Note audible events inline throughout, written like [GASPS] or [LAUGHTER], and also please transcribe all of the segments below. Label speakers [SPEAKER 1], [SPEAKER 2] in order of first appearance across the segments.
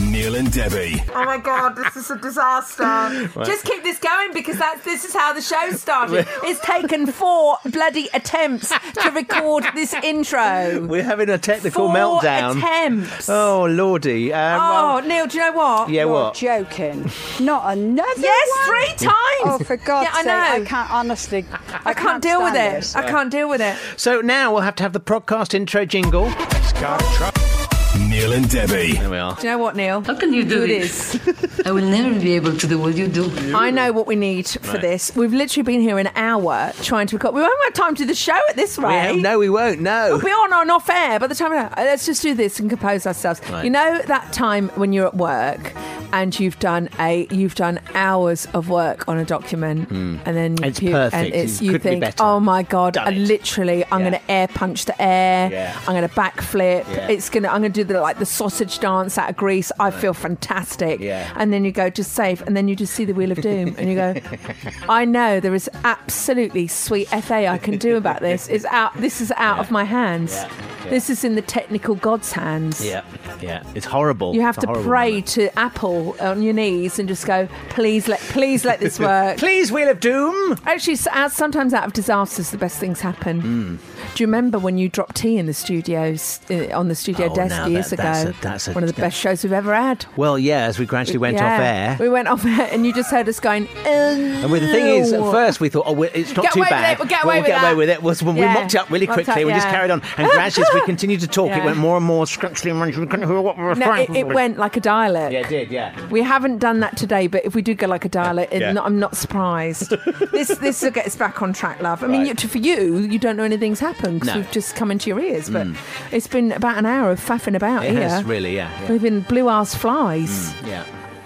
[SPEAKER 1] Neil and Debbie.
[SPEAKER 2] Oh my god, this is a disaster. Just keep this going because that's this is how the show started.
[SPEAKER 3] [LAUGHS]
[SPEAKER 2] it's taken four bloody attempts to record this
[SPEAKER 3] [LAUGHS]
[SPEAKER 2] intro.
[SPEAKER 3] We're having a technical
[SPEAKER 2] Four
[SPEAKER 3] meltdown.
[SPEAKER 2] attempts.
[SPEAKER 3] Oh lordy! Um,
[SPEAKER 2] Oh,
[SPEAKER 3] well,
[SPEAKER 2] Neil, do you know what?
[SPEAKER 3] yeah,
[SPEAKER 4] You're
[SPEAKER 3] what?
[SPEAKER 4] joking. Not another
[SPEAKER 2] Yes,
[SPEAKER 4] one?
[SPEAKER 2] three times.
[SPEAKER 4] Oh, for God's
[SPEAKER 2] yeah, I know.
[SPEAKER 4] sake, I can't honestly. I,
[SPEAKER 2] I can't deal with
[SPEAKER 4] stand
[SPEAKER 2] it.
[SPEAKER 4] this.
[SPEAKER 2] I can't deal with it.
[SPEAKER 3] So now we'll have to have the podcast intro jingle.
[SPEAKER 1] Neil and Debbie.
[SPEAKER 3] There we are.
[SPEAKER 2] Do you know what, Neil?
[SPEAKER 5] How can you do
[SPEAKER 2] Who it
[SPEAKER 5] this?
[SPEAKER 2] is.
[SPEAKER 5] [LAUGHS] I will never be able to do what you do.
[SPEAKER 2] I know what we need for this. We've literally been here an hour trying to record. We won't have time to do the show at this
[SPEAKER 3] We
[SPEAKER 2] rate.
[SPEAKER 3] have- no, we won't.
[SPEAKER 2] [LAUGHS]
[SPEAKER 3] No.
[SPEAKER 2] We'll be on and off air by the time. uh, Let's just do this and compose ourselves.
[SPEAKER 3] Right.
[SPEAKER 2] You know that time when you're at work and you've done a you've done hours of work on a document and then you
[SPEAKER 3] Hmm. It's
[SPEAKER 2] pu- and
[SPEAKER 3] perfect.
[SPEAKER 2] it's
[SPEAKER 3] It
[SPEAKER 2] you
[SPEAKER 3] couldn't be
[SPEAKER 2] think,
[SPEAKER 3] better.
[SPEAKER 2] oh my god,
[SPEAKER 3] Done
[SPEAKER 2] I
[SPEAKER 3] it."
[SPEAKER 2] literally I'm
[SPEAKER 3] Yeah.
[SPEAKER 2] going to air punch the air.
[SPEAKER 3] Yeah.
[SPEAKER 2] I'm going to backflip.
[SPEAKER 3] Yeah.
[SPEAKER 2] It's going to I'm going to do the like the sausage dance out of Greece. I feel fantastic.
[SPEAKER 3] Yeah.
[SPEAKER 2] And then you go to save and then you just see the wheel of doom and you go, I know there is absolutely sweet fa I can do about
[SPEAKER 3] [LAUGHS]
[SPEAKER 2] this. It's out. This is out of my hands.
[SPEAKER 3] Yeah, yeah.
[SPEAKER 2] This is in the technical God's hands.
[SPEAKER 3] Yeah, yeah. It's horrible.
[SPEAKER 2] You have
[SPEAKER 3] It's
[SPEAKER 2] to
[SPEAKER 3] a horrible
[SPEAKER 2] pray
[SPEAKER 3] moment.
[SPEAKER 2] to Apple on your knees and just go, please let, please let
[SPEAKER 3] [LAUGHS]
[SPEAKER 2] this work.
[SPEAKER 3] Please, Wheel of Doom.
[SPEAKER 2] Actually, s- out- sometimes out of disasters, the best things happen.
[SPEAKER 3] Hmm.
[SPEAKER 2] Do you remember when you dropped tea in the studios uh, on the studio
[SPEAKER 3] Oh,
[SPEAKER 2] desk
[SPEAKER 3] now
[SPEAKER 2] years
[SPEAKER 3] that-
[SPEAKER 2] ago?
[SPEAKER 3] that's a- that's a-
[SPEAKER 2] one of the best shows we've ever had.
[SPEAKER 3] Well, yeah. As we gradually went
[SPEAKER 2] Yeah.
[SPEAKER 3] off air,
[SPEAKER 2] We went off air, and you just heard us going.
[SPEAKER 3] And well, the thing is, at first we thought, oh, well, it's not
[SPEAKER 2] Get
[SPEAKER 3] too
[SPEAKER 2] away with
[SPEAKER 3] bad.
[SPEAKER 2] it, we'll get
[SPEAKER 3] Well,
[SPEAKER 2] away
[SPEAKER 3] we'll
[SPEAKER 2] with
[SPEAKER 3] get away
[SPEAKER 2] that.
[SPEAKER 3] with it. Well, we
[SPEAKER 2] Yeah.
[SPEAKER 3] mocked it up really
[SPEAKER 2] Mocked
[SPEAKER 3] quickly.
[SPEAKER 2] up,
[SPEAKER 3] We just
[SPEAKER 2] yeah.
[SPEAKER 3] carried on,
[SPEAKER 2] [LAUGHS]
[SPEAKER 3] and gradually, as we continued to talk,
[SPEAKER 2] Yeah.
[SPEAKER 3] it went more and more structurally. and we couldn't hear what we were
[SPEAKER 2] No,
[SPEAKER 3] saying.
[SPEAKER 2] it, it went like a dialect.
[SPEAKER 3] Yeah, it did. Yeah.
[SPEAKER 2] We haven't done that today, but if we do go like a dialect, it
[SPEAKER 3] Yeah.
[SPEAKER 2] no- I'm not
[SPEAKER 3] [LAUGHS]
[SPEAKER 2] surprised. this this will get us back on track, love. I mean,
[SPEAKER 3] Right.
[SPEAKER 2] you, to- for you, you don't know anything's happened because
[SPEAKER 3] No. Mm.
[SPEAKER 2] we've just come into your ears. But it's been about an hour of faffing about
[SPEAKER 3] It
[SPEAKER 2] here.
[SPEAKER 3] has really. Mm. Yeah.
[SPEAKER 2] We've been blue ass flies.
[SPEAKER 3] Yeah.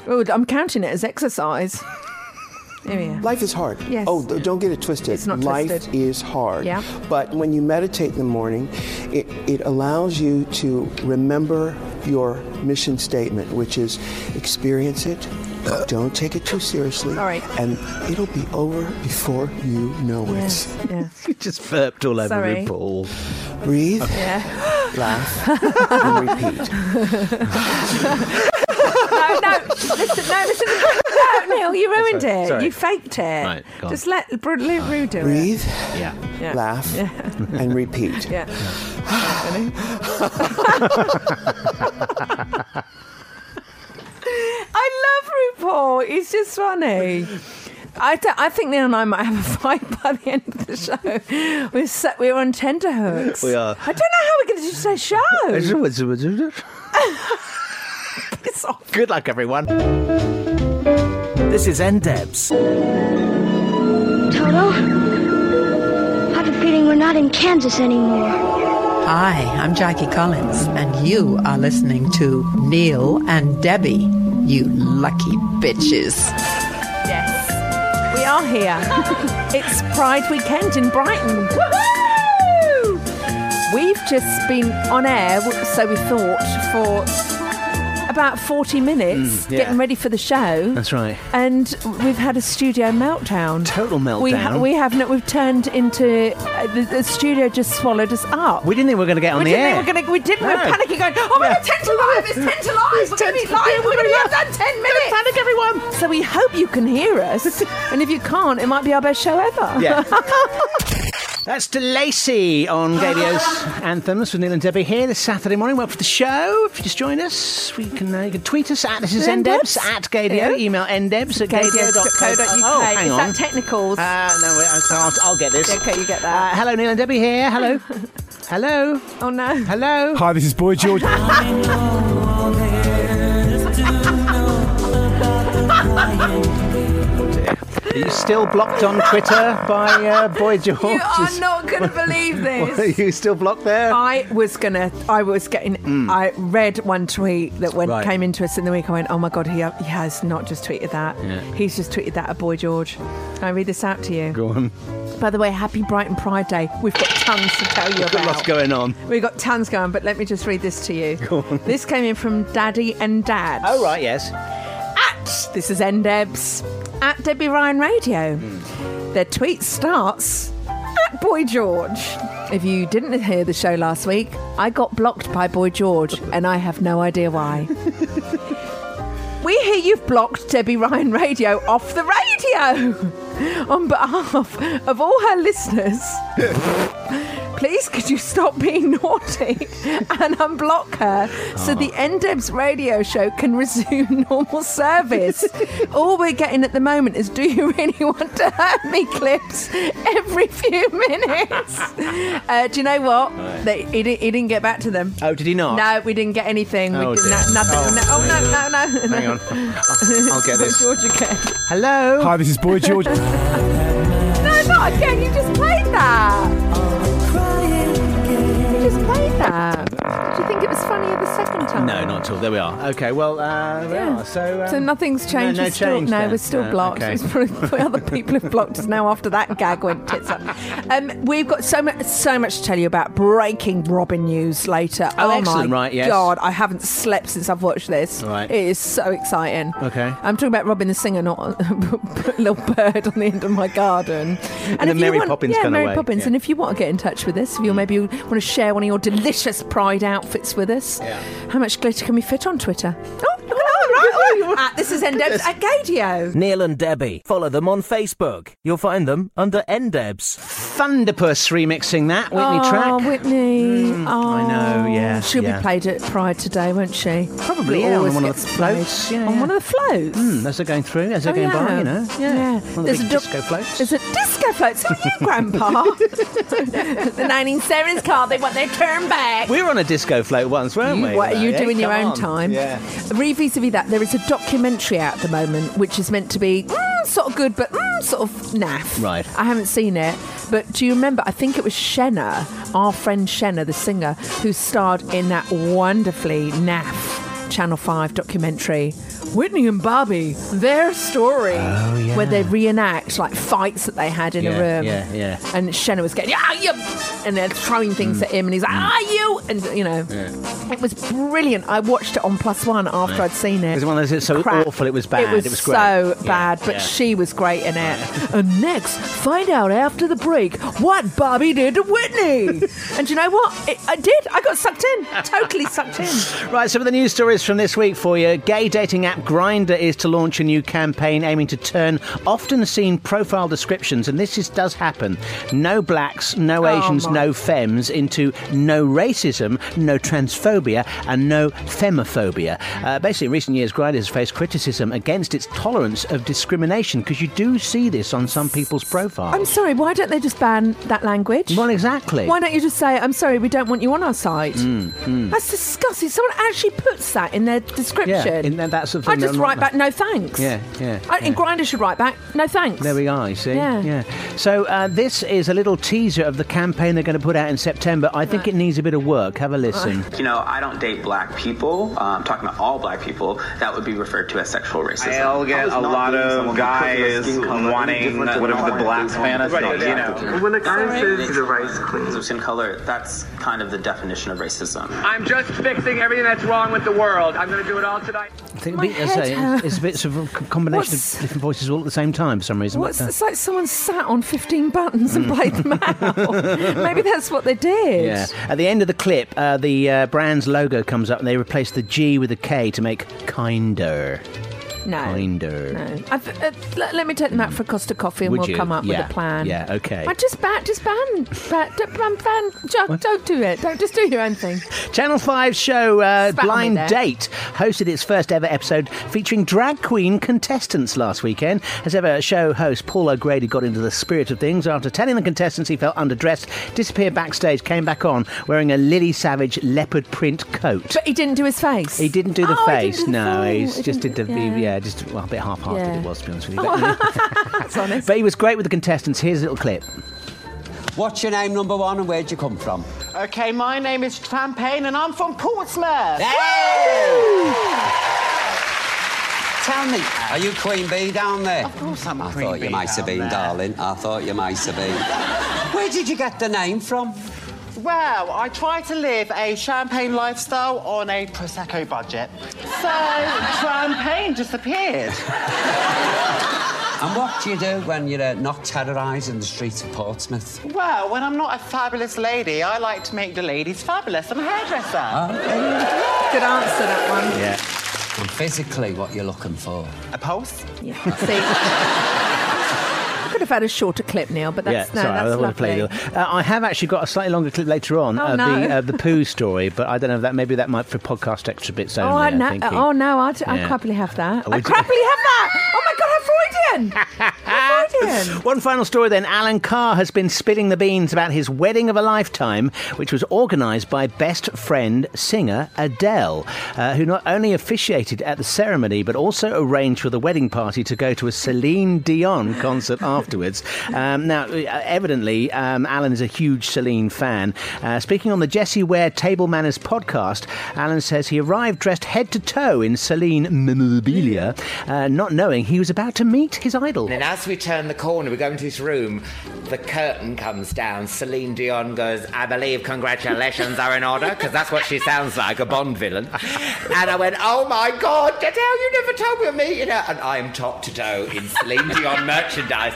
[SPEAKER 2] Oh, I'm counting it as exercise. Here we
[SPEAKER 3] [LAUGHS]
[SPEAKER 2] are.
[SPEAKER 6] Life is hard.
[SPEAKER 2] Yes.
[SPEAKER 6] Oh, th- don't get it twisted.
[SPEAKER 2] It's not
[SPEAKER 6] Life
[SPEAKER 2] twisted.
[SPEAKER 6] is hard.
[SPEAKER 2] Yeah.
[SPEAKER 6] But when you meditate in the morning, it, it allows you to remember your mission statement, which is experience it, don't take it too seriously,
[SPEAKER 2] All right.
[SPEAKER 6] and it'll be over before you know it.
[SPEAKER 2] Yeah,
[SPEAKER 3] [LAUGHS]
[SPEAKER 2] yeah.
[SPEAKER 3] You just burped all over
[SPEAKER 2] Sorry.
[SPEAKER 3] RuPaul.
[SPEAKER 2] [LAUGHS]
[SPEAKER 6] Breathe,
[SPEAKER 2] yeah.
[SPEAKER 6] laugh, and repeat.
[SPEAKER 2] No, no, listen, no, listen. No, Neil, you ruined
[SPEAKER 3] right.
[SPEAKER 2] it.
[SPEAKER 3] Sorry.
[SPEAKER 2] You faked it.
[SPEAKER 3] Right, go on.
[SPEAKER 2] Just let Bru- let Rue do it.
[SPEAKER 6] Breathe,
[SPEAKER 3] Yeah.
[SPEAKER 2] Yeah. [LAUGHS]
[SPEAKER 6] laugh, and repeat.
[SPEAKER 2] Yeah. I love RuPaul. He's just funny. I, don't- I think Neil and I might have a fight [LAUGHS] by the end of the show. We're so, we're on tenterhooks.
[SPEAKER 3] We are.
[SPEAKER 2] I don't know how we're going to do today's show. Piss off.
[SPEAKER 3] Good luck, everyone.
[SPEAKER 7] This is NDebs.
[SPEAKER 8] Toto, I have a feeling we're not in Kansas anymore.
[SPEAKER 9] Hi, I'm Jackie Collins, and you are listening to Neil and Debbie, you lucky bitches.
[SPEAKER 2] Yes, we are here. it's Pride Weekend in Brighton. Woohoo! We've just been on air, w- so we thought, for about 40 minutes,
[SPEAKER 3] Mm, yeah.
[SPEAKER 2] getting ready for the show.
[SPEAKER 3] That's right.
[SPEAKER 2] And we've had a studio meltdown.
[SPEAKER 3] Total
[SPEAKER 2] We, ha-
[SPEAKER 3] meltdown.
[SPEAKER 2] we have not. We've turned into uh, the, the studio just swallowed us up.
[SPEAKER 3] We didn't think we were going to get on
[SPEAKER 2] We
[SPEAKER 3] the
[SPEAKER 2] didn't
[SPEAKER 3] air.
[SPEAKER 2] think we were going to. We didn't. We were
[SPEAKER 3] No.
[SPEAKER 2] panicking, going, "Oh my
[SPEAKER 3] Yeah.
[SPEAKER 2] god, ten to live! It's ten to live! We're going to be live! We're going to be done ten minutes!"
[SPEAKER 3] panic, everyone.
[SPEAKER 2] So we hope you can hear
[SPEAKER 3] [LAUGHS]
[SPEAKER 2] us. and if you can't, it might be our best show ever.
[SPEAKER 3] Yeah.
[SPEAKER 2] [LAUGHS]
[SPEAKER 3] That's to Lacey on Galio's Anthems with Neil and Debbie here this Saturday morning. Welcome to the show. If you just joined us, we can, uh, you can tweet us at this is
[SPEAKER 2] Ndebs.
[SPEAKER 3] ndebs at Gadio.
[SPEAKER 2] Yeah.
[SPEAKER 3] Email ndebs at
[SPEAKER 2] Gadio.co.uk.
[SPEAKER 3] gadio.co.uk. Oh, hang
[SPEAKER 2] Is
[SPEAKER 3] on.
[SPEAKER 2] that technicals?
[SPEAKER 3] uh, no, wait, so I'll, I'll get this.
[SPEAKER 2] okay, you get
[SPEAKER 3] Uh,
[SPEAKER 2] that.
[SPEAKER 3] hello, Neil and Debbie
[SPEAKER 2] [LAUGHS]
[SPEAKER 3] here. Hello. hello.
[SPEAKER 2] oh no.
[SPEAKER 3] Hello.
[SPEAKER 1] Hi, this is Boy George.
[SPEAKER 3] Are you still blocked on Twitter by uh, Boy George?
[SPEAKER 2] You are not
[SPEAKER 3] [LAUGHS]
[SPEAKER 2] going to believe
[SPEAKER 3] Are [LAUGHS]
[SPEAKER 2] this.
[SPEAKER 3] you still blocked there?
[SPEAKER 2] I was gonna. I was getting. I read one tweet that went
[SPEAKER 3] Mm. Right.
[SPEAKER 2] came into us in the week. I went, "Oh my god, he, ha- he has not just tweeted that. He's just tweeted that at Boy George." Can I read this out to you?
[SPEAKER 3] Go on.
[SPEAKER 2] By the way, happy Brighton Pride Day. We've got tons to tell you
[SPEAKER 3] Got
[SPEAKER 2] about.
[SPEAKER 3] lots going on.
[SPEAKER 2] We've got tons going, but let me just read this to
[SPEAKER 3] [LAUGHS]
[SPEAKER 2] you. This came in from Daddy and Dad.
[SPEAKER 3] Oh, right, yes.
[SPEAKER 2] At, this is NDebs, at Debbie Ryan Radio.
[SPEAKER 3] Hmm.
[SPEAKER 2] Their tweet starts at Boy George. If you didn't hear the show last week, I got blocked by Boy George, and I have no idea why. We hear you've blocked Debbie Ryan Radio off the radio. [LAUGHS] On behalf of all her listeners, [LAUGHS] please could you stop being naughty [LAUGHS] and unblock her
[SPEAKER 3] Ah.
[SPEAKER 2] so the NDebs radio show can resume [LAUGHS] normal
[SPEAKER 3] [LAUGHS]
[SPEAKER 2] service? all we're getting at the moment is do you really [LAUGHS] want to hurt me clips every few
[SPEAKER 3] [LAUGHS]
[SPEAKER 2] minutes? Uh, do you know what? They, he, di- he didn't get back to them.
[SPEAKER 3] Oh, did he not?
[SPEAKER 2] No, we didn't get anything.
[SPEAKER 3] Oh,
[SPEAKER 2] we did
[SPEAKER 3] dear.
[SPEAKER 2] not, nothing.
[SPEAKER 3] Oh,
[SPEAKER 2] no, oh no, no, no, no.
[SPEAKER 3] Hang on. I'll, I'll get this.
[SPEAKER 2] George again.
[SPEAKER 3] Hello.
[SPEAKER 1] Hi, this is Boy George.
[SPEAKER 2] No, not again. You just played that. You just played that. Did you think it was funnier the second time?
[SPEAKER 3] No, not at all. There we are. Okay, well, uh, there we
[SPEAKER 2] Yeah.
[SPEAKER 3] are. So, um,
[SPEAKER 2] So nothing's changed.
[SPEAKER 3] no
[SPEAKER 2] we're still,
[SPEAKER 3] change
[SPEAKER 2] no,
[SPEAKER 3] then.
[SPEAKER 2] we're still
[SPEAKER 3] No,
[SPEAKER 2] blocked.
[SPEAKER 3] okay.
[SPEAKER 2] It's probably the other people have blocked us now after that gag went tits up. Um, we've got so much, so much to tell you about breaking Robin news later.
[SPEAKER 3] Oh,
[SPEAKER 2] my
[SPEAKER 3] excellent, right, yes.
[SPEAKER 2] God, I haven't slept since I've watched this.
[SPEAKER 3] Right.
[SPEAKER 2] It is so exciting.
[SPEAKER 3] Okay.
[SPEAKER 2] I'm talking about Robin the singer, not [LAUGHS] a little bird on the end of my garden. And,
[SPEAKER 3] the
[SPEAKER 2] if you
[SPEAKER 3] Mary
[SPEAKER 2] want-
[SPEAKER 3] Poppins
[SPEAKER 2] yeah,
[SPEAKER 3] kinda
[SPEAKER 2] Mary
[SPEAKER 3] way,
[SPEAKER 2] Poppins.
[SPEAKER 3] yeah.
[SPEAKER 2] And if you want to get in touch with us, if you maybe want to share one of your delicious pride outfits with us,
[SPEAKER 3] Yeah.
[SPEAKER 2] how much glitter can we fit on Twitter? [LAUGHS] Oh, look at that, [LAUGHS] right? at, this is Endebs at Gadio.
[SPEAKER 7] Neil and Debbie. Follow them on Facebook. You'll find them under NDebs.
[SPEAKER 3] Thunderpuss remixing that Whitney
[SPEAKER 2] Oh,
[SPEAKER 3] track. Mm,
[SPEAKER 2] Whitney. oh.
[SPEAKER 3] I know, yeah,
[SPEAKER 2] She'll
[SPEAKER 3] yeah.
[SPEAKER 2] be played at Pride today, won't she?
[SPEAKER 3] Probably, yeah, on
[SPEAKER 2] always
[SPEAKER 3] one of
[SPEAKER 2] gets
[SPEAKER 3] the
[SPEAKER 2] played.
[SPEAKER 3] floats, yeah,
[SPEAKER 2] on
[SPEAKER 3] yeah.
[SPEAKER 2] one of the floats.
[SPEAKER 3] Mm, as they're going through, as they're
[SPEAKER 2] Oh,
[SPEAKER 3] going
[SPEAKER 2] yeah.
[SPEAKER 3] by, you know.
[SPEAKER 2] Yeah.
[SPEAKER 3] One of the
[SPEAKER 2] There's
[SPEAKER 3] big
[SPEAKER 2] a du-
[SPEAKER 3] disco floats.
[SPEAKER 2] There's a disco float. It's
[SPEAKER 3] [LAUGHS]
[SPEAKER 2] not you, Grandpa. [LAUGHS] the 1970s car, they want their turn back.
[SPEAKER 3] we were on a disco float once, weren't
[SPEAKER 2] You-
[SPEAKER 3] we?
[SPEAKER 2] What are you
[SPEAKER 3] Yeah,
[SPEAKER 2] doing your
[SPEAKER 3] come
[SPEAKER 2] own
[SPEAKER 3] on.
[SPEAKER 2] time?
[SPEAKER 3] Yeah.
[SPEAKER 2] Re vis-a-vis that, there is a documentary out at the moment which is meant to be mm, sort of good, but mm, sort of naff.
[SPEAKER 3] Right.
[SPEAKER 2] I haven't seen it, but do you remember? I think it was Shenna, our friend Shenna, the singer, who starred in that wonderfully naff. Channel 5 documentary, Whitney and Bobby, their story, where they reenact like fights that they had in
[SPEAKER 3] Oh, Yeah,
[SPEAKER 2] a room.
[SPEAKER 3] yeah, yeah.
[SPEAKER 2] And Shenna was getting, ah, you! And they're throwing things
[SPEAKER 3] Mm.
[SPEAKER 2] at him, and he's like, ah, you! And, you know, it was brilliant. I watched it on Plus One after I'd seen it.
[SPEAKER 3] It was one of those- it's so
[SPEAKER 2] Crap.
[SPEAKER 3] awful it was bad.
[SPEAKER 2] It was,
[SPEAKER 3] It was great.
[SPEAKER 2] so
[SPEAKER 3] Yeah,
[SPEAKER 2] bad, but
[SPEAKER 3] yeah.
[SPEAKER 2] she was great in it. and next, find out after the break what Bobby did to
[SPEAKER 3] [LAUGHS]
[SPEAKER 2] Whitney. and do you know what? It, I did. I got sucked in. Totally sucked in.
[SPEAKER 3] Right, some of the news stories from this week for you. Gay dating app Grinder is to launch a new campaign aiming to turn often seen profile descriptions, and this is, does happen no blacks, no
[SPEAKER 2] Oh,
[SPEAKER 3] Asians,
[SPEAKER 2] my.
[SPEAKER 3] no femmes, into no racism, no transphobia, and no femophobia. Uh, basically, in recent years, Grinder has faced criticism against its tolerance of discrimination because you do see this on some people's profiles.
[SPEAKER 2] I'm sorry, why don't they just ban that language?
[SPEAKER 3] well, exactly.
[SPEAKER 2] Why don't you just say, I'm sorry, we don't want you on our site?
[SPEAKER 3] Mm,
[SPEAKER 2] That's disgusting. Someone actually puts that in their description.
[SPEAKER 3] Yeah, and that's the
[SPEAKER 2] I
[SPEAKER 3] thing,
[SPEAKER 2] just
[SPEAKER 3] they're
[SPEAKER 2] write
[SPEAKER 3] not-
[SPEAKER 2] back, no thanks.
[SPEAKER 3] Yeah, yeah,
[SPEAKER 2] I,
[SPEAKER 3] yeah.
[SPEAKER 2] And Grinder should write back, no thanks.
[SPEAKER 3] There we are, you see?
[SPEAKER 2] Yeah.
[SPEAKER 3] So, uh, this is a little teaser of the campaign they're going to put out in September. I think it needs a bit of work. Have
[SPEAKER 2] [LAUGHS]
[SPEAKER 3] a listen.
[SPEAKER 10] You know, I don't date black people. Um, talking about all black people, that would be referred to as sexual racism. I'll get a lot of guys wanting what if the black fantasy, you know. When a guy says he's a rice queen, skin color, that's kind of the definition of racism.
[SPEAKER 11] I'm just fixing everything that's wrong with the world. I'm going to do it all tonight.
[SPEAKER 3] I think
[SPEAKER 2] My
[SPEAKER 3] it'd be- as I say,
[SPEAKER 2] head
[SPEAKER 3] it's, it's a bit of a c- combination
[SPEAKER 2] What's-
[SPEAKER 3] of different voices all at the same time for some reason.
[SPEAKER 2] What's,
[SPEAKER 3] but, uh,
[SPEAKER 2] it's like someone sat on 15 buttons and played them
[SPEAKER 3] [LAUGHS]
[SPEAKER 2] out. Maybe that's what they did.
[SPEAKER 3] yeah. At the end of the clip, uh, the uh, brand's logo comes up and they replace the G with a K to make kinder.
[SPEAKER 2] No.
[SPEAKER 3] Kinder.
[SPEAKER 2] No. I've, uh, let, let me take them out for a Costa Coffee and
[SPEAKER 3] Would
[SPEAKER 2] we'll
[SPEAKER 3] you?
[SPEAKER 2] come up
[SPEAKER 3] Yeah.
[SPEAKER 2] with a plan.
[SPEAKER 3] Yeah, okay.
[SPEAKER 2] I just ban, just ban, ban, don't, ban, ban, just, don't do it. Don't just do your own thing.
[SPEAKER 3] Channel 5 show uh,
[SPEAKER 2] Spat on me
[SPEAKER 3] Blind
[SPEAKER 2] there.
[SPEAKER 3] Date hosted its first ever episode featuring drag queen contestants last weekend. As ever, show host Paul O'Grady got into the spirit of things after telling the contestants he felt underdressed, disappeared backstage, came back on wearing a Lily Savage leopard print coat.
[SPEAKER 2] But he didn't do his face.
[SPEAKER 3] He didn't do the
[SPEAKER 2] Oh, he didn't
[SPEAKER 3] face,
[SPEAKER 2] do the
[SPEAKER 3] no.
[SPEAKER 2] full-
[SPEAKER 3] He
[SPEAKER 2] he
[SPEAKER 3] just did
[SPEAKER 2] didn't-
[SPEAKER 3] the yeah, just well, a bit half-hearted
[SPEAKER 2] Yeah.
[SPEAKER 3] it was, to be honest with you. But,
[SPEAKER 2] That's honest. [LAUGHS]
[SPEAKER 3] but he was great with the contestants. Here's a little clip.
[SPEAKER 11] What's your name, number one, and where'd you come from? Okay, my name is Tran Payne, and I'm from Portsmouth.
[SPEAKER 10] Tell me, are you Queen Bee down there? Of
[SPEAKER 11] course I'm
[SPEAKER 10] I
[SPEAKER 11] Queen
[SPEAKER 10] thought you
[SPEAKER 11] Bee
[SPEAKER 10] might have
[SPEAKER 11] down
[SPEAKER 10] been,
[SPEAKER 11] there.
[SPEAKER 10] darling. I thought you might have been. Where did you get the name from?
[SPEAKER 11] Well, I try to live a champagne lifestyle on a Prosecco budget. So, champagne disappeared.
[SPEAKER 10] And what do you do when you're uh, not terrorising the streets of Portsmouth?
[SPEAKER 11] Well, when I'm not a fabulous lady, I
[SPEAKER 10] Oh,
[SPEAKER 11] like to make the ladies fabulous. I'm a hairdresser.
[SPEAKER 2] Good answer, that one.
[SPEAKER 3] Yeah.
[SPEAKER 12] physically what you're looking for.
[SPEAKER 11] A pulse?
[SPEAKER 2] Yeah.
[SPEAKER 3] [LAUGHS]
[SPEAKER 2] I could have had a shorter clip, Neil, but that's
[SPEAKER 3] yeah,
[SPEAKER 2] no,
[SPEAKER 3] sorry, I
[SPEAKER 2] that's
[SPEAKER 3] would have played
[SPEAKER 2] lovely.
[SPEAKER 3] it. Uh, I have actually got a slightly longer clip later on
[SPEAKER 2] Oh,
[SPEAKER 3] of the
[SPEAKER 2] no.
[SPEAKER 3] uh, the poo story, but I don't know if that maybe that might for podcast extra bits
[SPEAKER 2] Oh,
[SPEAKER 3] only.
[SPEAKER 2] I
[SPEAKER 3] I'm
[SPEAKER 2] know.
[SPEAKER 3] thinking.
[SPEAKER 2] Oh no, I'd,
[SPEAKER 3] Yeah.
[SPEAKER 2] I'd happily have
[SPEAKER 3] [LAUGHS]
[SPEAKER 2] that.
[SPEAKER 3] Oh,
[SPEAKER 2] I'd
[SPEAKER 3] would you-
[SPEAKER 2] happily have that. Oh my
[SPEAKER 3] [LAUGHS]
[SPEAKER 2] god, how Freudian! How Freudian!
[SPEAKER 3] One final story then. Alan Carr has been spilling the beans about his wedding of a lifetime, which was organised by best friend singer Adele, uh, who not only officiated at the ceremony but also arranged for the wedding party to go to a Celine Dion concert afterwards. Um, now, uh, evidently, um, Alan is a huge Celine fan. Uh, speaking on the Jesse Ware Table Manners podcast, Alan says he arrived dressed head to toe in Celine memorabilia, uh, not knowing he was about to meet his idol.
[SPEAKER 13] And then as we turn the corner, we go into this room, the curtain comes down. Celine Dion goes, I believe congratulations are in order, because that's what she sounds like, a Bond villain. And I went, Oh my God, Adele, you never told me we're meeting her. And I am top to toe in Celine Dion [LAUGHS] merchandise.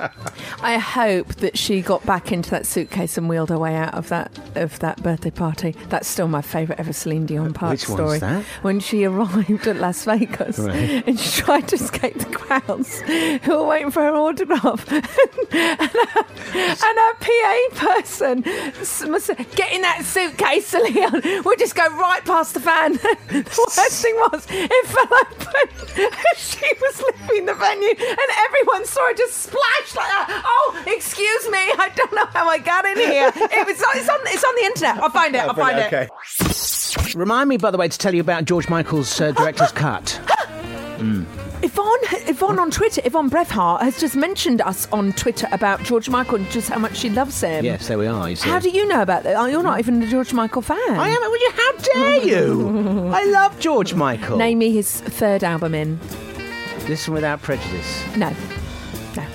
[SPEAKER 2] I hope that she got back into that suitcase and wheeled her way out of that of that birthday party. That's still my favourite ever Celine Dion part
[SPEAKER 3] which one's
[SPEAKER 2] story.
[SPEAKER 3] that?
[SPEAKER 2] When she arrived at Las Vegas
[SPEAKER 3] Right.
[SPEAKER 2] and she tried to escape the crowds who were waiting for her autograph, [LAUGHS] and, her, and her PA person s- must have, get in that suitcase, Celine. We'll just go right past the van. [LAUGHS] the worst thing was it fell open. [LAUGHS] she was leaving the venue, and everyone saw her just splash like that. Oh, excuse me, I don't know how I got in here. It was on, it's on it's on the internet. I'll find it. I'll find it.
[SPEAKER 3] Remind me, by the way, to tell you about George Michael's uh, director's cut. Mm.
[SPEAKER 2] Yvonne, Yvonne on Twitter, Yvonne Brevhart has just mentioned us on Twitter about George Michael and just how much she loves him.
[SPEAKER 3] Yes, there we are. You see.
[SPEAKER 2] How do you know about that? Oh, you're not even a George Michael fan. I
[SPEAKER 3] am. Would you? How dare you? I love George Michael.
[SPEAKER 2] Name me his third album in.
[SPEAKER 3] Listen without prejudice.
[SPEAKER 2] No, no,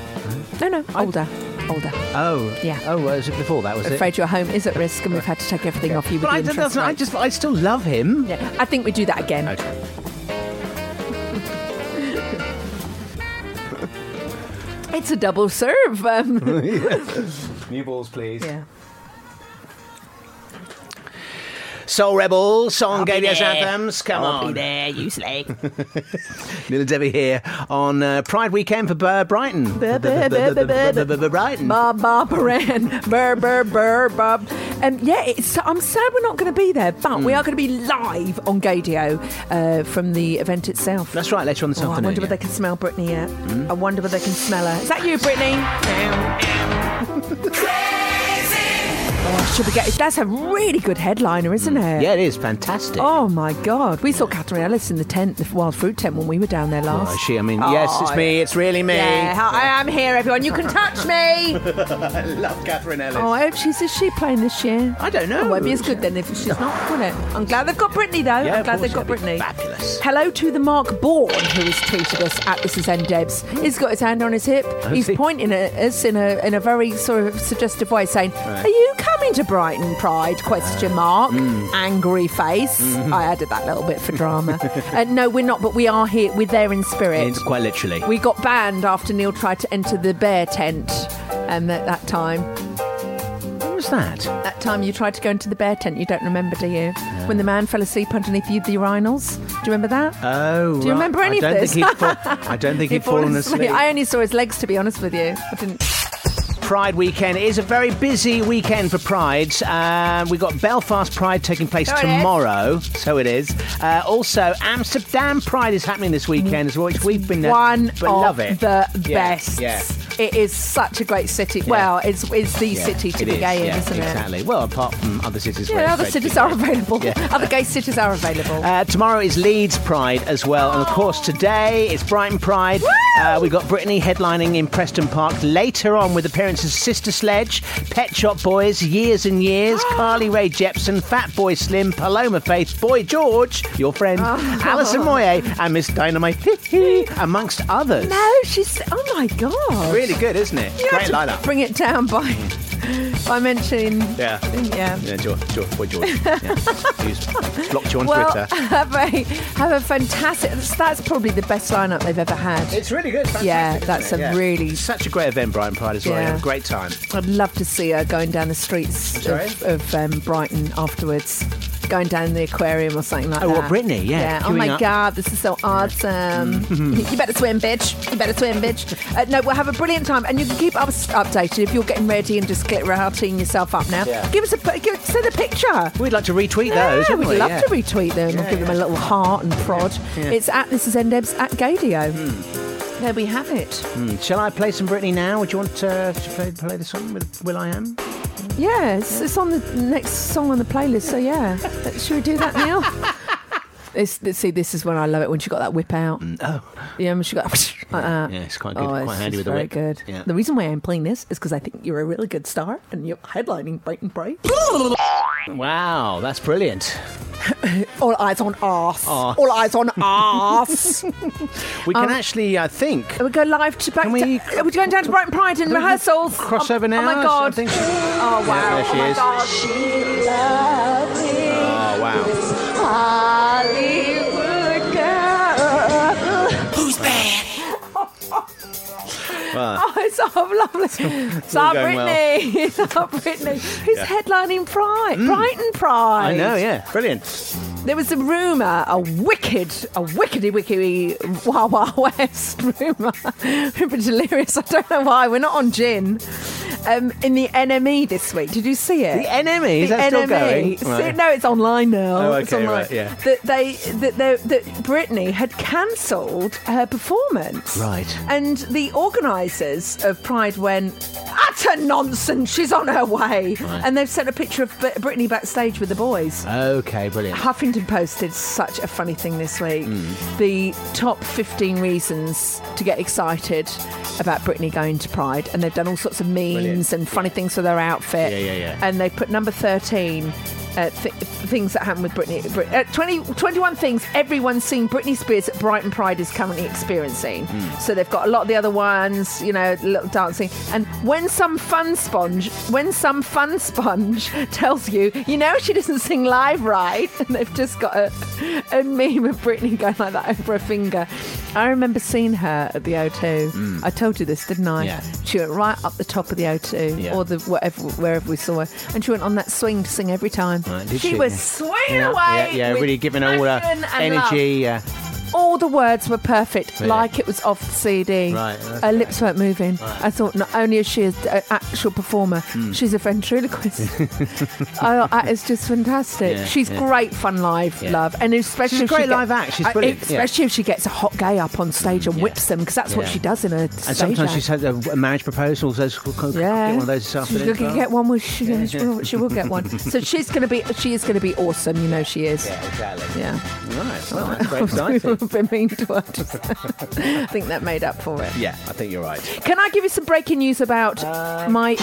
[SPEAKER 2] no, no. Older, older.
[SPEAKER 3] Oh.
[SPEAKER 2] Yeah.
[SPEAKER 3] Oh, was it before that? Was
[SPEAKER 2] I'm
[SPEAKER 3] it?
[SPEAKER 2] afraid your home is at risk, and we've had to take everything off you. With
[SPEAKER 3] But
[SPEAKER 2] the
[SPEAKER 3] I, don't-
[SPEAKER 2] interest
[SPEAKER 3] that's not- I
[SPEAKER 2] rate.
[SPEAKER 3] just, I still love him.
[SPEAKER 2] Yeah, I think we do that again. [LAUGHS] It's a double serve.
[SPEAKER 3] [LAUGHS]
[SPEAKER 2] Um,
[SPEAKER 3] New balls, please.
[SPEAKER 2] Yeah.
[SPEAKER 3] Soul Rebel, song
[SPEAKER 2] be
[SPEAKER 3] Gaybias
[SPEAKER 2] there.
[SPEAKER 3] Anthems, come
[SPEAKER 2] I'll
[SPEAKER 3] on.
[SPEAKER 2] be there, you slay.
[SPEAKER 3] Neil and Debbie here on uh, Pride Weekend for Bur- Brighton.
[SPEAKER 2] Bur- bur- bur- bur- bur- bur-
[SPEAKER 3] Brighton.
[SPEAKER 2] Bob Bob Baran. Burr burr burr Bob. Um, yeah, it's, I'm sad we're not going to be there, but
[SPEAKER 3] Hmm.
[SPEAKER 2] we are going to be live on Gadio uh, from the event itself.
[SPEAKER 3] That's right, later on this
[SPEAKER 2] Oh, I
[SPEAKER 3] afternoon.
[SPEAKER 2] wonder whether they can smell Britney yet.
[SPEAKER 3] Hmm?
[SPEAKER 2] I wonder whether they can smell her. Is that you,
[SPEAKER 3] [LAUGHS]
[SPEAKER 2] Britney? oh, should we get? That's a really good headliner, isn't it?
[SPEAKER 3] Hmm. Yeah, it is fantastic.
[SPEAKER 2] Oh my God! We saw Catherine Ellis in the tent, the wild fruit tent, when we were down there last.
[SPEAKER 3] Oh, she, I mean, yes, it's me, it's really me.
[SPEAKER 2] Yeah, hi- I am here, everyone. You can touch me.
[SPEAKER 3] I love Catherine Ellis.
[SPEAKER 2] Oh, I hope she's is she playing this year? I
[SPEAKER 3] don't know.
[SPEAKER 2] It won't be as good then if she's not, will it? I'm glad they've got Britney though.
[SPEAKER 3] Yeah,
[SPEAKER 2] I'm
[SPEAKER 3] of
[SPEAKER 2] glad they've
[SPEAKER 3] course,
[SPEAKER 2] got
[SPEAKER 3] it'll be
[SPEAKER 2] Britney.
[SPEAKER 3] Fabulous.
[SPEAKER 2] Hello to the Mark Bourne who has tweeted us at this is Ndebs. He's got his hand on his hip.
[SPEAKER 3] Hmm. Has
[SPEAKER 2] He's
[SPEAKER 3] he?
[SPEAKER 2] pointing at us in a in a very sort of suggestive way, saying,
[SPEAKER 3] Right. Ah.
[SPEAKER 2] "Are you coming to Brighton Pride?" Question mark.
[SPEAKER 3] Hmm.
[SPEAKER 2] Angry face.
[SPEAKER 3] Mhm.
[SPEAKER 2] I added that little bit for
[SPEAKER 3] [LAUGHS]
[SPEAKER 2] drama. uh, no, we're not, but we are here. We're there in spirit.
[SPEAKER 3] It's quite literally.
[SPEAKER 2] We got banned after Neil tried to enter the bear tent um, at that time.
[SPEAKER 3] What was that?
[SPEAKER 2] That time you tried to go into the bear tent, you don't remember, do you? When the man fell asleep underneath you, the urinals. Do you remember that?
[SPEAKER 3] Oh,
[SPEAKER 2] Do you
[SPEAKER 3] right.
[SPEAKER 2] remember any
[SPEAKER 3] I don't
[SPEAKER 2] of this?
[SPEAKER 3] Think
[SPEAKER 2] [LAUGHS]
[SPEAKER 3] he'd fa- I don't think he'd, fallen asleep.
[SPEAKER 2] I only saw his legs, to be honest with you. I didn't.
[SPEAKER 3] Pride weekend is a very busy weekend for Prides. Um, we've got Belfast Pride taking place
[SPEAKER 2] So it is.
[SPEAKER 3] tomorrow, so it is. Uh, also, Amsterdam Pride is happening this weekend as well, which we've been uh,
[SPEAKER 2] One of
[SPEAKER 3] but love it.
[SPEAKER 2] the
[SPEAKER 3] Yeah,
[SPEAKER 2] best.
[SPEAKER 3] Yeah.
[SPEAKER 2] It is such a great city.
[SPEAKER 3] Yeah.
[SPEAKER 2] Well, it's, it's the
[SPEAKER 3] Yeah,
[SPEAKER 2] city to
[SPEAKER 3] it
[SPEAKER 2] be
[SPEAKER 3] is,
[SPEAKER 2] gay in,
[SPEAKER 3] yeah,
[SPEAKER 2] isn't
[SPEAKER 3] Exactly. Well, apart from other cities.
[SPEAKER 2] it?
[SPEAKER 3] where
[SPEAKER 2] Yeah,
[SPEAKER 3] it's
[SPEAKER 2] other
[SPEAKER 3] great to
[SPEAKER 2] cities
[SPEAKER 3] be
[SPEAKER 2] are
[SPEAKER 3] gay.
[SPEAKER 2] available.
[SPEAKER 3] Yeah.
[SPEAKER 2] Other gay cities are available.
[SPEAKER 3] Uh, tomorrow is Leeds Pride as well, and of course today it's Brighton Pride. Uh, we've got Brittany headlining in Preston Park later on with appearances Sister Sledge, Pet Shop Boys, Years and Years, Carly Ray Jepsen, Fat Boy Slim, Paloma Faith, Boy George, your friend, Alison Moyer, and Miss Dynamite, [LAUGHS] amongst others.
[SPEAKER 2] No, she's. Oh my god!
[SPEAKER 3] Really good, isn't it?
[SPEAKER 2] You
[SPEAKER 3] Great
[SPEAKER 2] had to
[SPEAKER 3] lineup. Mm.
[SPEAKER 2] Bring it down by by mentioning.
[SPEAKER 3] Yeah.
[SPEAKER 2] Yeah.
[SPEAKER 3] Yeah, George, George, Boy George. Yeah. He's blocked you on
[SPEAKER 2] well, [LAUGHS]
[SPEAKER 3] Twitter.
[SPEAKER 2] have a have a fantastic. That's probably the best lineup they've ever had.
[SPEAKER 3] It's really good. Fantastic,
[SPEAKER 2] yeah,
[SPEAKER 3] isn't
[SPEAKER 2] that's
[SPEAKER 3] it?
[SPEAKER 2] a
[SPEAKER 3] Yeah.
[SPEAKER 2] really.
[SPEAKER 3] Such a great event, Brian Pride as well.
[SPEAKER 2] Yeah.
[SPEAKER 3] Yeah. Great time.
[SPEAKER 2] I'd love to see her going down the streets
[SPEAKER 3] Sorry?
[SPEAKER 2] of, of um, Brighton afterwards. going down the aquarium or something like
[SPEAKER 3] Oh,
[SPEAKER 2] that.
[SPEAKER 3] what, Britney? Yeah,
[SPEAKER 2] Oh,
[SPEAKER 3] queuing
[SPEAKER 2] my
[SPEAKER 3] up.
[SPEAKER 2] God, this is so
[SPEAKER 3] [LAUGHS]
[SPEAKER 2] awesome. you better swim, bitch. You better swim, bitch. Uh, no, we'll have a brilliant time. And you can keep us updated if you're getting ready and just get routing yourself up now.
[SPEAKER 3] Yeah.
[SPEAKER 2] Give us a p- give, send a picture.
[SPEAKER 3] We'd like to retweet those.
[SPEAKER 2] Yeah,
[SPEAKER 3] wouldn't
[SPEAKER 2] we'd
[SPEAKER 3] we?
[SPEAKER 2] love
[SPEAKER 3] Yeah.
[SPEAKER 2] to retweet them or give them a little heart and prod.
[SPEAKER 3] Yeah.
[SPEAKER 2] It's at this is Ndebs at Gadio. There we have it.
[SPEAKER 3] Hmm, Shall I play some Britney now? Would you want uh, to play, play the song with Will I Am?
[SPEAKER 2] Yeah, it's, it's on the next song on the playlist. So yeah, should we do that
[SPEAKER 3] [LAUGHS]
[SPEAKER 2] now? This, this- see, this is when I love it when she got that whip out.
[SPEAKER 3] oh,
[SPEAKER 2] yeah, when she got like that.
[SPEAKER 3] [LAUGHS] Yeah, it's quite good,
[SPEAKER 2] Oh,
[SPEAKER 3] quite
[SPEAKER 2] it's
[SPEAKER 3] handy
[SPEAKER 2] just
[SPEAKER 3] with the
[SPEAKER 2] very
[SPEAKER 3] whip.
[SPEAKER 2] good.
[SPEAKER 3] Yeah.
[SPEAKER 2] The reason why I'm playing this is because I think you're a really good star and you're headlining Brighton
[SPEAKER 3] [LAUGHS]
[SPEAKER 2] Bright.
[SPEAKER 3] Wow, that's brilliant.
[SPEAKER 2] All eyes on arse.
[SPEAKER 3] Arse.
[SPEAKER 2] All eyes
[SPEAKER 3] [LAUGHS]
[SPEAKER 2] on arse.
[SPEAKER 3] We can
[SPEAKER 2] Um,
[SPEAKER 3] actually, I think.
[SPEAKER 2] We go live to back.
[SPEAKER 3] we-
[SPEAKER 2] to, are we going down to Brighton Pride in
[SPEAKER 3] Can we do
[SPEAKER 2] rehearsals?
[SPEAKER 3] crossover
[SPEAKER 2] Oh,
[SPEAKER 3] now?
[SPEAKER 2] my god!
[SPEAKER 3] I think-
[SPEAKER 2] [GASPS] Oh wow!
[SPEAKER 3] Yeah, there she
[SPEAKER 2] oh my
[SPEAKER 3] is.
[SPEAKER 2] god!
[SPEAKER 3] Oh, wow.
[SPEAKER 2] Hollywood girl. Who's bad?
[SPEAKER 3] [LAUGHS] Wow.
[SPEAKER 2] Oh, it's all lovely. It's
[SPEAKER 3] all
[SPEAKER 2] our
[SPEAKER 3] going
[SPEAKER 2] Britney. It's our Britney. Who's
[SPEAKER 3] Yeah. Mm.
[SPEAKER 2] headlining Pride? Brighton Pride.
[SPEAKER 3] I know, yeah. Brilliant.
[SPEAKER 2] There was a rumour, a wicked, a wickedy wickedy Wild Wild West [LAUGHS] rumour. Rumour delirious. I don't know why. We're not on gin. Um, in the NME this week. Did you see it?
[SPEAKER 3] The NME? Is that still going?
[SPEAKER 2] See-
[SPEAKER 3] Right.
[SPEAKER 2] No, E. it's online now.
[SPEAKER 3] Oh,
[SPEAKER 2] it's
[SPEAKER 3] okay,
[SPEAKER 2] online.
[SPEAKER 3] right, yeah.
[SPEAKER 2] That they that, they, that Britney had cancelled her performance.
[SPEAKER 3] Right.
[SPEAKER 2] And the organisers of Pride went, utter nonsense, she's on her way.
[SPEAKER 3] Right.
[SPEAKER 2] And they've sent a picture of B- Britney backstage with the boys.
[SPEAKER 3] Okay, brilliant.
[SPEAKER 2] Huffington Post did such a funny thing this week.
[SPEAKER 3] Mm.
[SPEAKER 2] The top 15 reasons to get excited about Britney going to Pride, and they've done all sorts of memes
[SPEAKER 3] Brilliant.
[SPEAKER 2] and funny things for their outfit.
[SPEAKER 3] Yeah, yeah, yeah.
[SPEAKER 2] And they put number 13. Uh, th- things that happened with Britney. Brit- uh, 20, 21 things everyone's seen Britney Spears at Brighton Pride is currently experiencing.
[SPEAKER 3] Hmm.
[SPEAKER 2] So they've got a lot of the other ones, you know, little dancing. And when some fun sponge, when some fun sponge [LAUGHS] tells you, you know, she doesn't sing live right, [LAUGHS] and they've just got a, a meme of Britney going like that over a finger. I remember seeing her at the O2. I told you this, didn't I?
[SPEAKER 3] Hmm. Yeah.
[SPEAKER 2] She went right up the top of the O2
[SPEAKER 3] Yeah.
[SPEAKER 2] or the whatever wherever we saw her, and she went on that swing to sing every time.
[SPEAKER 3] Right, did
[SPEAKER 2] she,
[SPEAKER 3] she?
[SPEAKER 2] was
[SPEAKER 3] Yeah.
[SPEAKER 2] swinging
[SPEAKER 3] Yeah,
[SPEAKER 2] away.
[SPEAKER 3] yeah, yeah,
[SPEAKER 2] with
[SPEAKER 3] really giving all her
[SPEAKER 2] passion and
[SPEAKER 3] energy. Yeah.
[SPEAKER 2] love. All the words were perfect,
[SPEAKER 3] Yeah.
[SPEAKER 2] like it was off the CD.
[SPEAKER 3] Right,
[SPEAKER 2] her
[SPEAKER 3] okay.
[SPEAKER 2] lips weren't moving.
[SPEAKER 3] Right. Hmm.
[SPEAKER 2] I thought not only is she an actual performer, she's a
[SPEAKER 3] [LAUGHS]
[SPEAKER 2] ventriloquist. I thought that is just fantastic.
[SPEAKER 3] Yeah,
[SPEAKER 2] she's
[SPEAKER 3] yeah.
[SPEAKER 2] great fun live,
[SPEAKER 3] Yeah.
[SPEAKER 2] love, and especially
[SPEAKER 3] She's a
[SPEAKER 2] if
[SPEAKER 3] great
[SPEAKER 2] she get-
[SPEAKER 3] live act. She's
[SPEAKER 2] uh,
[SPEAKER 3] brilliant. Yeah. Mm,
[SPEAKER 2] Especially if she gets a hot gay up on stage and whips them, because that's what
[SPEAKER 3] Yeah.
[SPEAKER 2] she does in her.
[SPEAKER 3] And
[SPEAKER 2] stage
[SPEAKER 3] sometimes
[SPEAKER 2] act.
[SPEAKER 3] she's had a a marriage proposal. So she'll co- co-
[SPEAKER 2] Yeah,
[SPEAKER 3] get one of those this
[SPEAKER 2] She's
[SPEAKER 3] afternoon.
[SPEAKER 2] looking
[SPEAKER 3] as
[SPEAKER 2] to
[SPEAKER 3] well.
[SPEAKER 2] get one. Will she?
[SPEAKER 3] Yeah,
[SPEAKER 2] she,
[SPEAKER 3] yeah.
[SPEAKER 2] will, [LAUGHS] she will get one. So she's going to be. She is going to be awesome. You know she is.
[SPEAKER 3] Yeah, exactly.
[SPEAKER 2] Yeah.
[SPEAKER 3] Right. Well,
[SPEAKER 2] [LAUGHS]
[SPEAKER 3] that's very
[SPEAKER 2] We were
[SPEAKER 3] exciting.
[SPEAKER 2] a bit mean to her. [LAUGHS] just- I think that made up for it.
[SPEAKER 3] Yeah, I think you're right.
[SPEAKER 2] Can I give you some breaking news about my?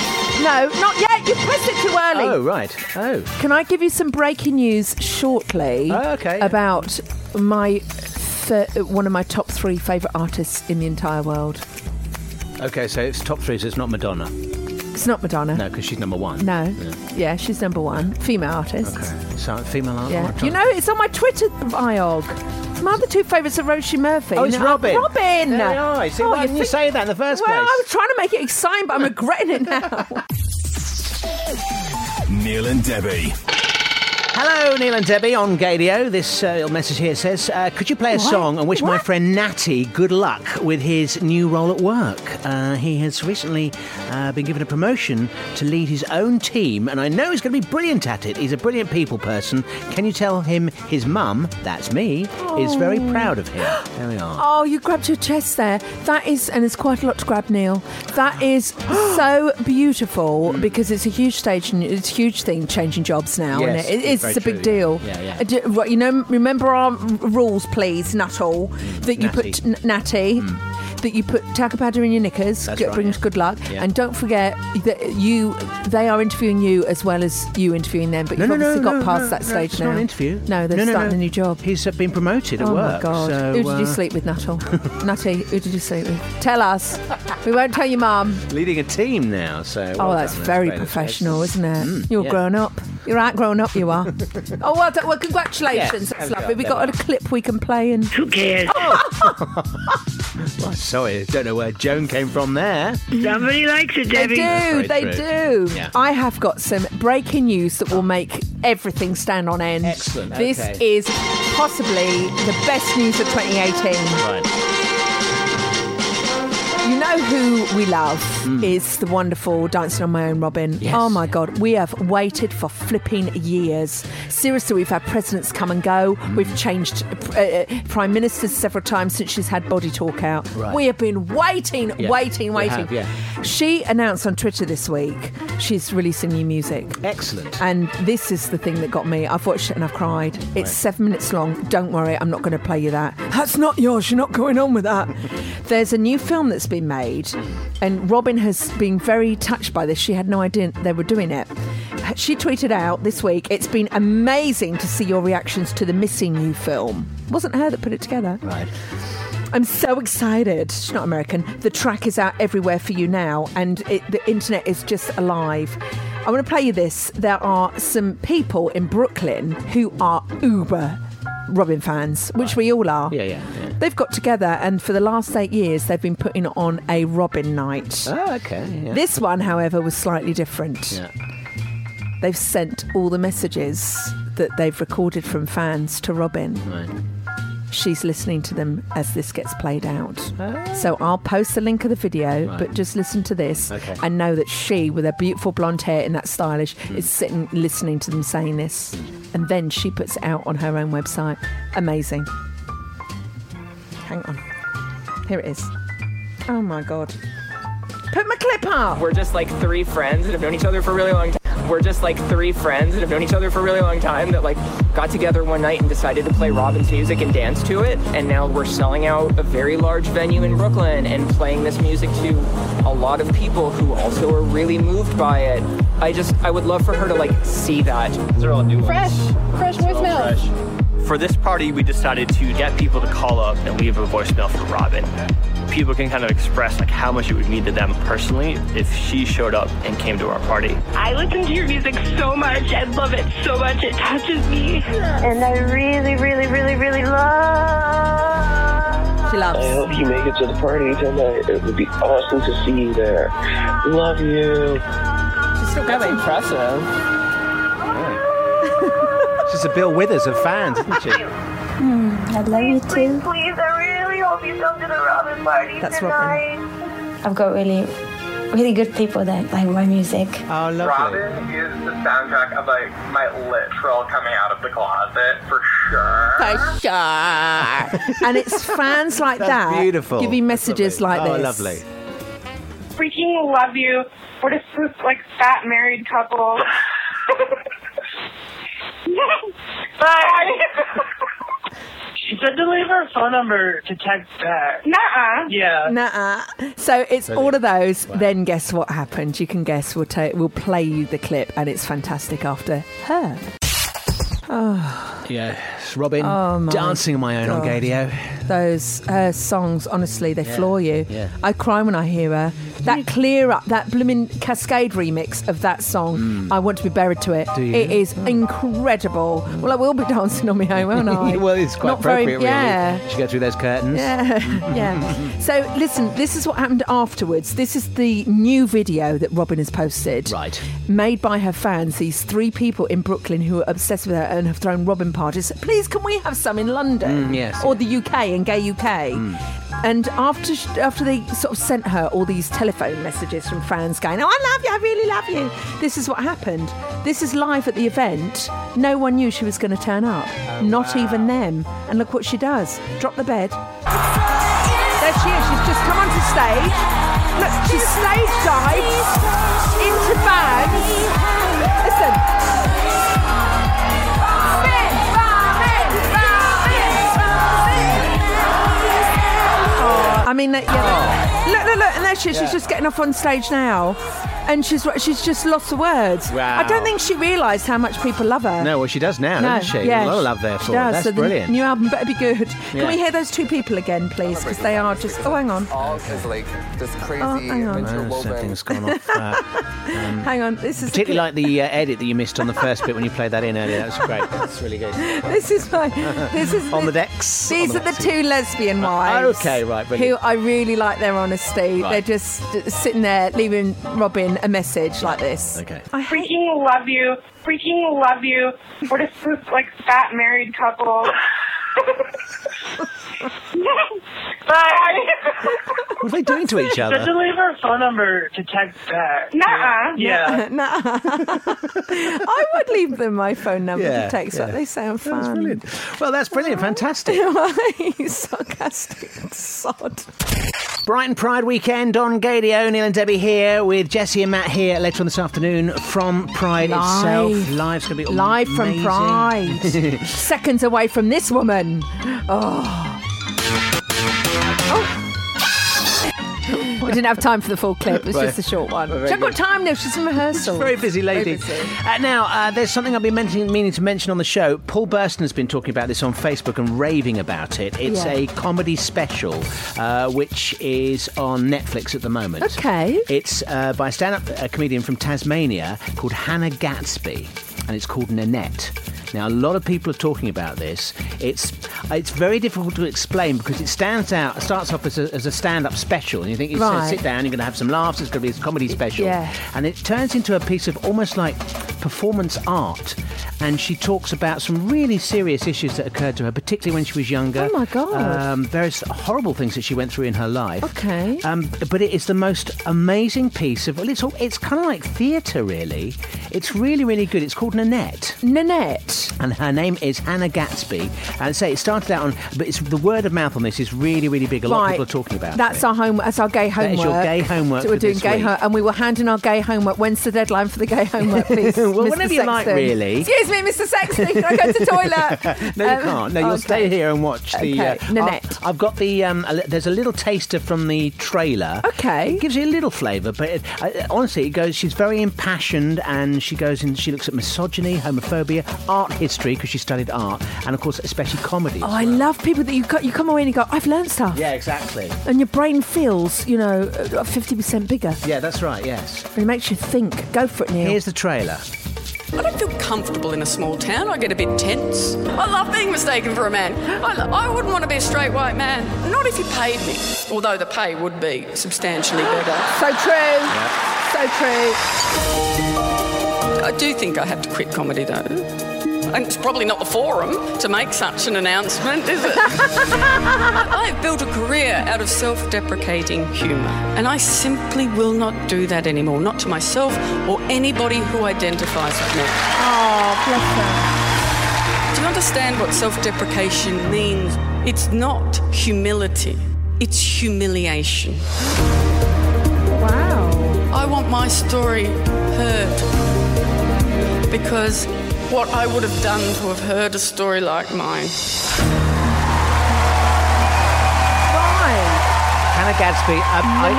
[SPEAKER 2] No, not yet. You pressed it too early.
[SPEAKER 3] Uh, Oh, right. Oh.
[SPEAKER 2] Can I give you some breaking news shortly?
[SPEAKER 3] Oh, okay, yeah.
[SPEAKER 2] About my thir- one of my top three favorite artists in the entire world.
[SPEAKER 3] Okay, so it's top three, so it's not Madonna.
[SPEAKER 2] It's not Madonna.
[SPEAKER 3] No, because she's number one.
[SPEAKER 2] No.
[SPEAKER 3] Yeah.
[SPEAKER 2] Yeah, she's number one. Female artist.
[SPEAKER 3] Okay. So female art.
[SPEAKER 2] Yeah.
[SPEAKER 3] art-
[SPEAKER 2] You know, it's on my Twitter biog. My other two favourites are Roshi Murphy.
[SPEAKER 3] Oh, it's
[SPEAKER 2] and, uh,
[SPEAKER 3] Robin.
[SPEAKER 2] Robin! Oh,
[SPEAKER 3] There you are. See, why didn't you
[SPEAKER 2] think-
[SPEAKER 3] say that in the first
[SPEAKER 2] Well, I
[SPEAKER 3] place?
[SPEAKER 2] was trying to make it exciting,
[SPEAKER 3] [LAUGHS]
[SPEAKER 2] but I'm regretting it now.
[SPEAKER 1] Neil and Debbie.
[SPEAKER 3] Hello, Neil and Debbie on Gadio. This uh, little message here says, uh, "Could you play a
[SPEAKER 2] What?
[SPEAKER 3] song and wish my
[SPEAKER 2] What?
[SPEAKER 3] friend Natty good luck with his new role at work? Uh, he has recently uh, been given a promotion to lead his own team, and I know he's going to be brilliant at it. He's a brilliant people person. Can you tell him his mum, that's me, is very proud of him? There we are.
[SPEAKER 2] oh, you grabbed your chest there. That is, and it's quite a lot to grab, Neil. That is
[SPEAKER 3] [GASPS]
[SPEAKER 2] so beautiful
[SPEAKER 3] Hmm.
[SPEAKER 2] because it's a huge stage and it's a huge thing changing jobs now,
[SPEAKER 3] Yes,
[SPEAKER 2] and it, it's,
[SPEAKER 3] very
[SPEAKER 2] a big
[SPEAKER 3] true, yeah.
[SPEAKER 2] deal.
[SPEAKER 3] Yeah, yeah.
[SPEAKER 2] Uh, do- right, you know, remember our r- rules, please, Nuttall. That you put
[SPEAKER 3] Hmm. Natty. Hmm.
[SPEAKER 2] n- Natty. That you put talcum powder in your knickers
[SPEAKER 3] That's
[SPEAKER 2] g-
[SPEAKER 3] right,
[SPEAKER 2] brings
[SPEAKER 3] yeah.
[SPEAKER 2] good luck,
[SPEAKER 3] Yeah.
[SPEAKER 2] and don't forget that you they are interviewing you as well as you interviewing them. But [GASPS] you've obviously got past that stage
[SPEAKER 3] it's
[SPEAKER 2] now.
[SPEAKER 3] Not an interview.
[SPEAKER 2] No, they're starting a new job.
[SPEAKER 3] He's uh, been promoted at
[SPEAKER 2] Oh
[SPEAKER 3] work.
[SPEAKER 2] my god!
[SPEAKER 3] so,
[SPEAKER 2] who did
[SPEAKER 3] uh, [LAUGHS]
[SPEAKER 2] you sleep with, Nuttall? Nutty, who did you sleep with? Tell us. We won't tell your mum.
[SPEAKER 3] Leading a team now, so.
[SPEAKER 2] Oh,
[SPEAKER 3] well
[SPEAKER 2] that's
[SPEAKER 3] done,
[SPEAKER 2] very
[SPEAKER 3] Spain.
[SPEAKER 2] professional, isn't it?
[SPEAKER 3] Mm,
[SPEAKER 2] You're
[SPEAKER 3] yeah.
[SPEAKER 2] grown up. You're right, grown up.
[SPEAKER 3] [LAUGHS]
[SPEAKER 2] You are. oh well, done. well, congratulations.
[SPEAKER 3] Yeah.
[SPEAKER 2] That's lovely. We got a clip we can play in. Who cares?
[SPEAKER 3] Well, sorry, don't know where Joan came from there.
[SPEAKER 2] Somebody likes
[SPEAKER 3] it, Debbie. That's
[SPEAKER 2] They do.
[SPEAKER 3] very
[SPEAKER 2] They
[SPEAKER 3] true.
[SPEAKER 2] do.
[SPEAKER 3] Yeah.
[SPEAKER 2] I have got some breaking news that will make everything stand on end.
[SPEAKER 3] Excellent,
[SPEAKER 2] This
[SPEAKER 3] okay.
[SPEAKER 2] is possibly the best news of 2018. You know who we love is the wonderful Dancing on My Own Robin. Oh my God, we have waited for flipping years. Seriously, we've had presidents come and go. We've changed uh, uh, prime ministers several times since she's had body talk out.
[SPEAKER 14] Right.
[SPEAKER 2] We have been waiting,
[SPEAKER 14] Yeah,
[SPEAKER 2] waiting,
[SPEAKER 14] we
[SPEAKER 2] waiting.
[SPEAKER 14] have, yeah.
[SPEAKER 2] She announced on Twitter this week she's releasing new music.
[SPEAKER 3] Excellent.
[SPEAKER 2] And this is the thing that got me. I've watched it and I've cried. It's seven minutes long. Don't worry, I'm not going to play you that. That's not yours. You're not going on
[SPEAKER 14] [LAUGHS]
[SPEAKER 2] with that. There's a new film that's been made, and Robin has been very touched by this. She had no idea they were doing it. She tweeted out this week, It's been amazing to see your reactions to the missing new film. Wasn't her that put it together.
[SPEAKER 3] Right.
[SPEAKER 2] I'm so excited. She's not American. The track is out everywhere for you now, and it, the internet is just alive. I want to play you this. There are some people in Brooklyn who are uber Robin fans, which we all are.
[SPEAKER 3] Yeah, yeah, yeah.
[SPEAKER 2] They've got together, and for the last eight years, they've been putting on a Robin night.
[SPEAKER 3] Oh, okay. yeah.
[SPEAKER 2] This one, however, was slightly different.
[SPEAKER 3] Yeah.
[SPEAKER 2] They've sent all the messages that they've recorded from fans to Robin.
[SPEAKER 3] Right.
[SPEAKER 2] She's listening to them as this gets played out. So I'll post the link of the video,
[SPEAKER 14] Right.
[SPEAKER 2] but just listen to this
[SPEAKER 14] Okay.
[SPEAKER 2] and know that she, with her beautiful blonde hair and that stylish, is sitting listening to them saying this. And then she puts it out on her own website. Amazing. Hang on. Here it is. Oh my god. Put my clip up.
[SPEAKER 15] We're just like three friends that have known each other for a really long time. We're just like three friends that have known each other for a really long time that like got together one night and decided to play Robin's music and dance to it. And now we're selling out a very large venue in Brooklyn and playing this music to a lot of people who also are really moved by it. I just I would love for her to like see that. These are all new
[SPEAKER 16] Fresh, fresh voicemail.
[SPEAKER 17] For this party, we decided to get people to call up and leave a voicemail for Robin. People can kind of express like how much it would mean to them personally if she showed up and came to our party.
[SPEAKER 18] I listen to your music so much. I love it so much. It touches me. And I really, really, really, really love.
[SPEAKER 2] She loves.
[SPEAKER 19] I hope you make it to the party tonight. It would be awesome to see you there. Love you.
[SPEAKER 2] She's still going.
[SPEAKER 3] [LAUGHS]
[SPEAKER 15] impressive.
[SPEAKER 3] She's a Bill Withers of fans, isn't she?
[SPEAKER 18] I love you too. Please, please, I really hope you come to the Robin party
[SPEAKER 2] That's
[SPEAKER 18] tonight.
[SPEAKER 20] I've got really, really good people that like my music.
[SPEAKER 3] Oh,
[SPEAKER 10] Robin is the soundtrack of like my literal coming out of the closet for sure.
[SPEAKER 2] [LAUGHS] and it's fans like
[SPEAKER 3] That's
[SPEAKER 2] that
[SPEAKER 3] beautiful.
[SPEAKER 2] giving messages like
[SPEAKER 3] oh,
[SPEAKER 2] this.
[SPEAKER 3] lovely.
[SPEAKER 18] Freaking love you. We're just this like fat married couple. Bye.
[SPEAKER 16] She said to leave her phone number to text back.
[SPEAKER 18] Nuh-uh.
[SPEAKER 16] Yeah.
[SPEAKER 2] Nuh-uh. So it's all of those. Then guess what happened? You can guess. We'll ta- we'll play you the clip, and it's fantastic. After her. Oh,
[SPEAKER 3] Yes, Robin,
[SPEAKER 2] Oh, my
[SPEAKER 3] dancing on my own on
[SPEAKER 2] God.
[SPEAKER 3] Gadio.
[SPEAKER 2] those her songs, honestly, they
[SPEAKER 3] Yeah,
[SPEAKER 2] floor you.
[SPEAKER 3] yeah. Mm.
[SPEAKER 2] I cry when I hear her. That clear up, that blooming cascade remix of that song. I want to be buried to it.
[SPEAKER 3] Mm. Do you? Mm.
[SPEAKER 2] It is incredible. Well, I will be [LAUGHS] dancing on my own,
[SPEAKER 3] [LAUGHS]
[SPEAKER 2] won't I?
[SPEAKER 3] well, it's quite
[SPEAKER 2] Not
[SPEAKER 3] appropriate,
[SPEAKER 2] very,
[SPEAKER 3] really.
[SPEAKER 2] Yeah.
[SPEAKER 3] She go through those curtains.
[SPEAKER 2] Yeah, [LAUGHS] yeah. So listen, this is what happened afterwards. This is the new video that Robin has posted. Right. Made by her fans, these three people in Brooklyn who are obsessed with her and have thrown Robin parties. Please, can we have some in London?
[SPEAKER 14] Mm, yes. Mm.
[SPEAKER 2] Or the UK and Gay UK. And after sh- after they sort of sent her all these telephone messages from fans going, "Oh, I love you, I really love you," this is what happened. This is live at the event. No one knew she was going to turn up,
[SPEAKER 14] Oh,
[SPEAKER 2] not even them. And look what she does: drop the bed. There she is. She's just come onto stage. Look, she's stage dives into bags. Listen. I mean, that- yeah. Look, look, look, and there she is. She's just getting off on stage now. and she's she's just lost the words.
[SPEAKER 3] Wow.
[SPEAKER 2] I don't think she realised how much people love her.
[SPEAKER 3] No, well, she does now, doesn't she?
[SPEAKER 2] yeah,
[SPEAKER 3] a lot
[SPEAKER 2] she-
[SPEAKER 3] of love there
[SPEAKER 2] she
[SPEAKER 3] for her.
[SPEAKER 2] does,
[SPEAKER 3] That's
[SPEAKER 2] so
[SPEAKER 3] brilliant.
[SPEAKER 2] The new album better be good.
[SPEAKER 3] Yeah.
[SPEAKER 2] Can we hear those two people again, please? Because they are just. Oh, hang on.
[SPEAKER 14] All because like this crazy
[SPEAKER 2] Oh, hang on.
[SPEAKER 14] mental
[SPEAKER 3] Oh,
[SPEAKER 14] woman.
[SPEAKER 3] something's gone off. Uh, um,
[SPEAKER 2] Hang on. This is the
[SPEAKER 3] [LAUGHS] particularly like the uh, edit that you missed on the first bit when you played that in earlier. That was great. That's really good.
[SPEAKER 2] [LAUGHS] This is my. This is
[SPEAKER 3] [LAUGHS] on the decks.
[SPEAKER 2] These
[SPEAKER 3] on
[SPEAKER 2] are the two lesbian wives.
[SPEAKER 3] okay, right,
[SPEAKER 2] Who
[SPEAKER 3] brilliant.
[SPEAKER 2] I really like their honesty.
[SPEAKER 3] Right.
[SPEAKER 2] They're just sitting there leaving Robin a message like this.
[SPEAKER 3] Okay.
[SPEAKER 16] freaking love you. Freaking love you. We're just this like fat married couple. [LAUGHS] Bye.
[SPEAKER 3] What are they doing to each
[SPEAKER 16] Just
[SPEAKER 3] other?
[SPEAKER 16] leave her phone number to text back.
[SPEAKER 2] Nuh-uh.
[SPEAKER 16] Yeah.
[SPEAKER 2] Nuh-uh. I would leave them my phone number
[SPEAKER 3] Yeah,
[SPEAKER 2] to text.
[SPEAKER 3] yeah.
[SPEAKER 2] They sound fun.
[SPEAKER 3] That's
[SPEAKER 2] [LAUGHS]
[SPEAKER 3] brilliant. Well, that's brilliant. Fantastic.
[SPEAKER 2] He's sarcastic [LAUGHS] sod.
[SPEAKER 3] Brighton Pride weekend on Gadio. Neil and Debbie here with Jesse and Matt here later on this afternoon from Pride itself.
[SPEAKER 2] Live.
[SPEAKER 3] Live's going to be all
[SPEAKER 2] Live from
[SPEAKER 3] amazing. [LAUGHS]
[SPEAKER 2] Pride. Seconds away from this woman. Oh. Oh. We didn't have time for the full clip. It was
[SPEAKER 3] Right.
[SPEAKER 2] just a short one.
[SPEAKER 3] Very
[SPEAKER 2] She's got
[SPEAKER 3] good.
[SPEAKER 2] time now. She's in rehearsal.
[SPEAKER 3] Very busy lady.
[SPEAKER 2] Very busy.
[SPEAKER 3] Uh, now, uh, there's something I've been mentioning, meaning to mention on the show. Paul Burston has been talking about this on Facebook and raving about it. It's
[SPEAKER 2] Yeah.
[SPEAKER 3] a comedy special, uh, which is on Netflix at the moment.
[SPEAKER 2] Okay.
[SPEAKER 3] It's uh, by a stand up uh, comedian from Tasmania called Hannah Gatsby, and it's called Nanette. Now, a lot of people are talking about this. It's uh, it's very difficult to explain because it stands out, it starts off as a, as a stand up special, and you think you
[SPEAKER 2] Right.
[SPEAKER 3] sit down, you're going to have some laughs, it's going to be a comedy special
[SPEAKER 2] Yeah.
[SPEAKER 3] and it turns into a piece of almost like performance art. And she talks about some really serious issues that occurred to her, particularly when she was younger.
[SPEAKER 2] Oh, my God.
[SPEAKER 3] Um, various horrible things that she went through in her life.
[SPEAKER 2] Okay.
[SPEAKER 3] Um, but it is the most amazing piece of. Well, it's all, it's kind of like theatre, really. It's really, really good. It's called Nanette.
[SPEAKER 2] Nanette.
[SPEAKER 3] And her name is Hannah Gatsby. And say it started out on, but it's the word of mouth on this is really, really big. A lot of
[SPEAKER 2] Right.
[SPEAKER 3] people are talking about it.
[SPEAKER 2] That's our home. That's our gay
[SPEAKER 3] That
[SPEAKER 2] homework.
[SPEAKER 3] is your gay homework
[SPEAKER 2] So we're
[SPEAKER 3] for
[SPEAKER 2] doing
[SPEAKER 3] this
[SPEAKER 2] gay
[SPEAKER 3] week.
[SPEAKER 2] homework, and we were handing our gay homework. When's the deadline for the gay
[SPEAKER 3] [LAUGHS]
[SPEAKER 2] homework, please?
[SPEAKER 3] Well,
[SPEAKER 2] Mr.
[SPEAKER 3] whenever you like,
[SPEAKER 2] Sexton?
[SPEAKER 3] really.
[SPEAKER 2] Excuse me, Mr. Sexton. Can I go to the toilet?
[SPEAKER 3] [LAUGHS] no, you
[SPEAKER 2] Um,
[SPEAKER 3] can't. No, you'll
[SPEAKER 2] okay.
[SPEAKER 3] stay here and watch the.
[SPEAKER 2] Okay,
[SPEAKER 3] I've-
[SPEAKER 2] Nanette.
[SPEAKER 3] I've, got the. Um, a li- there's a little taster from the trailer.
[SPEAKER 2] Okay.
[SPEAKER 3] It gives you a little flavour, but it, I, uh, honestly, it goes. She's very impassioned, and she goes and she looks at misogyny, homophobia, art history because she studied art, and of course, especially comedy.
[SPEAKER 2] Oh, I love people that you co- you come away and you go, I've learned stuff,
[SPEAKER 3] yeah, exactly.
[SPEAKER 2] and your brain feels, you know, uh, fifty percent bigger.
[SPEAKER 3] Yeah, that's right. Yes.
[SPEAKER 2] And it makes you think. Go for it, Neil.
[SPEAKER 3] Here's the trailer.
[SPEAKER 21] I don't feel comfortable in a small town. I get a bit tense. I love being mistaken for a man. I, I wouldn't want to be a straight white man. Not if you paid me. Although the pay would be substantially better.
[SPEAKER 2] so true. So true.
[SPEAKER 21] I do think I have to quit comedy though. And it's probably not the forum to make such an announcement, is
[SPEAKER 2] [LAUGHS]
[SPEAKER 21] it? I have built a career out of self deprecating humour. And I simply will not do that anymore. Not to myself or anybody who identifies with me.
[SPEAKER 2] Oh, bless her.
[SPEAKER 21] Do you understand what self deprecation means? It's not humility, it's humiliation.
[SPEAKER 2] Wow.
[SPEAKER 21] I want my story heard because what I would have done to have heard a story like mine.
[SPEAKER 2] Right.
[SPEAKER 3] Hannah Gadsby, um, I, I,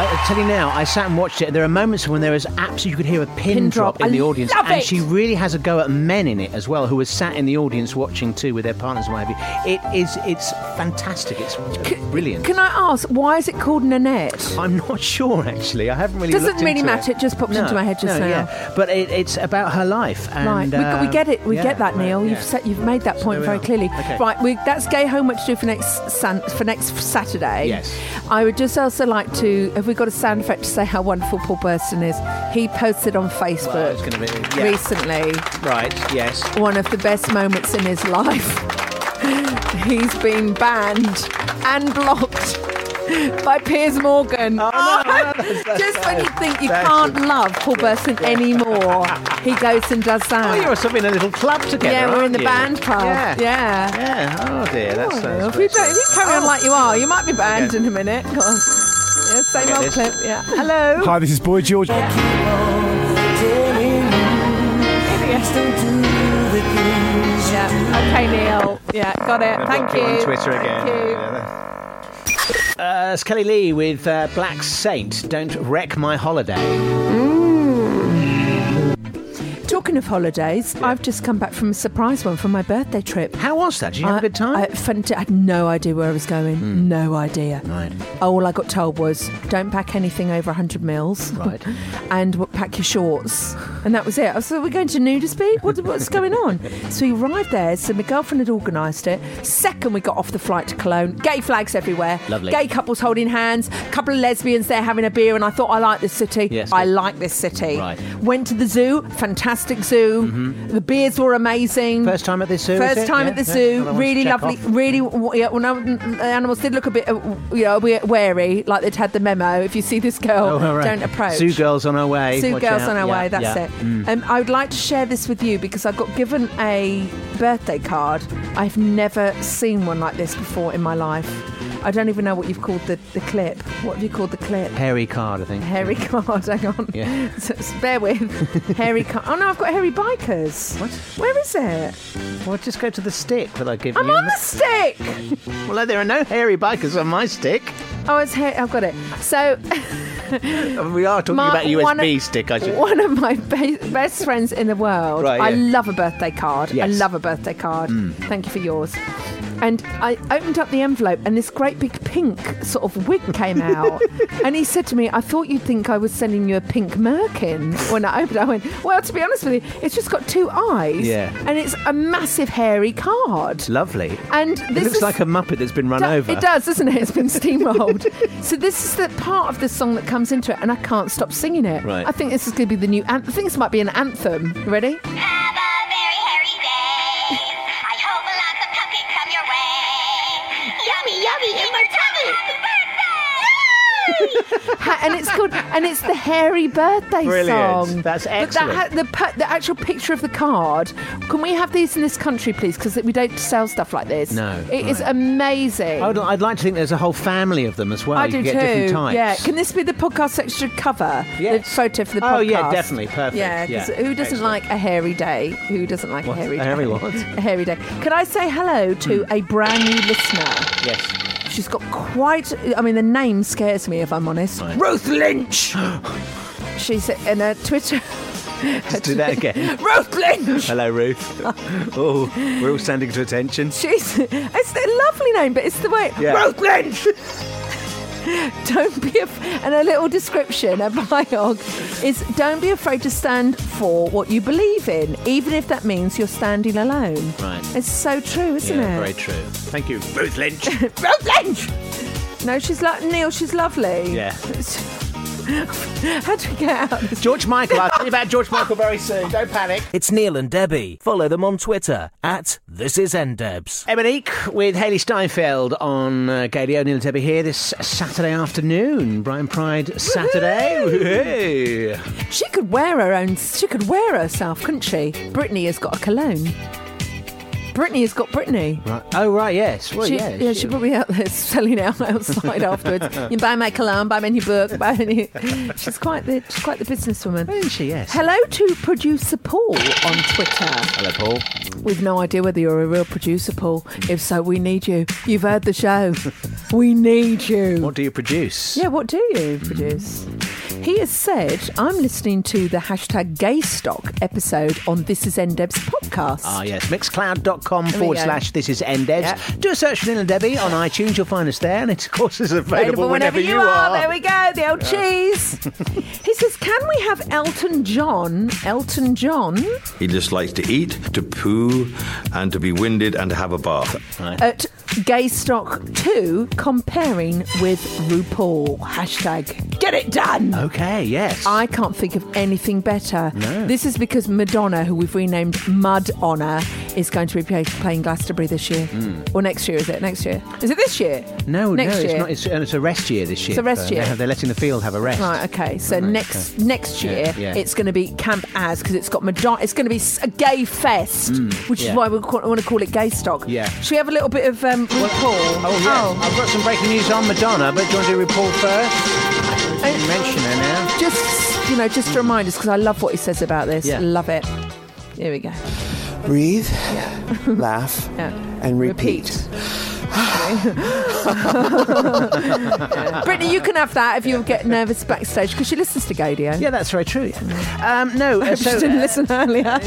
[SPEAKER 3] I, I tell you now, I sat and watched it. There are moments when there is absolutely, you could hear a pin,
[SPEAKER 2] Pin
[SPEAKER 3] drop,
[SPEAKER 2] drop.
[SPEAKER 3] in
[SPEAKER 2] I
[SPEAKER 3] the audience.
[SPEAKER 2] love
[SPEAKER 3] and
[SPEAKER 2] it.
[SPEAKER 3] she really has a go at men in it as well, who were sat in the audience watching too with their partners and what have you. It is, it's fantastic. It's brilliant.
[SPEAKER 2] Can I ask why is it called Nanette?
[SPEAKER 3] I'm not [LAUGHS] sure actually. I haven't really.
[SPEAKER 2] Doesn't
[SPEAKER 3] looked
[SPEAKER 2] really
[SPEAKER 3] into
[SPEAKER 2] matter, it just popped into my head just
[SPEAKER 3] no,
[SPEAKER 2] now.
[SPEAKER 3] Yeah. But it, it's about her life.
[SPEAKER 2] Right,
[SPEAKER 3] And,
[SPEAKER 2] we, we
[SPEAKER 3] um,
[SPEAKER 2] get it. We
[SPEAKER 3] yeah,
[SPEAKER 2] get that,
[SPEAKER 3] right,
[SPEAKER 2] Neil.
[SPEAKER 3] yeah.
[SPEAKER 2] You've said, you've made that point
[SPEAKER 3] there
[SPEAKER 2] very
[SPEAKER 3] we are.
[SPEAKER 2] clearly.
[SPEAKER 3] Okay.
[SPEAKER 2] Right, we, that's gay homework to do for next san, for next Saturday.
[SPEAKER 3] Yes.
[SPEAKER 2] I would just also like to. Have we got a sound effect to say how wonderful Paul Burston is? He posted on
[SPEAKER 3] Well,
[SPEAKER 2] Facebook
[SPEAKER 3] it's gonna be- yeah.
[SPEAKER 2] recently
[SPEAKER 3] Right. Yes.
[SPEAKER 2] one of the best moments in his life. [LAUGHS] He's been banned and blocked. By Piers Morgan.
[SPEAKER 3] Oh,
[SPEAKER 2] [LAUGHS] Just when you think you
[SPEAKER 3] that's-
[SPEAKER 2] can't love Paul Burston anymore, he goes and does that.
[SPEAKER 3] Oh, you're sort of in a little club together.
[SPEAKER 2] Yeah, we're in
[SPEAKER 3] aren't
[SPEAKER 2] the
[SPEAKER 3] you?
[SPEAKER 2] band club.
[SPEAKER 3] Yeah.
[SPEAKER 2] Yeah. Yeah.
[SPEAKER 3] Yeah. Oh dear. That sounds. Oh.
[SPEAKER 2] If you, don't, if you carry on like you are, you might be banned
[SPEAKER 3] Okay.
[SPEAKER 2] in a minute. Go on. Yeah, same
[SPEAKER 3] Okay,
[SPEAKER 2] old
[SPEAKER 3] this-
[SPEAKER 2] clip. Yeah. Hello.
[SPEAKER 1] Hi, this is Boy George.
[SPEAKER 2] Yeah. Okay, Neil. Yeah, got it. Thank you.
[SPEAKER 3] on Twitter again.
[SPEAKER 2] Thank you.
[SPEAKER 3] Uh, it's Kelly Lee with uh, Black Saint. Don't wreck my holiday.
[SPEAKER 2] Talking of holidays, I've just come back from a surprise one from my birthday trip.
[SPEAKER 3] How was that? Did you have a good time?
[SPEAKER 2] I, fant- I had no idea where I was going.
[SPEAKER 3] Hmm.
[SPEAKER 2] No idea.
[SPEAKER 3] Right.
[SPEAKER 2] All I got told was don't pack anything over 100 mils.
[SPEAKER 3] Right.
[SPEAKER 2] [LAUGHS] and w- pack your shorts. And that was it. I was like, we're going to Nudisby? What, what's going on? [LAUGHS] So we arrived there. So my girlfriend had organised it. Second, we got off the flight to Cologne. Gay flags everywhere.
[SPEAKER 3] Lovely.
[SPEAKER 2] Gay couples holding hands. couple of lesbians there having a beer. And I thought, I like this city.
[SPEAKER 3] Yes.
[SPEAKER 2] I like this city.
[SPEAKER 3] Right.
[SPEAKER 2] Went to the zoo. Fantastic zoo.
[SPEAKER 3] Mhm.
[SPEAKER 2] The beers were amazing.
[SPEAKER 3] First time at this zoo. is
[SPEAKER 2] First
[SPEAKER 3] it?
[SPEAKER 2] time
[SPEAKER 3] Yeah,
[SPEAKER 2] at the
[SPEAKER 3] yeah.
[SPEAKER 2] zoo,
[SPEAKER 3] Another one to
[SPEAKER 2] really
[SPEAKER 3] check
[SPEAKER 2] lovely.
[SPEAKER 3] off.
[SPEAKER 2] Really, w- yeah. Well, no, the animals did look a bit, uh, you know, a bit wary, like they'd had the memo. If you see this girl,
[SPEAKER 3] Oh, all right.
[SPEAKER 2] don't approach.
[SPEAKER 3] Zoo girls on our way.
[SPEAKER 2] Zoo
[SPEAKER 3] Watch
[SPEAKER 2] girls
[SPEAKER 3] out.
[SPEAKER 2] on our
[SPEAKER 3] Yeah,
[SPEAKER 2] way. That's
[SPEAKER 3] yeah.
[SPEAKER 2] it.
[SPEAKER 3] Mm.
[SPEAKER 2] Um, I would like to share this with you because I got given a birthday card. I've never seen one like this before in my life. I don't even know what you've called the, the clip. What have you called the clip? [LAUGHS]
[SPEAKER 3] Hairy card, I think.
[SPEAKER 2] Hairy card, [LAUGHS] hang on.
[SPEAKER 3] Yeah.
[SPEAKER 2] So, so bear with. hairy card. Oh no, I've got hairy bikers. What? Where is it?
[SPEAKER 3] Well, just go to the stick that I give
[SPEAKER 2] I'm
[SPEAKER 3] you.
[SPEAKER 2] on the stick!
[SPEAKER 3] Well, there are no hairy bikers on my stick.
[SPEAKER 2] Oh, it's hair. I've got it. So.
[SPEAKER 3] We are talking
[SPEAKER 2] my-
[SPEAKER 3] about
[SPEAKER 2] one
[SPEAKER 3] USB
[SPEAKER 2] of-
[SPEAKER 3] stick, I
[SPEAKER 2] [LAUGHS]
[SPEAKER 3] should.
[SPEAKER 2] One of my be- best friends in the world.
[SPEAKER 3] Right,
[SPEAKER 2] I
[SPEAKER 3] yeah.
[SPEAKER 2] love a birthday card. I
[SPEAKER 3] Yes.
[SPEAKER 2] love a birthday card.
[SPEAKER 3] Mm.
[SPEAKER 2] Thank you for yours. And I opened up the envelope, and this great big pink sort of wig came
[SPEAKER 3] [LAUGHS]
[SPEAKER 2] out. and he said to me, "I thought you'd think I was sending you a pink merkin." When I opened, it, I went, "Well, to be honest with you, it's just got two eyes,
[SPEAKER 3] Yeah.
[SPEAKER 2] and it's a massive hairy card."
[SPEAKER 3] It's lovely.
[SPEAKER 2] And
[SPEAKER 3] it
[SPEAKER 2] this
[SPEAKER 3] looks
[SPEAKER 2] is-
[SPEAKER 3] like a Muppet that's been run
[SPEAKER 2] do-
[SPEAKER 3] over.
[SPEAKER 2] It does, doesn't it? It's been steamrolled. so this is the part of the song that comes into it, and I can't stop singing it.
[SPEAKER 3] Right.
[SPEAKER 2] I think this is going to be the new. An- I think this might be an anthem. You Ready?
[SPEAKER 18] Yummy, yummy, in my tummy.
[SPEAKER 2] Ha- and it's called, and it's the hairy birthday
[SPEAKER 3] Brilliant.
[SPEAKER 2] song.
[SPEAKER 3] That's
[SPEAKER 2] But
[SPEAKER 3] excellent.
[SPEAKER 2] That ha- the, pu- the actual picture of the card. Can we have these in this country, please? Because we don't sell stuff like this.
[SPEAKER 3] No,
[SPEAKER 2] it is
[SPEAKER 3] right.
[SPEAKER 2] amazing.
[SPEAKER 3] I would, I'd like to think there's a whole family of them as well.
[SPEAKER 2] I
[SPEAKER 3] you
[SPEAKER 2] do
[SPEAKER 3] can get
[SPEAKER 2] too.
[SPEAKER 3] different types.
[SPEAKER 2] Yeah. Can this be the podcast extra cover? The photo for the podcast.
[SPEAKER 3] Oh, yeah, definitely. Perfect.
[SPEAKER 2] Yeah. 'cause
[SPEAKER 3] Yeah.
[SPEAKER 2] Who doesn't
[SPEAKER 3] Excellent.
[SPEAKER 2] like a hairy day? Who doesn't like
[SPEAKER 3] What?
[SPEAKER 2] a hairy
[SPEAKER 3] A
[SPEAKER 2] day?
[SPEAKER 3] hairy what?
[SPEAKER 2] [LAUGHS]
[SPEAKER 3] Hmm.
[SPEAKER 2] a hairy day. Could I say hello to a brand new listener?
[SPEAKER 3] Yes.
[SPEAKER 2] She's got quite. I mean, the name scares me if I'm honest. Ruth
[SPEAKER 3] [GASPS]
[SPEAKER 2] Lynch. She's in her Twitter.
[SPEAKER 3] Just do that again.
[SPEAKER 2] [LAUGHS] Ruth Lynch.
[SPEAKER 3] Hello, Ruth.
[SPEAKER 2] [LAUGHS]
[SPEAKER 3] oh, we're all standing to attention.
[SPEAKER 2] She's. It's a lovely name, but it's the way.
[SPEAKER 3] Yeah.
[SPEAKER 2] Ruth Lynch. [LAUGHS] Don't be af- and a little description, a biog, is don't be afraid to stand for what you believe in, even if that means you're standing alone.
[SPEAKER 3] Right.
[SPEAKER 2] It's so true, isn't
[SPEAKER 3] yeah,
[SPEAKER 2] it?
[SPEAKER 3] very true. Thank you,
[SPEAKER 2] [LAUGHS]
[SPEAKER 3] Ruth Lynch.
[SPEAKER 2] Road Lynch. No, she's like Neil. She's lovely.
[SPEAKER 3] Yeah.
[SPEAKER 2] [LAUGHS] How do we get out?
[SPEAKER 3] George Michael. I'll tell you about George Michael very soon. Don't panic.
[SPEAKER 7] [LAUGHS] It's Neil and Debbie. Follow them on Twitter at This Is NDebs.
[SPEAKER 3] Ebonique with Haley Steinfeld on uh, Gadio. Neil and Debbie here this Saturday afternoon. Brian Pride Saturday. Woohoo!
[SPEAKER 2] She could wear her own. She could wear herself, couldn't she? Brittany has got a cologne. Brittany has got Brittany.
[SPEAKER 3] Right. Oh, right, yes. Well,
[SPEAKER 2] she,
[SPEAKER 3] yeah.
[SPEAKER 2] yeah, she put me out there selling it out
[SPEAKER 3] [LAUGHS]
[SPEAKER 2] outside afterwards. You can buy my cologne, buy my new book, buy my new. She's quite the she's quite the businesswoman.
[SPEAKER 3] Isn't she? Yes.
[SPEAKER 2] Hello to producer Paul on Twitter.
[SPEAKER 3] Hello, Paul.
[SPEAKER 2] We've no idea whether you're a real producer, Paul. If so, we need you. You've heard the show. we need you.
[SPEAKER 3] What do you produce?
[SPEAKER 2] Yeah, what do you produce? He has said, I'm listening to the hashtag gaystock episode on This Is NDeb's podcast.
[SPEAKER 3] Ah, yes. Mixcloud.com
[SPEAKER 2] we
[SPEAKER 3] forward
[SPEAKER 2] go.
[SPEAKER 3] slash this is NDebs. Do a search for Neil and Debbie on iTunes. You'll find us there. And it, of course, is available,
[SPEAKER 2] Available whenever, you, are. There we go, the old
[SPEAKER 3] Yeah. [LAUGHS]
[SPEAKER 2] cheese. he says, Can we have Elton John? Elton John
[SPEAKER 4] He just likes to eat, to poo, and to be winded and to have a bath.
[SPEAKER 2] at Gaystock 2 comparing with RuPaul. Hashtag get it done.
[SPEAKER 3] Okay, yes.
[SPEAKER 2] I can't think of anything better.
[SPEAKER 3] No.
[SPEAKER 2] This is because Madonna, who we've renamed Mud Honor, is going to be play- playing Glastonbury this year.
[SPEAKER 3] Mm.
[SPEAKER 2] Or next year, is it? Next year? Is it this year?
[SPEAKER 3] No,
[SPEAKER 2] Next
[SPEAKER 3] no,
[SPEAKER 2] year.
[SPEAKER 3] it's not. It's, and it's a rest year this year.
[SPEAKER 2] It's a rest
[SPEAKER 3] so
[SPEAKER 2] year.
[SPEAKER 3] They have, they're letting the field have a rest.
[SPEAKER 2] Right. Okay. So
[SPEAKER 3] Right,
[SPEAKER 2] next
[SPEAKER 3] okay.
[SPEAKER 2] next
[SPEAKER 3] Yeah,
[SPEAKER 2] year
[SPEAKER 3] yeah.
[SPEAKER 2] it's going to be Camp Az because it's got Madonna. It's going to be s- a gay fest,
[SPEAKER 3] Mm,
[SPEAKER 2] which
[SPEAKER 3] yeah.
[SPEAKER 2] is why we ca- want to call it Gay Stock.
[SPEAKER 3] Yeah.
[SPEAKER 2] Should we have a little bit of um, RuPaul?
[SPEAKER 3] Oh, yeah. I've got some breaking news on Madonna, but do you want to do RuPaul
[SPEAKER 2] Oh.
[SPEAKER 3] first? I didn't mention her now.
[SPEAKER 2] Just you know, just to remind us because I love what he says about this.
[SPEAKER 6] Yeah.
[SPEAKER 2] Love it. Here we go. [LAUGHS]
[SPEAKER 3] [LAUGHS]
[SPEAKER 6] Breathe, laugh, and repeat.
[SPEAKER 2] Brittany, you can have that if you get nervous backstage because she listens to Gadio.
[SPEAKER 3] Yeah, that's very true. Um, no,
[SPEAKER 2] Mm. [LAUGHS] I hope
[SPEAKER 3] so-
[SPEAKER 2] [LAUGHS] she didn't listen
[SPEAKER 3] [LAUGHS]
[SPEAKER 2] earlier.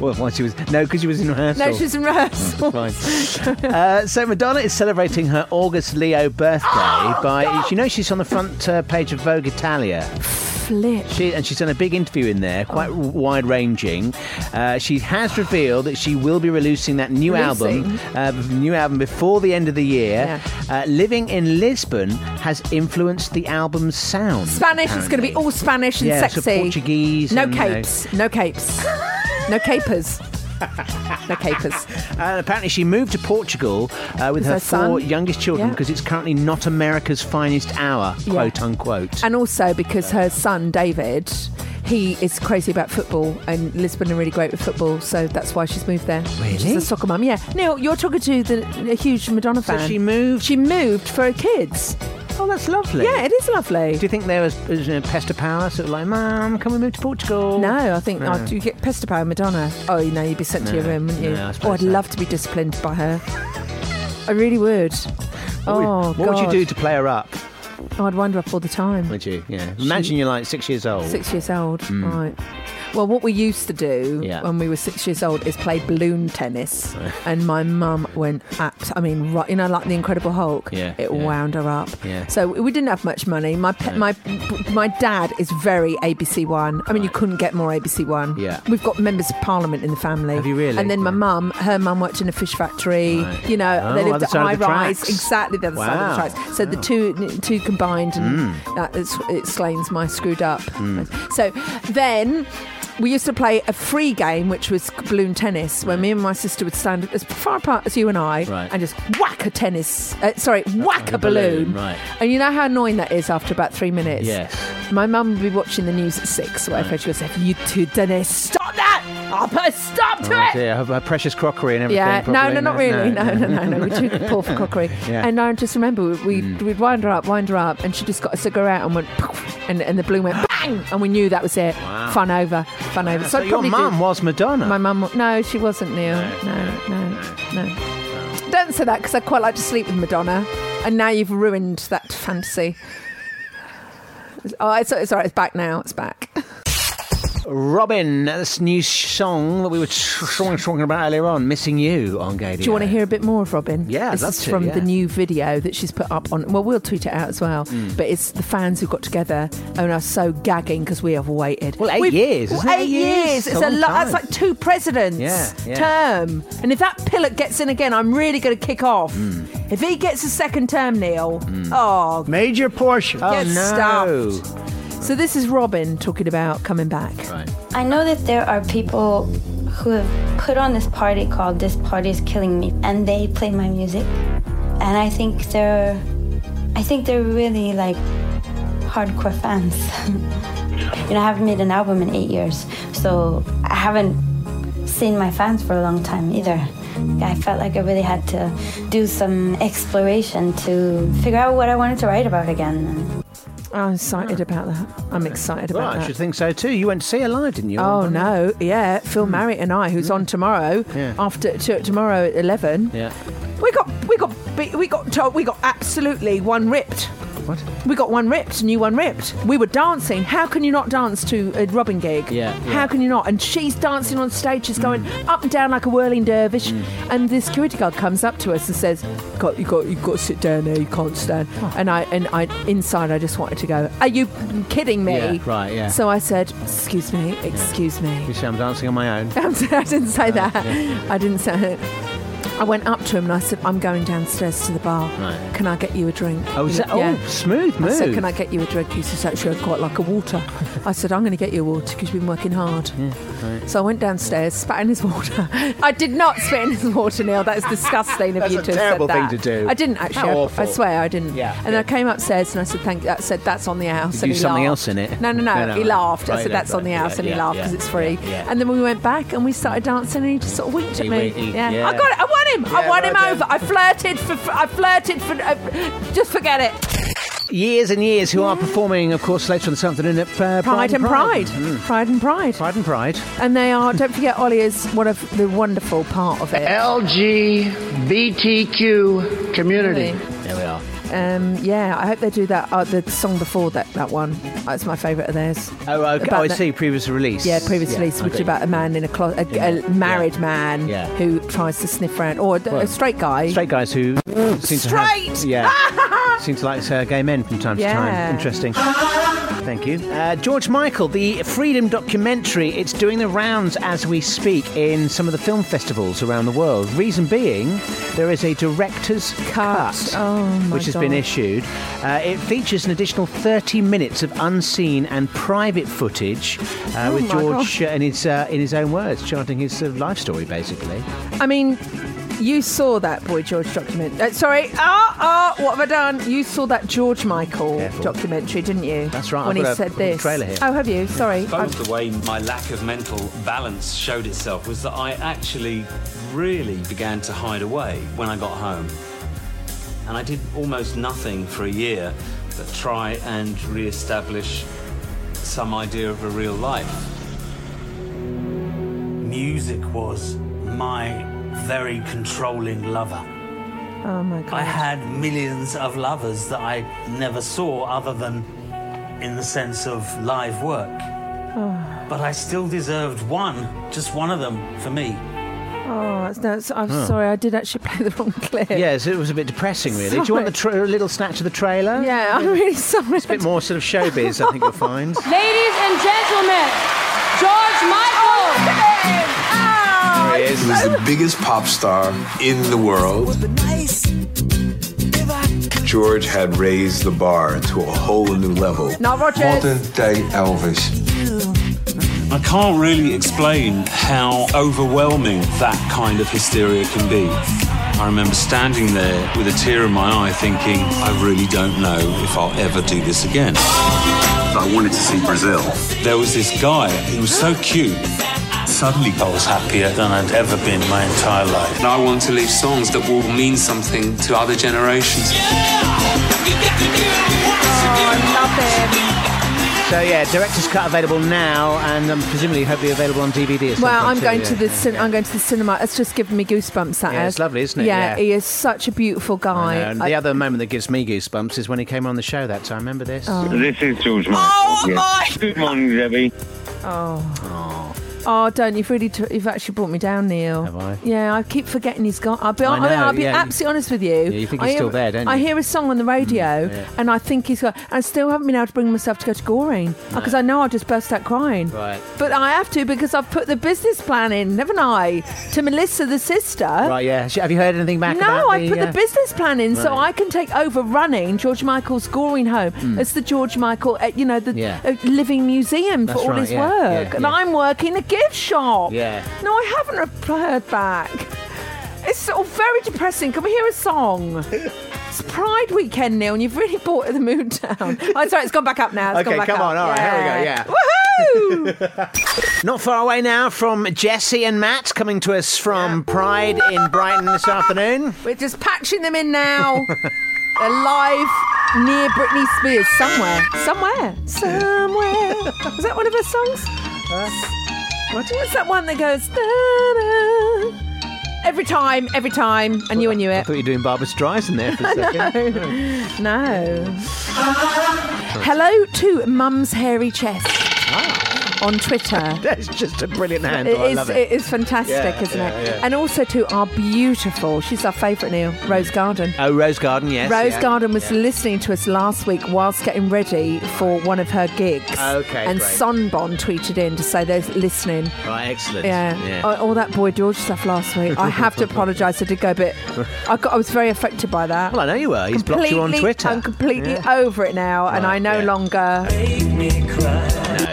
[SPEAKER 3] Well, why she was no, because she was in rehearsal.
[SPEAKER 2] no, she's in rehearsal. [LAUGHS]
[SPEAKER 3] Fine. uh, so Madonna is celebrating her August Leo birthday
[SPEAKER 2] [GASPS]
[SPEAKER 3] by. You know, she's on the front uh, page of Vogue Italia.
[SPEAKER 2] Flip.
[SPEAKER 3] She and she's done a big interview in there, quite wide ranging. Uh, she has revealed that she will be releasing that new
[SPEAKER 2] Releasing?
[SPEAKER 3] album, uh, new album before the end of the year. Uh, Living in Lisbon has influenced the album's sound.
[SPEAKER 2] Spanish is going to
[SPEAKER 3] apparently.
[SPEAKER 2] be all Spanish and
[SPEAKER 3] Yeah, so
[SPEAKER 2] sexy.
[SPEAKER 3] Portuguese
[SPEAKER 2] No
[SPEAKER 3] and, you know-
[SPEAKER 2] capes. No capes. no capers. No capers.
[SPEAKER 3] Uh, And apparently, she moved to Portugal uh, with
[SPEAKER 2] With
[SPEAKER 3] her,
[SPEAKER 2] her son.
[SPEAKER 3] four youngest children
[SPEAKER 2] Yeah.
[SPEAKER 3] because it's currently not America's finest hour,
[SPEAKER 2] Yeah.
[SPEAKER 3] quote unquote.
[SPEAKER 2] And also because her son David, he is crazy about football, and Lisbon are really great with football, so that's why she's moved there. Really? She's a soccer mum. Yeah. Neil, you're talking to the a huge Madonna
[SPEAKER 3] So
[SPEAKER 2] fan.
[SPEAKER 3] she moved.
[SPEAKER 2] She moved for her kids.
[SPEAKER 3] Oh, that's lovely.
[SPEAKER 2] Yeah, it is lovely.
[SPEAKER 3] Do you think there was, was you know, pester power, sort of like, Mum, can we move to Portugal?
[SPEAKER 2] No, I think
[SPEAKER 3] No.
[SPEAKER 2] oh, do you get pestered by Madonna. Oh, you know, you'd be sent to your
[SPEAKER 3] No,
[SPEAKER 2] room, wouldn't you?
[SPEAKER 3] no, I
[SPEAKER 2] oh,
[SPEAKER 3] suppose
[SPEAKER 2] I'd love to be disciplined by her. I really would.
[SPEAKER 3] What would-
[SPEAKER 2] oh,
[SPEAKER 3] what would you do to play her up?
[SPEAKER 2] do? I'd wind her up all the time.
[SPEAKER 3] Would you? Yeah. Imagine you're like six years old.
[SPEAKER 2] Six years old,
[SPEAKER 3] Mm.
[SPEAKER 2] right? Well, what we used to do
[SPEAKER 3] Yeah.
[SPEAKER 2] when we were six years old is play balloon
[SPEAKER 3] [LAUGHS]
[SPEAKER 2] tennis, and my mum went abs. I mean, right, you know, like the Incredible Hulk.
[SPEAKER 3] Yeah,
[SPEAKER 2] it
[SPEAKER 3] yeah.
[SPEAKER 2] wound her up.
[SPEAKER 3] Yeah.
[SPEAKER 2] So we didn't have much money. My pe- my my dad is very ABC One. I mean, you couldn't get more ABC One.
[SPEAKER 3] Yeah.
[SPEAKER 2] We've got members of Parliament in the family.
[SPEAKER 3] Have you really?
[SPEAKER 2] And then my mum, her mum worked in a fish factory.
[SPEAKER 3] Right.
[SPEAKER 2] You know,
[SPEAKER 3] Oh,
[SPEAKER 2] they lived
[SPEAKER 3] other
[SPEAKER 2] at
[SPEAKER 3] side
[SPEAKER 2] high
[SPEAKER 3] of the
[SPEAKER 2] rise.
[SPEAKER 3] tracks.
[SPEAKER 2] Exactly the other
[SPEAKER 3] Wow. Mm.
[SPEAKER 2] side of the tracks. So the two two combined, and that is, it explains my screwed up. So then we used to play a free game, which was balloon tennis, where me and my sister would stand as far apart as you and I
[SPEAKER 3] Right.
[SPEAKER 2] and just whack a tennis, uh, sorry, whack a balloon.
[SPEAKER 3] Right.
[SPEAKER 2] And you know how annoying that is after about three minutes? [LAUGHS]
[SPEAKER 3] Yes.
[SPEAKER 2] My mum would be watching the news at six, or whatever.
[SPEAKER 3] Right.
[SPEAKER 2] She would say, You two tennis, stop that! I'll put a stop to
[SPEAKER 3] Oh,
[SPEAKER 2] it!
[SPEAKER 3] dear. Her, her precious crockery and everything.
[SPEAKER 2] Yeah, no,
[SPEAKER 3] probably,
[SPEAKER 2] no, not really. No, no, no, no. We're too poor for crockery.
[SPEAKER 3] [LAUGHS] Yeah. Mm.
[SPEAKER 2] And I just remember we, we'd, we'd wind her up, wind her up, and she just got a cigarette and went, poof, and, and the balloon went bang, and we knew that was it.
[SPEAKER 3] Wow.
[SPEAKER 2] Fun over, fun over.
[SPEAKER 3] So,
[SPEAKER 2] I'd
[SPEAKER 3] your
[SPEAKER 2] probably do-
[SPEAKER 3] mum was Madonna.
[SPEAKER 2] My mum, wa- no, she wasn't, Neil. No, no, no. Don't say that because I quite like to sleep with Madonna, and now you've ruined that fantasy. Oh, it's, it's all right. It's back now. It's back.
[SPEAKER 3] Robin, this new song that we were t- talking about earlier on, Missing You on Gay
[SPEAKER 2] Do you want to hear a bit more of Robin?
[SPEAKER 3] Yeah,
[SPEAKER 2] this
[SPEAKER 3] I'd love
[SPEAKER 2] is
[SPEAKER 3] to,
[SPEAKER 2] from the
[SPEAKER 3] yeah.
[SPEAKER 2] new video that she's put up on. Well, we'll tweet it out as well.
[SPEAKER 3] Mm.
[SPEAKER 2] But it's the fans who got together and are so gagging because we have waited. Well,
[SPEAKER 3] eight years, isn't it?
[SPEAKER 2] eight
[SPEAKER 3] Eight years.
[SPEAKER 2] years.
[SPEAKER 3] It's
[SPEAKER 2] It's,
[SPEAKER 3] a
[SPEAKER 2] a,
[SPEAKER 3] long
[SPEAKER 2] lot. That's
[SPEAKER 3] time.
[SPEAKER 2] like two presidents'
[SPEAKER 3] Yeah, yeah.
[SPEAKER 2] term. And if that pillock gets in again, I'm really going to kick off.
[SPEAKER 3] Mm.
[SPEAKER 2] If he gets a second term, Neil. Oh,
[SPEAKER 5] major portion.
[SPEAKER 2] Get
[SPEAKER 3] Oh, no.
[SPEAKER 2] stuffed. So this is Robin talking about coming back.
[SPEAKER 3] Right.
[SPEAKER 20] I know that there are people who have put on this party called This Party is Killing Me and they play my music. And I think they're I think they're really like hardcore fans. [LAUGHS] you know, I haven't made an album in eight years, so I haven't seen my fans for a long time either. I felt like I really had to do some exploration to figure out what I wanted to write about again.
[SPEAKER 2] I'm excited about that. I'm excited
[SPEAKER 3] Well,
[SPEAKER 2] about
[SPEAKER 3] I
[SPEAKER 2] that.
[SPEAKER 3] should think so too. You went to see her live, didn't you? Hmm.
[SPEAKER 2] Oh no, yeah, Phil Marriott and I, who's on tomorrow
[SPEAKER 3] Yeah.
[SPEAKER 2] after to, tomorrow at eleven.
[SPEAKER 3] Yeah.
[SPEAKER 2] We got we got be- we got told we got absolutely one ripped.
[SPEAKER 3] What?
[SPEAKER 2] We got one ripped, new one ripped. We were dancing. How can you not dance to a Robin gig?
[SPEAKER 3] Yeah, yeah. Mm.
[SPEAKER 2] How can you not? And she's dancing on stage, she's going up and down like a whirling dervish. And the security guard comes up to us and says, "Got you got you got to sit down there. You can't stand."
[SPEAKER 3] Oh.
[SPEAKER 2] And I and I inside, I just wanted to go, "Are you kidding me?"
[SPEAKER 3] Yeah, right, yeah.
[SPEAKER 2] So I said, "Excuse me, excuse me."
[SPEAKER 3] You see, I'm dancing on
[SPEAKER 2] [LAUGHS]
[SPEAKER 3] my own.
[SPEAKER 2] I'm sorry, I didn't say that.
[SPEAKER 3] yeah.
[SPEAKER 2] I didn't say it. I went up to him and I said, I'm going downstairs to the bar.
[SPEAKER 3] Right.
[SPEAKER 2] Can I get you a drink?
[SPEAKER 3] Oh, is
[SPEAKER 2] He-
[SPEAKER 3] that- oh, smooth
[SPEAKER 2] I said,
[SPEAKER 3] move.
[SPEAKER 2] Can I get you a drink? He says, Actually, I'd quite like a water. I said, I'm going to get you a water because you've been working hard.
[SPEAKER 3] Right.
[SPEAKER 2] So I went downstairs, spat in his water. [LAUGHS] I did not spit in his water, Neil. That is disgusting of
[SPEAKER 3] That's
[SPEAKER 2] you
[SPEAKER 3] a
[SPEAKER 2] to have
[SPEAKER 3] terrible
[SPEAKER 2] said
[SPEAKER 3] thing
[SPEAKER 2] that.
[SPEAKER 3] to do.
[SPEAKER 2] I didn't actually.
[SPEAKER 3] How
[SPEAKER 2] I-
[SPEAKER 3] awful.
[SPEAKER 2] I, swear I didn't.
[SPEAKER 3] Yeah,
[SPEAKER 2] And then I came upstairs and I said, "Thank." I said, "That's on the house."
[SPEAKER 3] Did
[SPEAKER 2] and
[SPEAKER 3] you
[SPEAKER 2] he
[SPEAKER 3] something
[SPEAKER 2] laughed.
[SPEAKER 3] else in it?
[SPEAKER 2] No, no, no.
[SPEAKER 3] No, no,
[SPEAKER 2] he
[SPEAKER 3] no.
[SPEAKER 2] laughed.
[SPEAKER 3] Right,
[SPEAKER 2] I said,
[SPEAKER 3] no,
[SPEAKER 2] "That's on the
[SPEAKER 3] right,
[SPEAKER 2] house,"
[SPEAKER 3] yeah,
[SPEAKER 2] and he
[SPEAKER 3] yeah,
[SPEAKER 2] laughed because
[SPEAKER 3] yeah,
[SPEAKER 2] it's free.
[SPEAKER 3] yeah, yeah.
[SPEAKER 2] And then we went back and we started dancing, and he just sort of winked at
[SPEAKER 3] He
[SPEAKER 2] me.
[SPEAKER 3] winked, he-
[SPEAKER 2] yeah.
[SPEAKER 3] yeah.
[SPEAKER 2] I got it. I won him.
[SPEAKER 3] Yeah,
[SPEAKER 2] I won him
[SPEAKER 3] well done.
[SPEAKER 2] over. I flirted for. for- I flirted for. Uh, just forget it.
[SPEAKER 3] Years and years who are performing, of course, later on this afternoon at uh,
[SPEAKER 2] Pride and Pride. Pride and Pride.
[SPEAKER 3] Pride and Pride.
[SPEAKER 2] And they are, don't forget, Ollie is one of the wonderful part of it.
[SPEAKER 5] LGBTQ community.
[SPEAKER 3] There we are.
[SPEAKER 2] Um, yeah, I hope they do that. Uh, the song before that, that one. That's my favourite of theirs.
[SPEAKER 3] Oh, okay.
[SPEAKER 2] About
[SPEAKER 3] oh I
[SPEAKER 2] that-
[SPEAKER 3] see. Previous release.
[SPEAKER 2] Yeah, previous
[SPEAKER 3] Yeah,
[SPEAKER 2] release,
[SPEAKER 3] I
[SPEAKER 2] which is
[SPEAKER 3] got
[SPEAKER 2] about a man in a closet, a, a married man
[SPEAKER 3] Yeah.
[SPEAKER 2] who tries to sniff around, or a- a
[SPEAKER 3] Well,
[SPEAKER 2] straight guy.
[SPEAKER 3] Straight guys who seem to
[SPEAKER 2] Straight!
[SPEAKER 3] have,
[SPEAKER 2] [LAUGHS]
[SPEAKER 3] yeah, seem to like uh, gay men from time to
[SPEAKER 2] Yeah.
[SPEAKER 3] time. Interesting. Thank you, uh, George Michael. The Freedom documentary. It's doing the rounds as we speak in some of the film festivals around the world. Reason being, there is a director's cut,
[SPEAKER 2] Oh, my
[SPEAKER 3] which has been
[SPEAKER 2] God.
[SPEAKER 3] issued. Uh, it features an additional 30 minutes of unseen and private footage uh,
[SPEAKER 2] Oh
[SPEAKER 3] with
[SPEAKER 2] my
[SPEAKER 3] George uh, in his uh, in his own words, charting his sort of life story, basically.
[SPEAKER 2] I mean, you saw that Boy George document. Uh, sorry, oh, oh, what have I done? You saw that George Michael
[SPEAKER 22] Careful.
[SPEAKER 2] documentary, didn't you?
[SPEAKER 22] That's right,
[SPEAKER 2] When he
[SPEAKER 22] I've got a-
[SPEAKER 2] said
[SPEAKER 22] I've got a
[SPEAKER 2] this.
[SPEAKER 22] trailer here.
[SPEAKER 2] Oh, have you? Sorry. I've-
[SPEAKER 22] Both the way my lack of mental balance showed itself was that I actually really began to hide away when I got home. And I did almost nothing for a year but try and re establish some idea of a real life. Music was my very controlling lover.
[SPEAKER 2] Oh my god.
[SPEAKER 22] I had millions of lovers that I never saw other than in the sense of live work.
[SPEAKER 2] Oh,
[SPEAKER 22] But I still deserved one, just one of them for me.
[SPEAKER 2] oh it's- no, it's- I'm
[SPEAKER 22] Huh.
[SPEAKER 2] sorry. I did actually [LAUGHS] play the wrong clip.
[SPEAKER 3] Yes, it was a bit depressing, really. Do you want the tra- little snatch of the trailer?
[SPEAKER 2] Yeah, I'm really sorry. It's
[SPEAKER 3] a bit more sort of showbiz, I think you'll
[SPEAKER 2] [LAUGHS]
[SPEAKER 3] find.
[SPEAKER 23] Ladies and gentlemen, George Michael.
[SPEAKER 24] He was the biggest pop star in the world. George had raised the bar to a whole new level.
[SPEAKER 2] Not Rogers.
[SPEAKER 24] Modern day Elvis.
[SPEAKER 22] I can't really explain how overwhelming that kind of hysteria can be. I remember standing there with a tear in my eye thinking, I really don't know if I'll ever do this again. I wanted to see Brazil. There was this guy, he was so cute. Suddenly I was happier than I'd ever been in my entire life.
[SPEAKER 25] And I want to leave songs that will mean something to other generations.
[SPEAKER 3] So, yeah, director's cut available now, and um, presumably, hopefully, available on DVD. At some
[SPEAKER 2] Well,
[SPEAKER 3] point
[SPEAKER 2] I'm
[SPEAKER 3] too,
[SPEAKER 2] going
[SPEAKER 3] yeah. uh,
[SPEAKER 2] to the cin- I'm going to the cinema. It's just giving me goosebumps. That
[SPEAKER 3] Yeah,
[SPEAKER 2] is.
[SPEAKER 3] it's lovely, isn't it?
[SPEAKER 2] Yeah,
[SPEAKER 3] Yeah.
[SPEAKER 2] he is such a beautiful
[SPEAKER 3] I
[SPEAKER 2] guy.
[SPEAKER 3] know, and
[SPEAKER 2] I-
[SPEAKER 3] the other moment that gives me goosebumps is when he came on the show that time. Remember this?
[SPEAKER 2] Oh.
[SPEAKER 26] This is George Michael.
[SPEAKER 2] Oh,
[SPEAKER 26] yeah.
[SPEAKER 2] my-
[SPEAKER 26] Good morning, Debbie.
[SPEAKER 2] oh. Oh, don't you've really t- you've actually brought me down, Neil. Have
[SPEAKER 3] I?
[SPEAKER 2] Yeah, I keep forgetting he's gone. I'll be
[SPEAKER 3] I
[SPEAKER 2] I mean,
[SPEAKER 3] know,
[SPEAKER 2] I'll be
[SPEAKER 3] yeah.
[SPEAKER 2] absolutely honest with you.
[SPEAKER 3] Yeah, you think
[SPEAKER 2] I
[SPEAKER 3] he's
[SPEAKER 2] hear-
[SPEAKER 3] still there, don't
[SPEAKER 2] I
[SPEAKER 3] you?
[SPEAKER 2] hear a song on the radio,
[SPEAKER 3] Mm, yeah.
[SPEAKER 2] and I think he's gone. I still haven't been able to bring myself to go to Goring
[SPEAKER 3] No.
[SPEAKER 2] because I know I'll just burst out crying.
[SPEAKER 3] Right.
[SPEAKER 2] But I have to because I've put the business plan in, haven't I? To Melissa, the sister.
[SPEAKER 3] Right, yeah. Sh- Have you heard anything back about
[SPEAKER 2] No, I put the
[SPEAKER 3] uh,
[SPEAKER 2] business plan in so
[SPEAKER 3] Right.
[SPEAKER 2] I can take over running George Michael's Goring Home
[SPEAKER 3] Mm.
[SPEAKER 2] as the George Michael, uh, you know, the
[SPEAKER 3] Yeah.
[SPEAKER 2] uh, living museum
[SPEAKER 3] That's
[SPEAKER 2] for all
[SPEAKER 3] right,
[SPEAKER 2] his
[SPEAKER 3] yeah,
[SPEAKER 2] work.
[SPEAKER 3] yeah,
[SPEAKER 2] and
[SPEAKER 3] yeah.
[SPEAKER 2] I'm working a gift shop.
[SPEAKER 3] Yeah.
[SPEAKER 2] No, I haven't re- heard back. It's all very depressing. Can we hear a song? It's Pride Weekend, Neil, and you've really brought the mood
[SPEAKER 3] [LAUGHS]
[SPEAKER 2] down. Oh, sorry, it's gone back up now. It's
[SPEAKER 3] Okay,
[SPEAKER 2] gone back
[SPEAKER 3] come
[SPEAKER 2] up.
[SPEAKER 3] on, all right, here we go, yeah. [LAUGHS] Not far away now from Jesse and Matt coming to us from Pride in Brighton this afternoon.
[SPEAKER 2] We're just patching them in now. They're live near Britney Spears somewhere. Somewhere. Somewhere. Was that one of her songs? What was that one that goes "Da-da"? every time, every time, and you knew
[SPEAKER 3] I
[SPEAKER 2] it.
[SPEAKER 3] thought you were doing Barbara Streisand
[SPEAKER 2] [LAUGHS]
[SPEAKER 3] there for a second. [LAUGHS]
[SPEAKER 2] no. no. Hello to Mum's Hairy Chest on Twitter.
[SPEAKER 3] That's just a brilliant handle.
[SPEAKER 2] It
[SPEAKER 3] Ah. I
[SPEAKER 2] is,
[SPEAKER 3] love
[SPEAKER 2] it is fantastic,
[SPEAKER 3] Yeah,
[SPEAKER 2] isn't
[SPEAKER 3] yeah,
[SPEAKER 2] it?
[SPEAKER 3] yeah.
[SPEAKER 2] And also to our beautiful, she's our favourite Neil, Rose Garden.
[SPEAKER 3] Oh, Rose Garden, yes.
[SPEAKER 2] Rose
[SPEAKER 3] yeah.
[SPEAKER 2] Garden was listening to us last week whilst getting ready for one of her gigs.
[SPEAKER 3] Okay,
[SPEAKER 2] And
[SPEAKER 3] great.
[SPEAKER 2] Sonbon tweeted in to say they're listening.
[SPEAKER 3] Right, excellent.
[SPEAKER 2] Yeah. Uh, all that boy George stuff last week. I have
[SPEAKER 3] [LAUGHS]
[SPEAKER 2] to apologise. I did go a bit. I, got, I was very affected by that.
[SPEAKER 3] Well, I know you were. He's blocked you on
[SPEAKER 2] Completely-
[SPEAKER 3] Twitter.
[SPEAKER 2] I'm completely
[SPEAKER 3] Yeah.
[SPEAKER 2] over it now, and I no longer,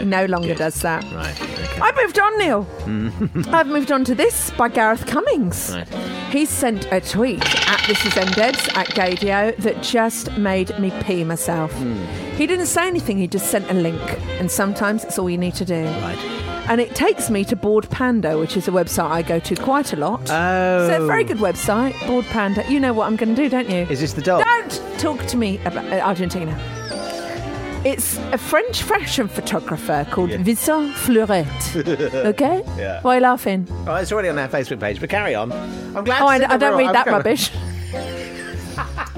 [SPEAKER 2] no longer does that.
[SPEAKER 3] Right.
[SPEAKER 2] I moved on, Neil.
[SPEAKER 3] Mm.
[SPEAKER 2] I've moved on to this by Gareth Cummings.
[SPEAKER 3] Right.
[SPEAKER 2] He sent a tweet at This Is MDebs at Gadio that just made me pee myself.
[SPEAKER 3] Hmm.
[SPEAKER 2] He didn't say anything, he just sent a link. And sometimes it's all you need to do. Right. And it takes me to Board Panda, which is a website I go to quite a lot.
[SPEAKER 3] Oh.
[SPEAKER 2] So, a very good website, Board Panda. You know what I'm going to do, don't you?
[SPEAKER 3] Is this the dog?
[SPEAKER 2] Don't talk to me about uh, Argentina. It's a French fashion photographer called Vincent
[SPEAKER 3] [LAUGHS]
[SPEAKER 2] Fleuret. Okay?
[SPEAKER 3] Yeah.
[SPEAKER 2] Why are you laughing?
[SPEAKER 3] Oh, it's already on our Facebook page, but carry on. I'm glad.
[SPEAKER 2] oh,
[SPEAKER 3] to see
[SPEAKER 2] I, I
[SPEAKER 3] that
[SPEAKER 2] don't
[SPEAKER 3] we're
[SPEAKER 2] read
[SPEAKER 3] all-
[SPEAKER 2] that
[SPEAKER 3] I'm-
[SPEAKER 2] rubbish. [LAUGHS]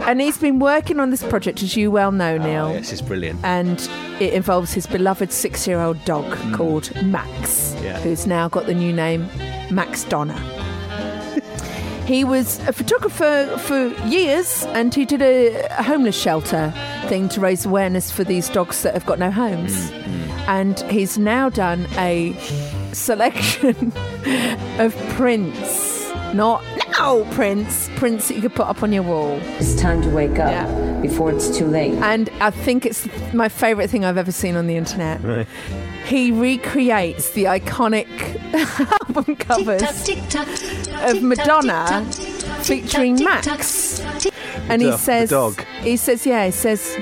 [SPEAKER 2] and he's been working on this project, as you well know, Neil.
[SPEAKER 3] Oh, this is brilliant.
[SPEAKER 2] And it involves his beloved six year old dog called Max,
[SPEAKER 3] Yeah.
[SPEAKER 2] who's now got the new name Max Donna. [LAUGHS] he was a photographer for years and he did a, a homeless shelter thing to raise awareness for these dogs that have got no homes. And he's now done a selection [LAUGHS] of prints, not now prints, prints that you could put up on your wall.
[SPEAKER 8] It's time to wake up before it's too late.
[SPEAKER 2] And I think it's my favourite thing I've ever seen on the internet. He recreates the iconic [LAUGHS] album covers of Madonna featuring Max. And he
[SPEAKER 3] dog- the
[SPEAKER 2] says,
[SPEAKER 3] dog.
[SPEAKER 2] he says, yeah, he says,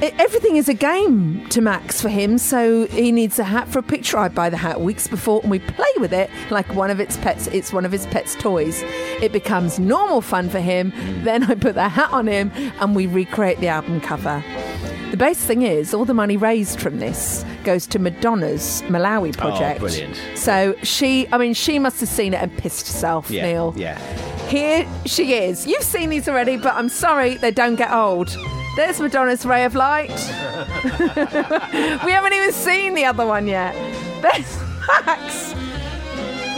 [SPEAKER 2] "E- everything is a game to Max for him, so he needs a hat for a picture. I buy the hat weeks before and we play with it like one of its pets. It's one of his pet's toys. It becomes normal fun for him.
[SPEAKER 3] Mm.
[SPEAKER 2] Then I put the hat on him and we recreate the album cover. The best thing is, all the money raised from this goes to Madonna's Malawi project.
[SPEAKER 3] Oh, brilliant.
[SPEAKER 2] So she, I mean, she must have seen it and pissed herself,
[SPEAKER 3] Yeah,
[SPEAKER 2] Neil.
[SPEAKER 3] yeah.
[SPEAKER 2] Here she is. You've seen these already, but I'm sorry, they don't get old. There's Madonna's Ray of Light. [LAUGHS] we haven't even seen the other one yet. There's Max.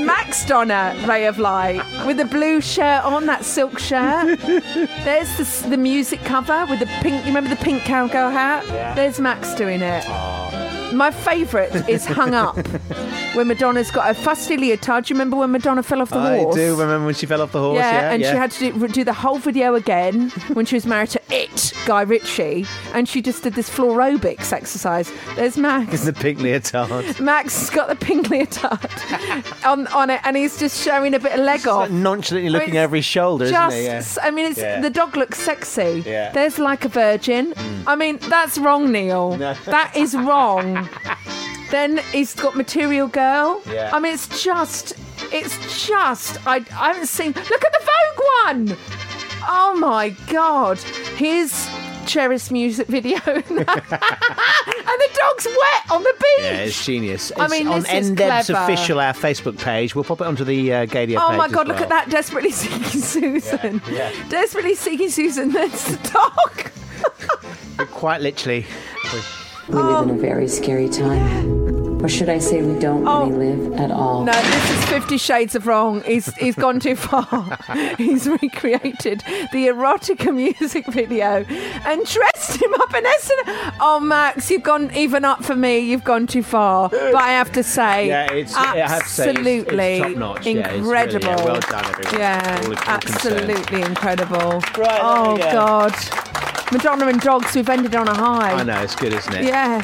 [SPEAKER 2] Max Donna, Ray of Light, with the blue shirt on, that silk shirt.
[SPEAKER 3] [LAUGHS]
[SPEAKER 2] There's the, s- the music cover with the pink, you remember the pink cowgirl hat?
[SPEAKER 3] Yeah.
[SPEAKER 2] There's Max doing it. My favourite is Hung Up,
[SPEAKER 3] [LAUGHS]
[SPEAKER 2] where Madonna's got a fusty leotard. Do you remember when Madonna fell off the
[SPEAKER 3] I
[SPEAKER 2] horse?
[SPEAKER 3] do remember when she fell off the horse.
[SPEAKER 2] Yeah,
[SPEAKER 3] Yeah,
[SPEAKER 2] and she had to do, do the whole video again when she was married to it, Guy Ritchie, and she just did this floor aerobics exercise. There's Max.
[SPEAKER 3] the
[SPEAKER 2] [LAUGHS]
[SPEAKER 3] pink leotard.
[SPEAKER 2] Max has got the pink leotard [LAUGHS] on, on it, and he's just showing a bit of leg off.
[SPEAKER 3] nonchalantly looking over his shoulder,
[SPEAKER 2] Just,
[SPEAKER 3] isn't he? Yeah.
[SPEAKER 2] I mean, it's
[SPEAKER 3] Yeah.
[SPEAKER 2] the dog looks sexy.
[SPEAKER 3] Yeah. Mm.
[SPEAKER 2] There's like a virgin. I mean, that's wrong, Neil.
[SPEAKER 3] [LAUGHS] No.
[SPEAKER 2] That is wrong. then he's got Material Girl.
[SPEAKER 3] Yeah.
[SPEAKER 2] I mean, it's just, it's just. I, I haven't seen. Look at the Vogue one. Oh my God! Here's Cherry's music video, [LAUGHS] and the dog's wet on the beach.
[SPEAKER 3] Yeah, it's genius.
[SPEAKER 2] I
[SPEAKER 3] It's
[SPEAKER 2] mean,
[SPEAKER 3] on
[SPEAKER 2] this is
[SPEAKER 3] NDeb's
[SPEAKER 2] clever.
[SPEAKER 3] official, our Facebook page. We'll pop it onto the uh, Gadia
[SPEAKER 2] Oh
[SPEAKER 3] page.
[SPEAKER 2] my
[SPEAKER 3] as
[SPEAKER 2] god, look
[SPEAKER 3] well.
[SPEAKER 2] at that desperately
[SPEAKER 3] [LAUGHS]
[SPEAKER 2] seeking Susan.
[SPEAKER 3] yeah.
[SPEAKER 2] Desperately seeking Susan, that's the dog.
[SPEAKER 3] Quite literally.
[SPEAKER 8] We live in a very scary time. Or should I say, we don't
[SPEAKER 2] Oh.
[SPEAKER 8] really live at all.
[SPEAKER 2] No, this is Fifty Shades of Wrong. He's he's gone too far. [LAUGHS] he's recreated the erotica music video and dressed him up in Essen. Oh Max, you've gone even up for me, you've gone too far. But I have to say
[SPEAKER 3] Yeah, it's I have to say, it's- it's
[SPEAKER 2] absolutely
[SPEAKER 3] top-notch. Yeah, it's really- yeah,
[SPEAKER 2] incredible.
[SPEAKER 3] well done, everyone.
[SPEAKER 2] Yeah,
[SPEAKER 3] All the- all
[SPEAKER 2] absolutely incredible.
[SPEAKER 3] there
[SPEAKER 2] oh
[SPEAKER 3] we go.
[SPEAKER 2] God. Madonna and dogs, we've ended on a high.
[SPEAKER 3] I know, it's good, isn't it?
[SPEAKER 2] Yeah.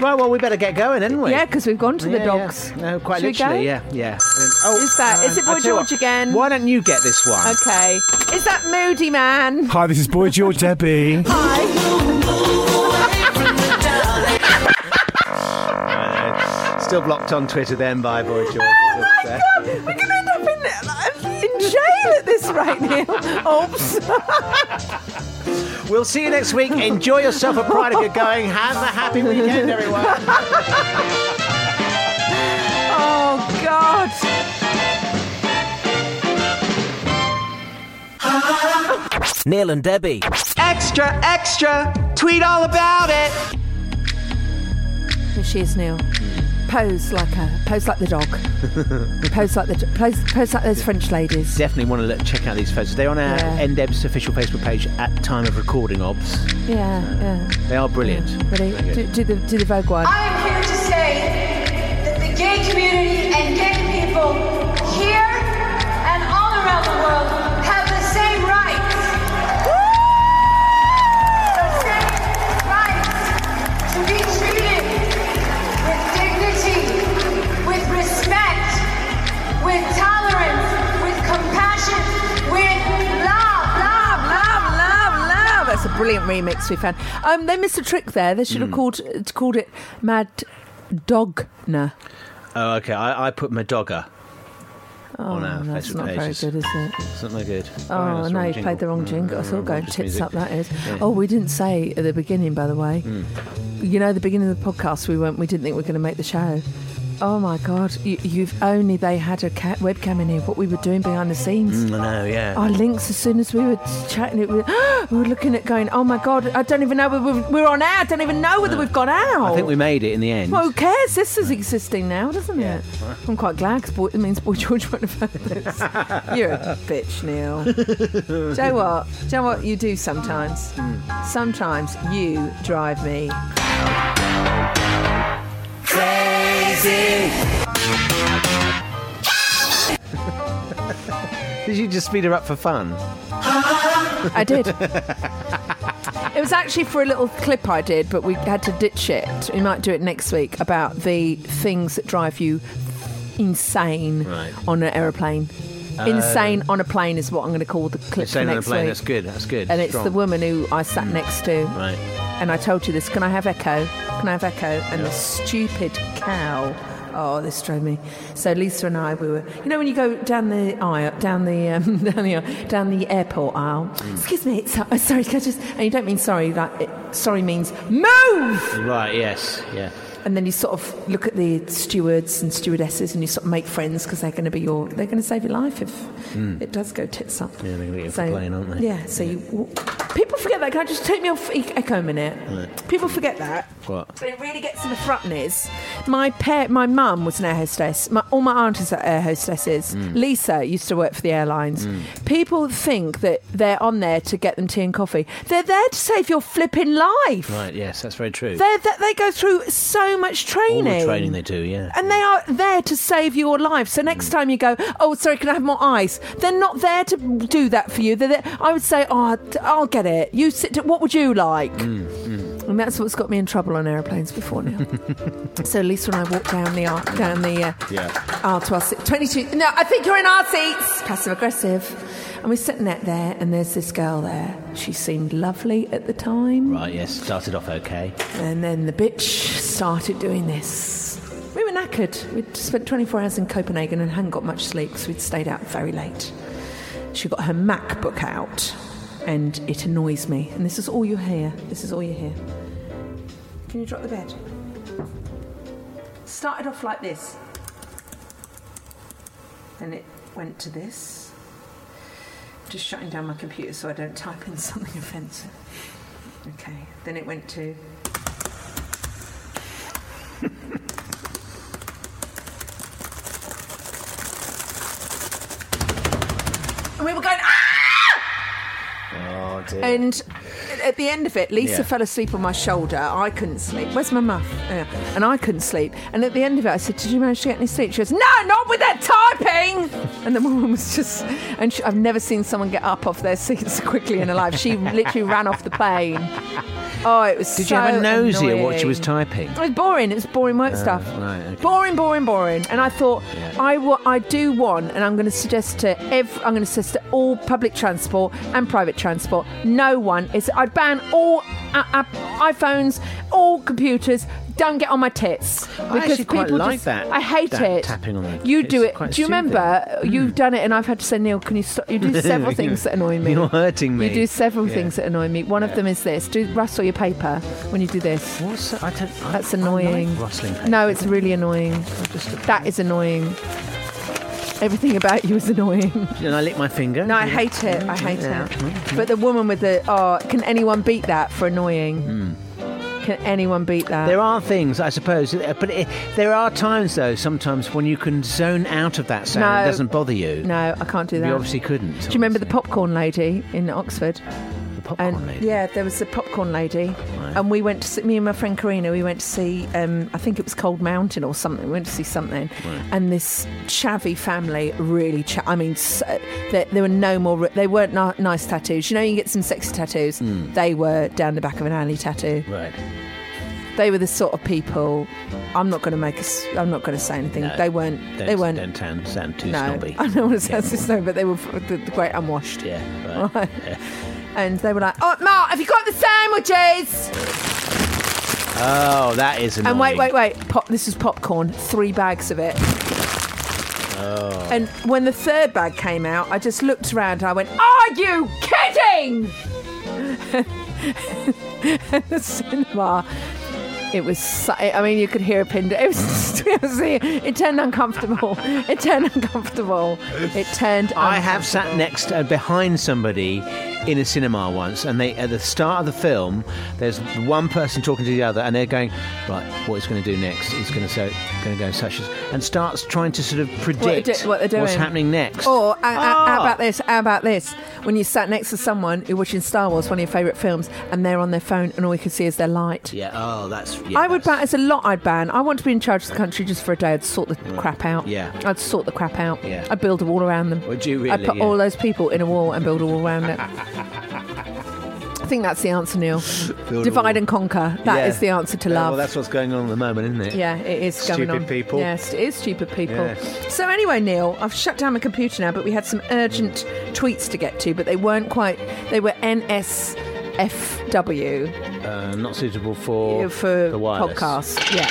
[SPEAKER 3] Right, well, we better get going, haven't we?
[SPEAKER 2] Yeah, because we've gone to the
[SPEAKER 3] Yeah, yeah.
[SPEAKER 2] dogs.
[SPEAKER 3] No, quite
[SPEAKER 2] Should we
[SPEAKER 3] literally,
[SPEAKER 2] go?
[SPEAKER 3] yeah, yeah.
[SPEAKER 2] Who's that? Is it
[SPEAKER 3] I
[SPEAKER 2] Boy
[SPEAKER 3] Oh, uh, tell you
[SPEAKER 2] George
[SPEAKER 3] what,
[SPEAKER 2] again?
[SPEAKER 3] Why don't you get this one?
[SPEAKER 2] Okay. Is that Moody Man?
[SPEAKER 1] Hi, this is Boy George Debbie.
[SPEAKER 3] Still blocked on Twitter then by Boy George.
[SPEAKER 2] Oh my god, we're gonna end up in, in jail at this right now. Oops.
[SPEAKER 3] We'll see you next week. Enjoy yourself at Pride if you're going. Have a happy weekend, everyone.
[SPEAKER 2] oh god.
[SPEAKER 7] Neil and Debbie.
[SPEAKER 9] Extra, extra! Tweet all about it!
[SPEAKER 2] Here she is, Neil. Pose like a pose like the [LAUGHS] dog. Pose like the d- pose, pose like those French ladies.
[SPEAKER 3] Definitely want to look, check out these photos. They're on our
[SPEAKER 2] Yeah.
[SPEAKER 3] NDeb's official Facebook page at time of recording, obs.
[SPEAKER 2] Yeah,
[SPEAKER 3] They are brilliant.
[SPEAKER 2] yeah. Ready? Do, do the do the Vogue one.
[SPEAKER 11] I am here to say that the gay community and gay people here and all around the world have the same rights. The same rights to be treated with dignity, with respect, with tolerance, with compassion, with love, love, love, love, love.
[SPEAKER 2] Oh, that's a brilliant remix we found. Um, they missed a trick there. They should have
[SPEAKER 3] Mm.
[SPEAKER 2] called called it Mad Dogna.
[SPEAKER 3] Oh, okay. I, I put Madogger. on our
[SPEAKER 2] no, it's
[SPEAKER 3] Facebook
[SPEAKER 2] not
[SPEAKER 3] pages.
[SPEAKER 2] very good, is it?
[SPEAKER 3] It's not no good.
[SPEAKER 2] Oh,
[SPEAKER 3] that's
[SPEAKER 2] no,
[SPEAKER 3] wrong
[SPEAKER 2] you played the wrong jingle. It's all going
[SPEAKER 3] Mm, just
[SPEAKER 2] tits
[SPEAKER 3] music.
[SPEAKER 2] up, that is.
[SPEAKER 3] Yeah.
[SPEAKER 2] Oh, we didn't say at the beginning, by the way.
[SPEAKER 3] Mm.
[SPEAKER 2] You know, the beginning of the podcast, we went, we didn't think we were going to make the show. Oh my God! You, you've only they had a ca- webcam in here. What we were doing behind the scenes?
[SPEAKER 3] Mm, I know, yeah.
[SPEAKER 2] Our links. As soon as we were chatting, it was, [GASPS] we were looking at going. Oh my God! I don't even know whether we're, we're on air. I don't even know whether we've gone out.
[SPEAKER 3] I think we made it in the end.
[SPEAKER 2] Oh. Well, who cares? This is existing now, doesn't it?
[SPEAKER 3] Right.
[SPEAKER 2] I'm quite glad 'cause boy, it means Boy George won't have heard
[SPEAKER 3] [LAUGHS]
[SPEAKER 2] this. You're a bitch, Neil. do you know what? Do you know what you do sometimes? Sometimes you drive me
[SPEAKER 3] Crazy. Did you just speed her up for fun?
[SPEAKER 2] I did. It was actually for a little clip I did, but we had to ditch it. We might do it next week about the things that drive you insane
[SPEAKER 3] Right.
[SPEAKER 2] on an aeroplane.
[SPEAKER 3] Oh.
[SPEAKER 2] insane on a plane is what I'm going to call the clip
[SPEAKER 3] Insane
[SPEAKER 2] for
[SPEAKER 3] on a
[SPEAKER 2] next
[SPEAKER 3] plane.
[SPEAKER 2] week.
[SPEAKER 3] That's good. That's good.
[SPEAKER 2] And it's the
[SPEAKER 3] Strong. Mm.
[SPEAKER 2] woman who I sat next to.
[SPEAKER 3] Right.
[SPEAKER 2] And I told you this. Can I have echo? Can I have echo? And the
[SPEAKER 3] Yeah.
[SPEAKER 2] stupid cow. Oh, this drove me. So Lisa and I, we were. You know when you go down the aisle, down the um, [LAUGHS] down the aisle- down the airport aisle.
[SPEAKER 3] Mm.
[SPEAKER 2] Excuse me. So, oh, sorry, can I just? And you don't mean sorry. Like it, sorry means move.
[SPEAKER 3] Right. Yes. Yeah.
[SPEAKER 2] And then you sort of look at the stewards and stewardesses, and you sort of make friends because they're going to be your. They're going to save your life if
[SPEAKER 3] Mm.
[SPEAKER 2] it does go tits up.
[SPEAKER 3] Yeah, they're going to get you for playing, aren't they?
[SPEAKER 2] Yeah, so you. People forget that. Can I just take me off e- echo a minute?
[SPEAKER 3] Right.
[SPEAKER 2] People forget that.
[SPEAKER 3] What?
[SPEAKER 2] But it really gets in the front is my pair, my mum was an air hostess. My, all my aunties are air hostesses.
[SPEAKER 3] Hmm.
[SPEAKER 10] Mm.
[SPEAKER 2] Lisa used to work for the airlines.
[SPEAKER 10] Mm.
[SPEAKER 2] People think that they're on there to get them tea and coffee. They're there to save your flipping life.
[SPEAKER 3] Right. Yes. That's very true.
[SPEAKER 2] They're, they they go through so much
[SPEAKER 3] All
[SPEAKER 2] training.
[SPEAKER 3] the training they do. Mm. Yeah.
[SPEAKER 2] And they are there to save your life. So next time you go, oh, sorry, can I have more ice? They're not there to do that for you. They're there, I would say, oh, t- I'll get it. You sit. down. what would you like?
[SPEAKER 3] Mm, mm.
[SPEAKER 2] And that's what's got me in trouble on aeroplanes before
[SPEAKER 3] [LAUGHS]
[SPEAKER 2] now. so Lisa and I walked down the ar- down the uh,
[SPEAKER 3] Yeah.
[SPEAKER 2] aisle to our seat. Twenty-two. No, I think you're in our seats. Passive aggressive. And we're sitting out there, and there's this girl there. She seemed lovely at the time.
[SPEAKER 3] Right. Yes. Started off okay.
[SPEAKER 2] And then the bitch started doing this. We were knackered. We'd spent 24 hours in Copenhagen and hadn't got much sleep because we'd stayed out very late. She got her MacBook out and it annoys me. And this is all you hear. This is all you hear. Can you drop the bed? Started off like this. And it went to this. Just shutting down my computer so I don't type in [LAUGHS] something offensive. Okay. Then it went to. And we were going, ah!
[SPEAKER 3] Oh dear.
[SPEAKER 2] And at the end of it, Lisa
[SPEAKER 3] Yeah.
[SPEAKER 2] fell asleep on my shoulder. I couldn't sleep. Where's my muff? Yeah. And I couldn't sleep. And at the end of it, I said, Did you manage to get any sleep? She goes, No, not with that typing. And the woman was just, and she, I've never seen someone get up off their [LAUGHS] seat so quickly in her life. She literally ran off the plane. Oh, it was
[SPEAKER 3] Did
[SPEAKER 2] so
[SPEAKER 3] you have a nosy at what she
[SPEAKER 2] annoying.
[SPEAKER 3] was typing?
[SPEAKER 2] It was boring. It was boring work
[SPEAKER 3] Oh,
[SPEAKER 2] stuff.
[SPEAKER 3] right, okay.
[SPEAKER 2] Boring, boring, boring. And I thought,
[SPEAKER 3] Yeah.
[SPEAKER 2] I wa- I do want, and I'm going to suggest to ev- I'm going to suggest to all public transport and private transport. No one is. I'd ban all uh, uh, iPhones, all computers. Don't get on my tits
[SPEAKER 3] I actually quite like that-
[SPEAKER 2] I hate
[SPEAKER 3] that
[SPEAKER 2] it.
[SPEAKER 3] tapping on the-
[SPEAKER 2] You do
[SPEAKER 3] it's
[SPEAKER 2] it. Do you
[SPEAKER 3] quite Hmm.
[SPEAKER 2] remember? You've done it, and I've had to say, Neil, can you stop? You
[SPEAKER 3] [LAUGHS]
[SPEAKER 2] do several things that annoy me.
[SPEAKER 3] You're hurting me.
[SPEAKER 2] You do several
[SPEAKER 3] Yeah.
[SPEAKER 2] things that annoy me. One
[SPEAKER 3] Yeah.
[SPEAKER 2] of them is this: do rustle your paper when you do this.
[SPEAKER 3] What's that? I don't.
[SPEAKER 2] That's annoying.
[SPEAKER 3] rustling paper.
[SPEAKER 2] No, it's really annoying. That is annoying. Everything about you is
[SPEAKER 3] [LAUGHS]
[SPEAKER 2] annoying.
[SPEAKER 3] And I lick my finger.
[SPEAKER 2] No, I hate it. I hate
[SPEAKER 3] Yeah.
[SPEAKER 2] it. But the woman with the oh, can anyone beat that for annoying?
[SPEAKER 3] Mm.
[SPEAKER 2] Can anyone beat that?
[SPEAKER 3] There are things, I suppose, uh, but it, there are times, though, sometimes when you can zone out of that sound.
[SPEAKER 2] No.
[SPEAKER 3] It doesn't bother you.
[SPEAKER 2] No, I can't do
[SPEAKER 3] You
[SPEAKER 2] that.
[SPEAKER 3] obviously couldn't.
[SPEAKER 2] Do you remember the popcorn lady in Oxford?
[SPEAKER 3] The popcorn lady.
[SPEAKER 2] Yeah, there was the popcorn lady, and we went to see me and my friend Karina. We went to see, um, I think it was Cold Mountain or something. We went to see something,
[SPEAKER 3] Right.
[SPEAKER 2] and this shabby family really. Cha- I mean, s uh, there, there were no more. ri- They weren't ni- nice tattoos. You know, you get some sexy tattoos.
[SPEAKER 3] Mm.
[SPEAKER 2] They were down the back of an alley tattoo.
[SPEAKER 3] Right.
[SPEAKER 2] They were the sort of people. I'm not going to make. A, s- I'm not going to say anything.
[SPEAKER 3] No.
[SPEAKER 2] they weren't.
[SPEAKER 3] Don't,
[SPEAKER 2] they weren't.
[SPEAKER 3] Don't sound, sound too
[SPEAKER 2] no,
[SPEAKER 3] snobby.
[SPEAKER 2] [LAUGHS] I don't want to sound so snobby, but they were f- the, the great unwashed. [LAUGHS]
[SPEAKER 3] Yeah,
[SPEAKER 2] Oh.
[SPEAKER 3] right. Yeah.
[SPEAKER 2] And they were like, "Oh, Mark, have you got the sandwiches?"
[SPEAKER 3] Oh, that is annoying.
[SPEAKER 2] And wait, wait, wait. Pop. This is popcorn. Three bags of it. And when the third bag came out, I just looked around and I went, Are you kidding? [LAUGHS] And the cinema. It was, su- I mean, you could hear a pin. It was, [LAUGHS] it, was- it turned uncomfortable. It turned uncomfortable. It turned.
[SPEAKER 3] I have sat next uh, behind somebody in a cinema once, and they at the start of the film, there's one person talking to the other, and they're going, right, what he's going to do next? He's going to so going to go such as, and starts trying to sort of
[SPEAKER 2] What
[SPEAKER 3] predict
[SPEAKER 2] they're, do- what they're doing.
[SPEAKER 3] what's happening next.
[SPEAKER 2] Or uh, uh, how
[SPEAKER 3] Ah.
[SPEAKER 2] about this? How about this? When you sat next to someone who's watching Star Wars, one of your favourite films, and they're on their phone, and all you can see is their light.
[SPEAKER 3] Yeah. Oh, that's. Yeah,
[SPEAKER 2] I would ban. It's a lot I'd ban. I want to be in charge of the country just for a day. I'd sort the crap out.
[SPEAKER 3] Mm. Yeah.
[SPEAKER 2] I'd sort the crap out.
[SPEAKER 3] Yeah.
[SPEAKER 2] I'd build a wall around them.
[SPEAKER 3] Would you
[SPEAKER 2] I'd
[SPEAKER 3] really?
[SPEAKER 2] put
[SPEAKER 3] Yeah.
[SPEAKER 2] all those people in a wall and build a wall
[SPEAKER 3] [LAUGHS]
[SPEAKER 2] around it. I think that's the answer, Neil.
[SPEAKER 3] Build a
[SPEAKER 2] Divide
[SPEAKER 3] wall.
[SPEAKER 2] and conquer. That is
[SPEAKER 3] Yeah.
[SPEAKER 2] the answer to
[SPEAKER 3] Yeah,
[SPEAKER 2] love.
[SPEAKER 3] well, that's what's going on at the moment, isn't it?
[SPEAKER 2] Yeah, it is going
[SPEAKER 3] Stupid
[SPEAKER 2] on.
[SPEAKER 3] people.
[SPEAKER 2] Yes, it is stupid people.
[SPEAKER 3] Yes.
[SPEAKER 2] So anyway, Neil, I've shut down my computer now, but we had some urgent
[SPEAKER 3] Mm.
[SPEAKER 2] tweets to get to, but they weren't quite. They were NSFW
[SPEAKER 3] Uh, not suitable for
[SPEAKER 2] uh, for
[SPEAKER 3] the wireless.
[SPEAKER 2] podcasts. Yeah,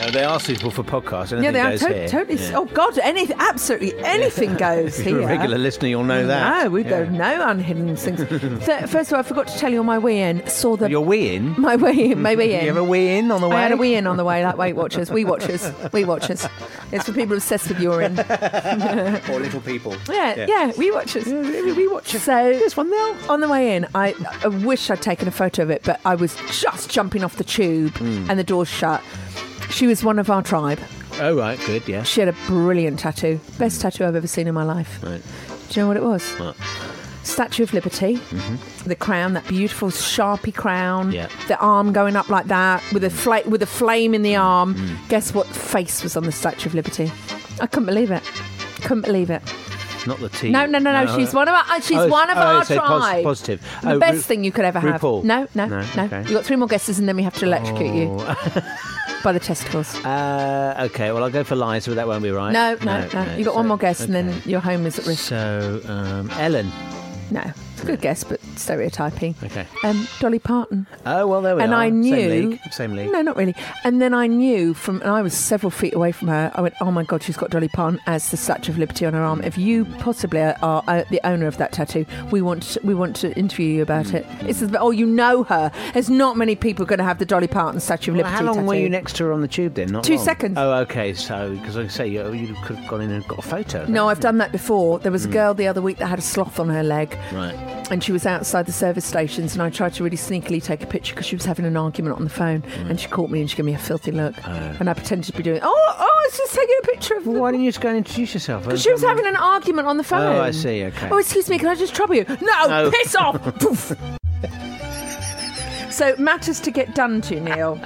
[SPEAKER 3] Uh, they are suitable for podcasts. Anything
[SPEAKER 2] yeah, they are
[SPEAKER 3] goes
[SPEAKER 2] to-
[SPEAKER 3] here.
[SPEAKER 2] totally.
[SPEAKER 3] Yeah.
[SPEAKER 2] Oh God, anything,
[SPEAKER 3] [LAUGHS]
[SPEAKER 2] absolutely anything goes
[SPEAKER 3] if
[SPEAKER 2] here.
[SPEAKER 3] [LAUGHS] you're a regular listener, you'll know that.
[SPEAKER 2] No, we
[SPEAKER 3] Yeah.
[SPEAKER 2] don't know unhidden things.
[SPEAKER 3] [LAUGHS]
[SPEAKER 2] Th- First of all, I forgot to tell you on my way in. Saw the
[SPEAKER 3] Your wee in.
[SPEAKER 2] [LAUGHS] My way in, my way in.
[SPEAKER 3] [LAUGHS] You have a wee in on the way.
[SPEAKER 2] I had a wee in on the way, like Weight Watchers. We Watchers. We Watchers. It's for people obsessed with urine.
[SPEAKER 3] [LAUGHS]
[SPEAKER 2] yeah,
[SPEAKER 3] or little people.
[SPEAKER 2] yeah, We Watchers. we Watchers. So, this one now. On the way in, I, I wish I'd taken a photo of it, but I was just jumping off the tube
[SPEAKER 3] Mm.
[SPEAKER 2] and the doors shut. She was one of our tribe.
[SPEAKER 3] Oh right, good. Yeah.
[SPEAKER 2] She had a brilliant tattoo. Best tattoo I've ever seen in my life.
[SPEAKER 3] Right.
[SPEAKER 2] Do you know what it was?
[SPEAKER 3] What?
[SPEAKER 2] Statue of Liberty
[SPEAKER 3] Mm-hmm.
[SPEAKER 2] the crown, that beautiful sharpie crown,
[SPEAKER 3] Yeah.
[SPEAKER 2] the arm going up like that with a fla- with a flame in the
[SPEAKER 3] Mm-hmm.
[SPEAKER 2] arm. Guess what face was on the Statue of Liberty? I couldn't believe it. Couldn't believe it.
[SPEAKER 3] Not the tea.
[SPEAKER 2] No, no, no, no. She's one of our. uh, She's
[SPEAKER 3] Oh,
[SPEAKER 2] one
[SPEAKER 3] it's-
[SPEAKER 2] of
[SPEAKER 3] oh,
[SPEAKER 2] our
[SPEAKER 3] it's a pos-
[SPEAKER 2] tribe.
[SPEAKER 3] positive.
[SPEAKER 2] The
[SPEAKER 3] Oh,
[SPEAKER 2] best
[SPEAKER 3] Ru-
[SPEAKER 2] thing you could ever have.
[SPEAKER 3] RuPaul.
[SPEAKER 2] No, no, no.
[SPEAKER 3] No, okay. Oh.
[SPEAKER 2] You got three more guesses, and then we have to electrocute
[SPEAKER 3] you
[SPEAKER 2] by the testicles.
[SPEAKER 3] Uh, okay, well I'll go for lies, but that won't be right.
[SPEAKER 2] no, no, no, You got one more guess, and then your home is at risk.
[SPEAKER 3] So um, Ellen.
[SPEAKER 2] No, it's a good guess, but stereotyping.
[SPEAKER 3] Okay.
[SPEAKER 2] Um, Dolly Parton.
[SPEAKER 3] Oh well, there we
[SPEAKER 2] and
[SPEAKER 3] are.
[SPEAKER 2] I
[SPEAKER 3] Same
[SPEAKER 2] knew
[SPEAKER 3] league, same league.
[SPEAKER 2] No, not really. And then I knew from, and I was several feet away from her. I went, "Oh my God, she's got Dolly Parton as the Statue of Liberty on her arm." If you possibly are, are uh, the owner of that tattoo, we want to, we want to interview you
[SPEAKER 3] Hmm.
[SPEAKER 2] about it. It's about, oh, you know her. There's not many people going to have the Dolly Parton Statue of
[SPEAKER 3] Well,
[SPEAKER 2] Liberty.
[SPEAKER 3] how long were
[SPEAKER 2] tattoo.
[SPEAKER 3] you next to her on the tube then? Not
[SPEAKER 2] Two
[SPEAKER 3] long.
[SPEAKER 2] seconds.
[SPEAKER 3] Oh, okay. So, because like I say, you, you could have gone in and got a photo.
[SPEAKER 2] No, I've done that before. There was a
[SPEAKER 3] Mm.
[SPEAKER 2] girl the other week that had a sloth on her leg.
[SPEAKER 3] Right.
[SPEAKER 2] and she was outside the service stations and I tried to really sneakily take a picture because she was having an argument on the phone
[SPEAKER 3] Mm.
[SPEAKER 2] and she caught me and she gave me a filthy look
[SPEAKER 3] Oh.
[SPEAKER 2] and I pretended to be doing oh oh it's just taking a picture of
[SPEAKER 3] why didn't you just go and introduce yourself
[SPEAKER 2] because she was having an argument on the phone
[SPEAKER 3] Oh, I see. Okay.
[SPEAKER 2] oh excuse me can I just trouble you no
[SPEAKER 3] No.
[SPEAKER 2] piss
[SPEAKER 3] [LAUGHS]
[SPEAKER 2] off Poof. so matters to get done to Neil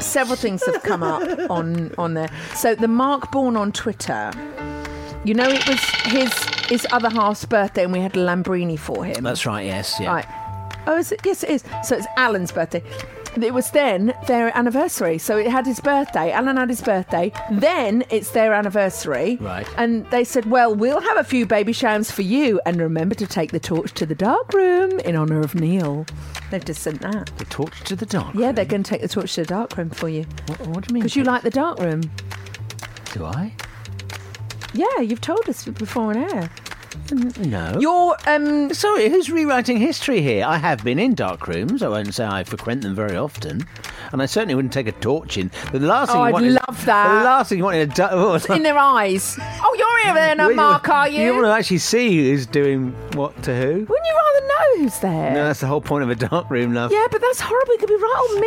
[SPEAKER 2] several things have come up on on there so the Mark Bourne on Twitter you know it was his his other half's birthday and we had a Lambrini for him
[SPEAKER 3] That's right. Yes. Yeah.
[SPEAKER 2] Right. Oh, is it? Yes, it is. So it's Alan's birthday. It was then their anniversary. So it had his birthday. Alan had his birthday. Then it's their anniversary.
[SPEAKER 3] Right.
[SPEAKER 2] And they said, well, we'll have a few baby showers for you. And remember to take the torch to the dark room in honour of Neil. They've just sent that.
[SPEAKER 3] The torch to the dark.
[SPEAKER 2] Yeah, they're going to take the torch to the dark room for you.
[SPEAKER 3] What, what do you mean?
[SPEAKER 2] Because you like the dark room.
[SPEAKER 3] Do I?
[SPEAKER 2] Yeah, you've told us before on air.
[SPEAKER 3] No.
[SPEAKER 2] You're [LAUGHS] um.
[SPEAKER 3] Sorry, who's rewriting history here? I have been in dark rooms. I won't say I frequent them very often, and I certainly wouldn't take a torch in. The last
[SPEAKER 2] Oh,
[SPEAKER 3] thing you
[SPEAKER 2] I'd
[SPEAKER 3] want is-
[SPEAKER 2] love that.
[SPEAKER 3] The last thing you want in a dark. Oh,
[SPEAKER 2] In their eyes. Oh, you're here
[SPEAKER 3] [LAUGHS]
[SPEAKER 2] then,
[SPEAKER 3] Wouldn't
[SPEAKER 2] Mark, are you?
[SPEAKER 3] You want to actually see who's doing what to who.
[SPEAKER 2] Wouldn't you rather know who's there?
[SPEAKER 3] No, that's the whole point of a dark room, love.
[SPEAKER 2] Yeah, but that's horrible. You could be right on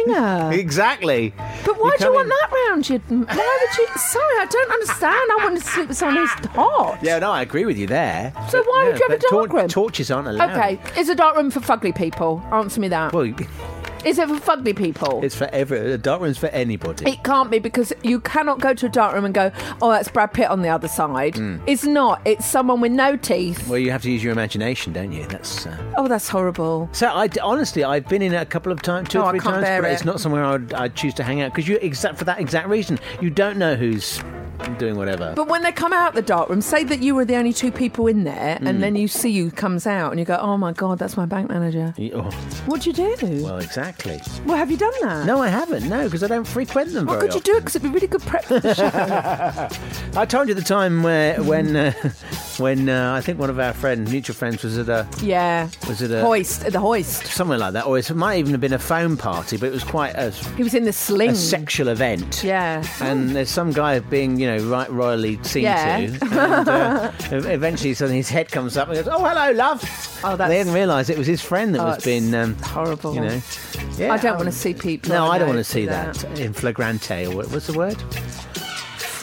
[SPEAKER 2] Minger.
[SPEAKER 3] Exactly.
[SPEAKER 2] But why do you
[SPEAKER 3] come
[SPEAKER 2] want
[SPEAKER 3] in-
[SPEAKER 2] that round you? Why would you? Sorry, I don't understand. I want to sleep with someone who's hot.
[SPEAKER 3] Yeah, no, I agree with you there.
[SPEAKER 2] So
[SPEAKER 3] But
[SPEAKER 2] why would you have a
[SPEAKER 3] but
[SPEAKER 2] dark room?
[SPEAKER 3] Torches aren't allowed.
[SPEAKER 2] Okay, is a dark room for fugly people? Answer me that.
[SPEAKER 3] Well, [LAUGHS]
[SPEAKER 2] Is it for fugly people?
[SPEAKER 3] it's for every. A dark room's for anybody.
[SPEAKER 2] It can't be because you cannot go to a dark room and go, oh, that's Brad Pitt on the other side.
[SPEAKER 3] Mm.
[SPEAKER 2] It's not. It's someone with no teeth.
[SPEAKER 3] well, you have to use your imagination, don't you? That's. Uh...
[SPEAKER 2] Oh, that's horrible.
[SPEAKER 3] So I d- honestly, I've been in it a couple of times, two
[SPEAKER 2] Oh, I
[SPEAKER 3] or three
[SPEAKER 2] can't
[SPEAKER 3] times,
[SPEAKER 2] bear
[SPEAKER 3] but
[SPEAKER 2] it.
[SPEAKER 3] it's not somewhere I'd, I'd choose to hang out because you exact for that exact reason. You don't know who's doing whatever.
[SPEAKER 2] But when they come out the dark room, say that you were the only two people in there,
[SPEAKER 3] Mm.
[SPEAKER 2] and then you see who comes out, and you go, "Oh my god, that's my bank manager."
[SPEAKER 3] You- oh,
[SPEAKER 2] What do you do?
[SPEAKER 3] well, [LAUGHS] exactly.
[SPEAKER 2] Well, have you done that?
[SPEAKER 3] No, I haven't. No, because I don't frequent them
[SPEAKER 2] What
[SPEAKER 3] very
[SPEAKER 2] could you do? Because it'd be really good prep for the
[SPEAKER 3] [LAUGHS]
[SPEAKER 2] show.
[SPEAKER 3] I told you the time where when uh, [LAUGHS] when uh, I think one of our friend, mutual friends, was at a
[SPEAKER 2] yeah.
[SPEAKER 3] was at a
[SPEAKER 2] Hoist, at the hoist,
[SPEAKER 3] somewhere like that, or it might even have been a phone party, but it was quite a,
[SPEAKER 2] He was in the sling.
[SPEAKER 3] a sexual event.
[SPEAKER 2] yeah.
[SPEAKER 3] And there's some guy being, you know, right royally seen
[SPEAKER 2] Yeah.
[SPEAKER 3] to. And,
[SPEAKER 2] [LAUGHS]
[SPEAKER 3] uh, ev- eventually, suddenly his head comes up and goes, "Oh, hello, love."
[SPEAKER 2] Oh, that's
[SPEAKER 3] they didn't realise it was his friend that
[SPEAKER 2] Oh,
[SPEAKER 3] was
[SPEAKER 2] it's
[SPEAKER 3] being um,
[SPEAKER 2] horrible.
[SPEAKER 3] You know, yeah,
[SPEAKER 2] I don't
[SPEAKER 3] um,
[SPEAKER 2] want to see people.
[SPEAKER 3] No, I
[SPEAKER 2] know
[SPEAKER 3] don't want to see
[SPEAKER 2] do
[SPEAKER 3] that. in flagrante. Or what was the word?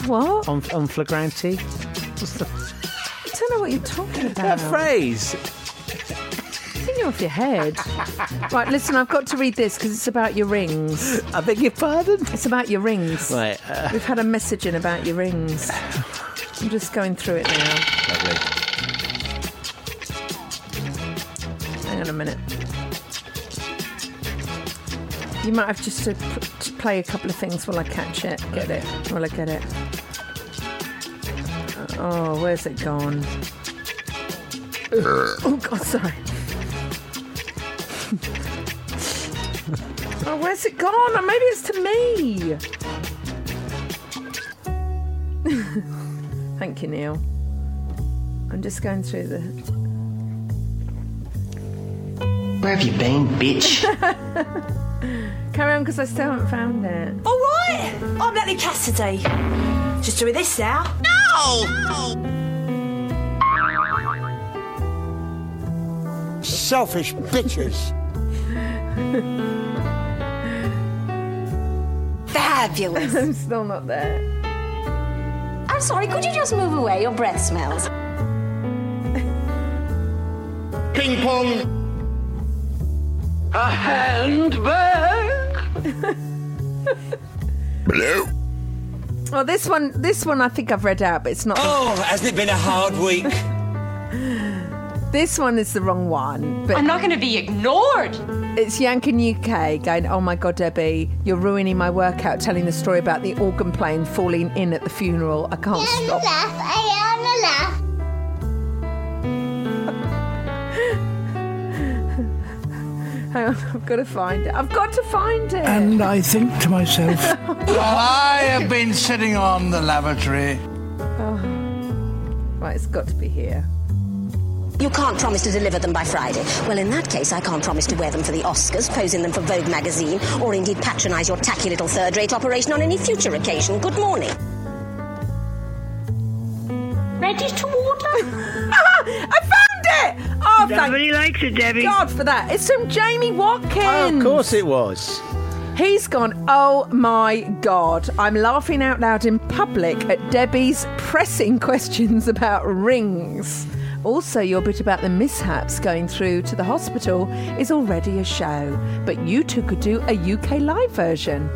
[SPEAKER 2] What?
[SPEAKER 3] On, on flagrante. What's the
[SPEAKER 2] I don't know what you're talking about.
[SPEAKER 3] that phrase?
[SPEAKER 2] Getting you off your
[SPEAKER 3] [LAUGHS]
[SPEAKER 2] head. right, listen, I've got to read this because it's about your rings.
[SPEAKER 3] I beg your pardon?
[SPEAKER 2] It's about your rings.
[SPEAKER 3] Right. uh,
[SPEAKER 2] We've had a message in about your rings. I'm just going through it now.
[SPEAKER 3] lovely.
[SPEAKER 2] Hang on a minute. You might have just to, p- to play a couple of things while I catch it. Get
[SPEAKER 3] Okay.
[SPEAKER 2] it. While I get it. Oh, where's it gone? Oh, God, sorry. oh, where's it gone? Oh, Maybe it's to me. [LAUGHS] Thank you, Neil. I'm just going through the.
[SPEAKER 10] Where have you been,
[SPEAKER 12] [LAUGHS]
[SPEAKER 10] bitch?
[SPEAKER 2] Carry on, because I still haven't found it.
[SPEAKER 12] All right, I'm Natalie Cassidy. Just doing this now. No!
[SPEAKER 13] Selfish bitches.
[SPEAKER 12] Fabulous.
[SPEAKER 2] [LAUGHS] I'm still not there.
[SPEAKER 12] I'm sorry, could you just move away? Your breath smells.
[SPEAKER 13] Ping pong. A handbag. Hello.
[SPEAKER 2] Well, this one, this one, I think I've read out, but it's not.
[SPEAKER 15] Oh, hasn't it been a hard week?
[SPEAKER 2] This one is the wrong one. But I'm not going to be ignored. It's Yank and UK going. Oh my God, Debbie, you're ruining my workout. Telling the story about the organ playing falling in at the funeral. I can't stop. Hang on, I've got to find it. I've got to find it.
[SPEAKER 3] Um,
[SPEAKER 1] And I think to myself,
[SPEAKER 13] I have been sitting on the lavatory.
[SPEAKER 2] Oh. Right, it's got to be here.
[SPEAKER 12] You can't promise to deliver them by Friday. Well, in that case, I can't promise to wear them for the Oscars, pose in them for Vogue magazine, or indeed patronise your tacky little third rate operation on any future occasion. Good morning.
[SPEAKER 2] Ready to order? I found it. Oh, Nobody
[SPEAKER 12] likes it, Debbie.
[SPEAKER 2] God for that. It's from Jamie Watkins.
[SPEAKER 3] Oh, of course it was.
[SPEAKER 2] He's gone, oh my God, I'm laughing out loud in public at Debbie's pressing [LAUGHS] questions about rings. Also, your bit about the mishaps going through to the hospital is already a show, but you two could do a UK live version.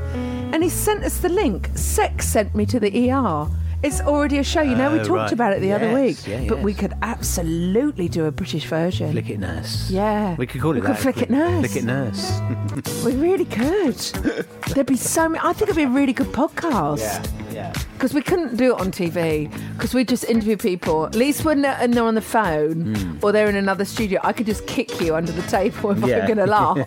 [SPEAKER 2] And he sent us the link. Sex sent me to the ER. It's already a show. You know, we
[SPEAKER 3] Oh,
[SPEAKER 2] talked
[SPEAKER 3] right.
[SPEAKER 2] about it the other
[SPEAKER 3] Yes,
[SPEAKER 2] week,
[SPEAKER 3] yeah,
[SPEAKER 2] but we
[SPEAKER 3] yes.
[SPEAKER 2] could absolutely do a British version.
[SPEAKER 3] Flick it nurse.
[SPEAKER 2] Yeah.
[SPEAKER 3] We could call it
[SPEAKER 2] We could
[SPEAKER 3] that.
[SPEAKER 2] flick it nurse. [LAUGHS]
[SPEAKER 3] Flick it nurse.
[SPEAKER 2] We really
[SPEAKER 3] [LAUGHS]
[SPEAKER 2] could. There'd be so many. I think it'd be a really good podcast.
[SPEAKER 3] yeah.
[SPEAKER 2] Because we couldn't do it on TV, because we just interview people. At least when they're, and they're on the phone
[SPEAKER 3] Mm.
[SPEAKER 2] or they're in another studio, I could just kick you under the table if
[SPEAKER 3] Yeah.
[SPEAKER 2] I'm going to
[SPEAKER 3] [LAUGHS]
[SPEAKER 2] laugh.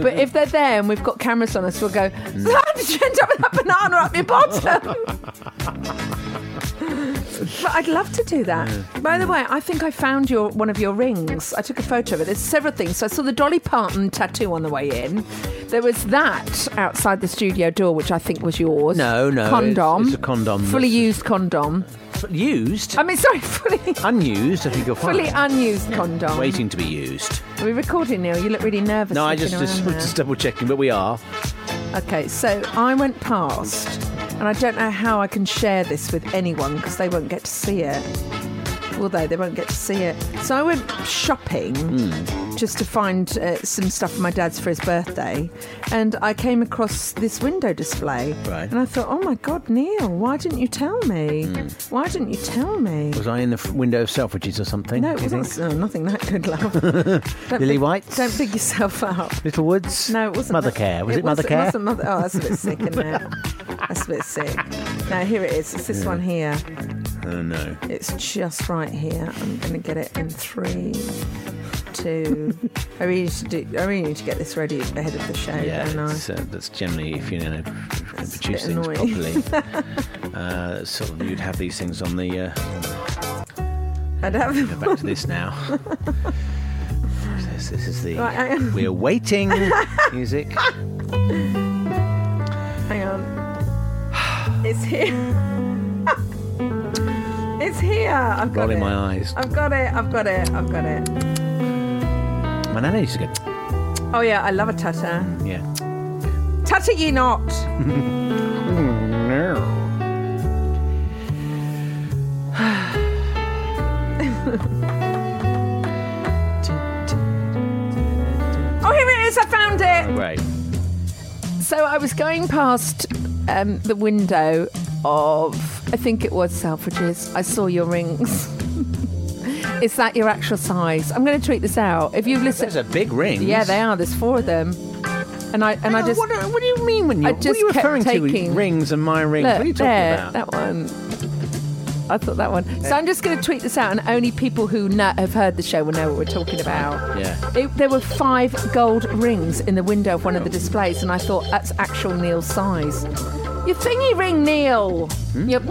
[SPEAKER 2] but if they're there and we've got cameras on us, we'll go,
[SPEAKER 3] Hmm.
[SPEAKER 2] How did you end up with that banana up your
[SPEAKER 3] [LAUGHS]
[SPEAKER 2] bottom? But I'd love to do that. By
[SPEAKER 3] Hmm.
[SPEAKER 2] the way, I think I found your one of your rings. I took a photo of it. There's several things. So I saw the Dolly Parton tattoo on the way in. There was that outside the studio door, which I think was yours.
[SPEAKER 3] No, no. it's-
[SPEAKER 2] Condom.
[SPEAKER 3] It's, a condom.
[SPEAKER 2] Fully used condom.
[SPEAKER 3] used?
[SPEAKER 2] I mean, sorry, [LAUGHS] fully.
[SPEAKER 3] Unused, I think you'll find.
[SPEAKER 2] Fully unused condom.
[SPEAKER 3] Waiting to be used.
[SPEAKER 2] Are we recording, Neil? You look really nervous.
[SPEAKER 3] No, I
[SPEAKER 2] looking
[SPEAKER 3] just [LAUGHS] just,
[SPEAKER 2] around
[SPEAKER 3] just double checking, but we are.
[SPEAKER 2] there. Okay, so I went past, and I don't know how I can share this with anyone because they won't get to see it. Will they? They won't get to see it. So I went shopping
[SPEAKER 3] Hmm.
[SPEAKER 2] just to find uh, some stuff for my dad's for his birthday, and I came across this window display.
[SPEAKER 3] Right.
[SPEAKER 2] And I thought, oh my God, Neil, why didn't you tell me?
[SPEAKER 3] Mm.
[SPEAKER 2] Why didn't you tell me?
[SPEAKER 3] Was I in the f- window of Selfridges or something?
[SPEAKER 2] No,
[SPEAKER 3] do
[SPEAKER 2] it
[SPEAKER 3] you
[SPEAKER 2] wasn't.
[SPEAKER 3] think?
[SPEAKER 2] No, nothing that good, love.
[SPEAKER 3] [LAUGHS]
[SPEAKER 2] Don't
[SPEAKER 3] Lily
[SPEAKER 2] big-
[SPEAKER 3] White?
[SPEAKER 2] Don't big yourself up.
[SPEAKER 3] Little Woods?
[SPEAKER 2] No, it wasn't.
[SPEAKER 3] Mother
[SPEAKER 2] that-
[SPEAKER 3] Care. Was it, Mother
[SPEAKER 2] wasn't-
[SPEAKER 3] Care?
[SPEAKER 2] wasn't mother, oh, that's a bit sick, isn't it? That's a bit sick. Now, here it is. It's this
[SPEAKER 3] Yeah.
[SPEAKER 2] one here.
[SPEAKER 3] Oh no.
[SPEAKER 2] It's just right here. I'm going to get it in three,
[SPEAKER 3] [LAUGHS]
[SPEAKER 2] two. I really need to do. I really need to get this ready ahead of the show.
[SPEAKER 3] Yeah,
[SPEAKER 2] don't I?
[SPEAKER 3] it's, uh, that's generally if you know produce
[SPEAKER 2] bit
[SPEAKER 3] things
[SPEAKER 2] annoying. [LAUGHS]
[SPEAKER 3] properly. uh, sort of, you'd have these things on the. Uh,
[SPEAKER 2] I'd have.
[SPEAKER 3] [LAUGHS] go back to
[SPEAKER 2] [LAUGHS]
[SPEAKER 3] this now. this, this is the.
[SPEAKER 2] Right, hang on. [LAUGHS]
[SPEAKER 3] We're waiting music.
[SPEAKER 2] Hang on.
[SPEAKER 3] [SIGHS]
[SPEAKER 2] It's here. [LAUGHS] it's here. I've got
[SPEAKER 3] Rolling
[SPEAKER 2] it.
[SPEAKER 3] my eyes.
[SPEAKER 2] I've got it. I've got it. I've got it.
[SPEAKER 3] My nana used to go.
[SPEAKER 2] Oh yeah, I love a tutter.
[SPEAKER 3] Yeah.
[SPEAKER 2] Tutter ye not.
[SPEAKER 3] no.
[SPEAKER 2] Oh, here it is. I found it.
[SPEAKER 3] Right.
[SPEAKER 2] So I was going past um, the window of, I think it was Selfridges. I saw your rings. [LAUGHS] Is that your actual size? I'm going to tweet this out. If you've listened,
[SPEAKER 3] Those are big rings.
[SPEAKER 2] Yeah, they are. There's four of them. And I and I
[SPEAKER 3] on,
[SPEAKER 2] just.
[SPEAKER 3] what do you mean when you-
[SPEAKER 2] I
[SPEAKER 3] what are
[SPEAKER 2] just
[SPEAKER 3] you
[SPEAKER 2] kept
[SPEAKER 3] referring to,
[SPEAKER 2] taking,
[SPEAKER 3] rings and my rings?
[SPEAKER 2] Look,
[SPEAKER 3] What are you talking
[SPEAKER 2] there,
[SPEAKER 3] about?
[SPEAKER 2] That one. I thought that one. So I'm just going to tweet this out, and only people who kn- have heard the show will know what we're talking about.
[SPEAKER 3] Yeah.
[SPEAKER 2] It, there were five gold rings in the window of one of the displays, and I thought that's actual Neil's size. Your thingy ring, Neil. Your oh,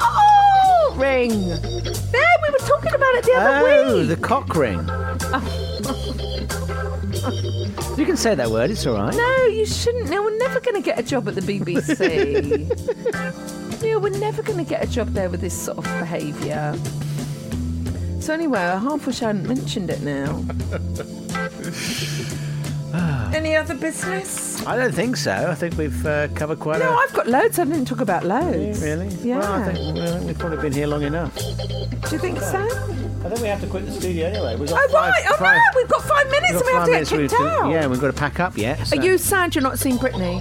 [SPEAKER 2] oh, oh, ring. There, we were talking about it the other
[SPEAKER 3] Oh,
[SPEAKER 2] week.
[SPEAKER 3] the cock
[SPEAKER 2] [LAUGHS]
[SPEAKER 3] ring. You can say that word. It's all right.
[SPEAKER 2] No, you shouldn't. Neil, we're never going to get a job at the BBC. Neil, we're never going to get a job there with this sort of behaviour. So anyway, I half wish I hadn't mentioned it now. Any other business?
[SPEAKER 3] I don't think so. I think we've uh, covered quite
[SPEAKER 2] No,
[SPEAKER 3] a.
[SPEAKER 2] I've got loads. I didn't talk about loads.
[SPEAKER 3] Really?
[SPEAKER 2] Yeah.
[SPEAKER 3] Well, I think, well, I think we've probably been here long enough.
[SPEAKER 2] Do you think so?
[SPEAKER 3] I think we have to quit the studio anyway. We've
[SPEAKER 2] Oh right! Oh
[SPEAKER 3] five-
[SPEAKER 2] no! We've got five minutes,
[SPEAKER 3] we've
[SPEAKER 2] and we have to
[SPEAKER 3] got five
[SPEAKER 2] get
[SPEAKER 3] minutes we've
[SPEAKER 2] kicked
[SPEAKER 3] to-
[SPEAKER 2] out.
[SPEAKER 3] Yeah, we've got to pack up yet. so-
[SPEAKER 2] Are you sad you're not seeing Britney?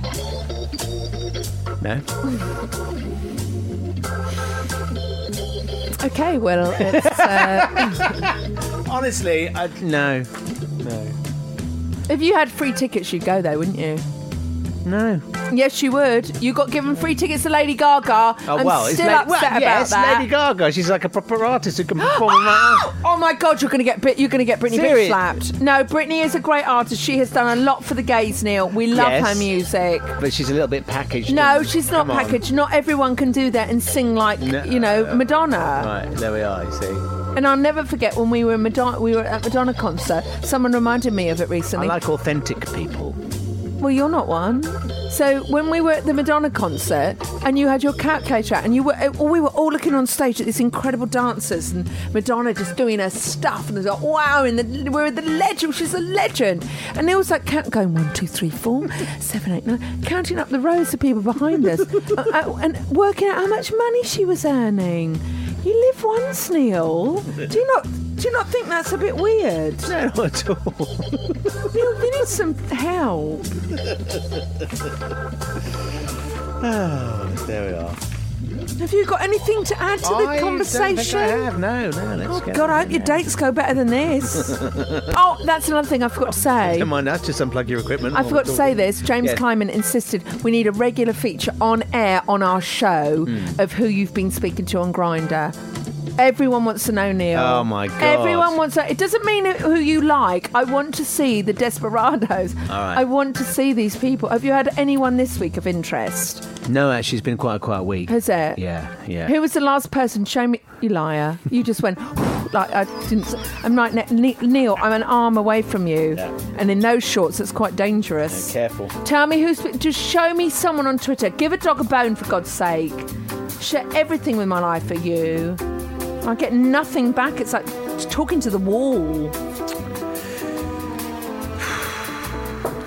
[SPEAKER 3] No.
[SPEAKER 2] Okay, well, [LAUGHS] it's, uh,
[SPEAKER 3] Honestly, I, no. No.
[SPEAKER 2] if you had free tickets, you'd go there, wouldn't you?
[SPEAKER 3] No.
[SPEAKER 2] Yes, you would. You got given free tickets to Lady Gaga.
[SPEAKER 3] Oh
[SPEAKER 2] I'm
[SPEAKER 3] well, it's
[SPEAKER 2] still
[SPEAKER 3] La-
[SPEAKER 2] upset
[SPEAKER 3] well,
[SPEAKER 2] about
[SPEAKER 3] yeah, it's
[SPEAKER 2] that.
[SPEAKER 3] Lady Gaga. She's like a proper artist who can perform. on that.
[SPEAKER 2] [GASPS] Oh! Oh my God! You're gonna get bit. You're gonna get Britney bitch
[SPEAKER 3] Serious-
[SPEAKER 2] slapped. No, Britney is a great artist. She has done a lot for the gays. Neil, we love
[SPEAKER 3] Yes.
[SPEAKER 2] her music.
[SPEAKER 3] But she's a little bit packaged.
[SPEAKER 2] No,
[SPEAKER 3] in.
[SPEAKER 2] she's not
[SPEAKER 3] Come on.
[SPEAKER 2] packaged. Not everyone can do that and sing like
[SPEAKER 3] No.
[SPEAKER 2] you know Madonna.
[SPEAKER 3] Right, there we are. You see,
[SPEAKER 2] And I'll never forget when we were in Madonna. We were at Madonna concert. Someone reminded me of it
[SPEAKER 3] I
[SPEAKER 2] recently.
[SPEAKER 3] like authentic people.
[SPEAKER 2] Well, you're not one. So when we were at the Madonna concert, and you had your calculator out, and you were, we were all looking on stage at these incredible dancers, and Madonna just doing her stuff, and it's like, wow, and the, we're the legend. She's a legend. And there was like count going one, two, three, four, [LAUGHS] seven, eight, nine, counting up the rows of people behind us, [LAUGHS] uh, uh, and working out how much money she was earning. You live once, Neil. Do you not? Do you not think that's a bit weird?
[SPEAKER 3] No, not at all.
[SPEAKER 2] Neil, you need some help.
[SPEAKER 3] Oh, there we are.
[SPEAKER 2] Have you got anything to add to the
[SPEAKER 3] I
[SPEAKER 2] conversation?
[SPEAKER 3] Don't think I have. No, no. Let's
[SPEAKER 2] Oh
[SPEAKER 3] get
[SPEAKER 2] God! I
[SPEAKER 3] on
[SPEAKER 2] hope your
[SPEAKER 3] now.
[SPEAKER 2] dates go better than
[SPEAKER 3] [LAUGHS]
[SPEAKER 2] this. oh, that's another thing I forgot to say.
[SPEAKER 3] Don't mind us. Just unplug your equipment.
[SPEAKER 2] I
[SPEAKER 3] while
[SPEAKER 2] forgot to
[SPEAKER 3] we're
[SPEAKER 2] say
[SPEAKER 3] talking.
[SPEAKER 2] this. James
[SPEAKER 3] Yeah.
[SPEAKER 2] Kleiman insisted we need a regular feature on air on our show
[SPEAKER 3] Mm.
[SPEAKER 2] of who you've been speaking to on Grinder. Everyone wants to know Neil.
[SPEAKER 3] Oh, my God.
[SPEAKER 2] Everyone wants to. It doesn't mean who you like. I want to see the desperados.
[SPEAKER 3] All right.
[SPEAKER 2] I want to see these people. Have you had anyone this week of interest?
[SPEAKER 3] No, actually, it's been quite a quiet week.
[SPEAKER 2] Has it?
[SPEAKER 3] Yeah, yeah.
[SPEAKER 2] Who was the last person? Show me, you liar! You just went [LAUGHS] like I didn't. I'm like ne- Neil. I'm an arm away from you, and in those shorts, it's quite dangerous.
[SPEAKER 3] Careful.
[SPEAKER 2] Tell me who's. Just show me someone on Twitter. Give a dog a bone for God's sake. Share everything with my life for you. I get nothing back. It's like talking to the wall.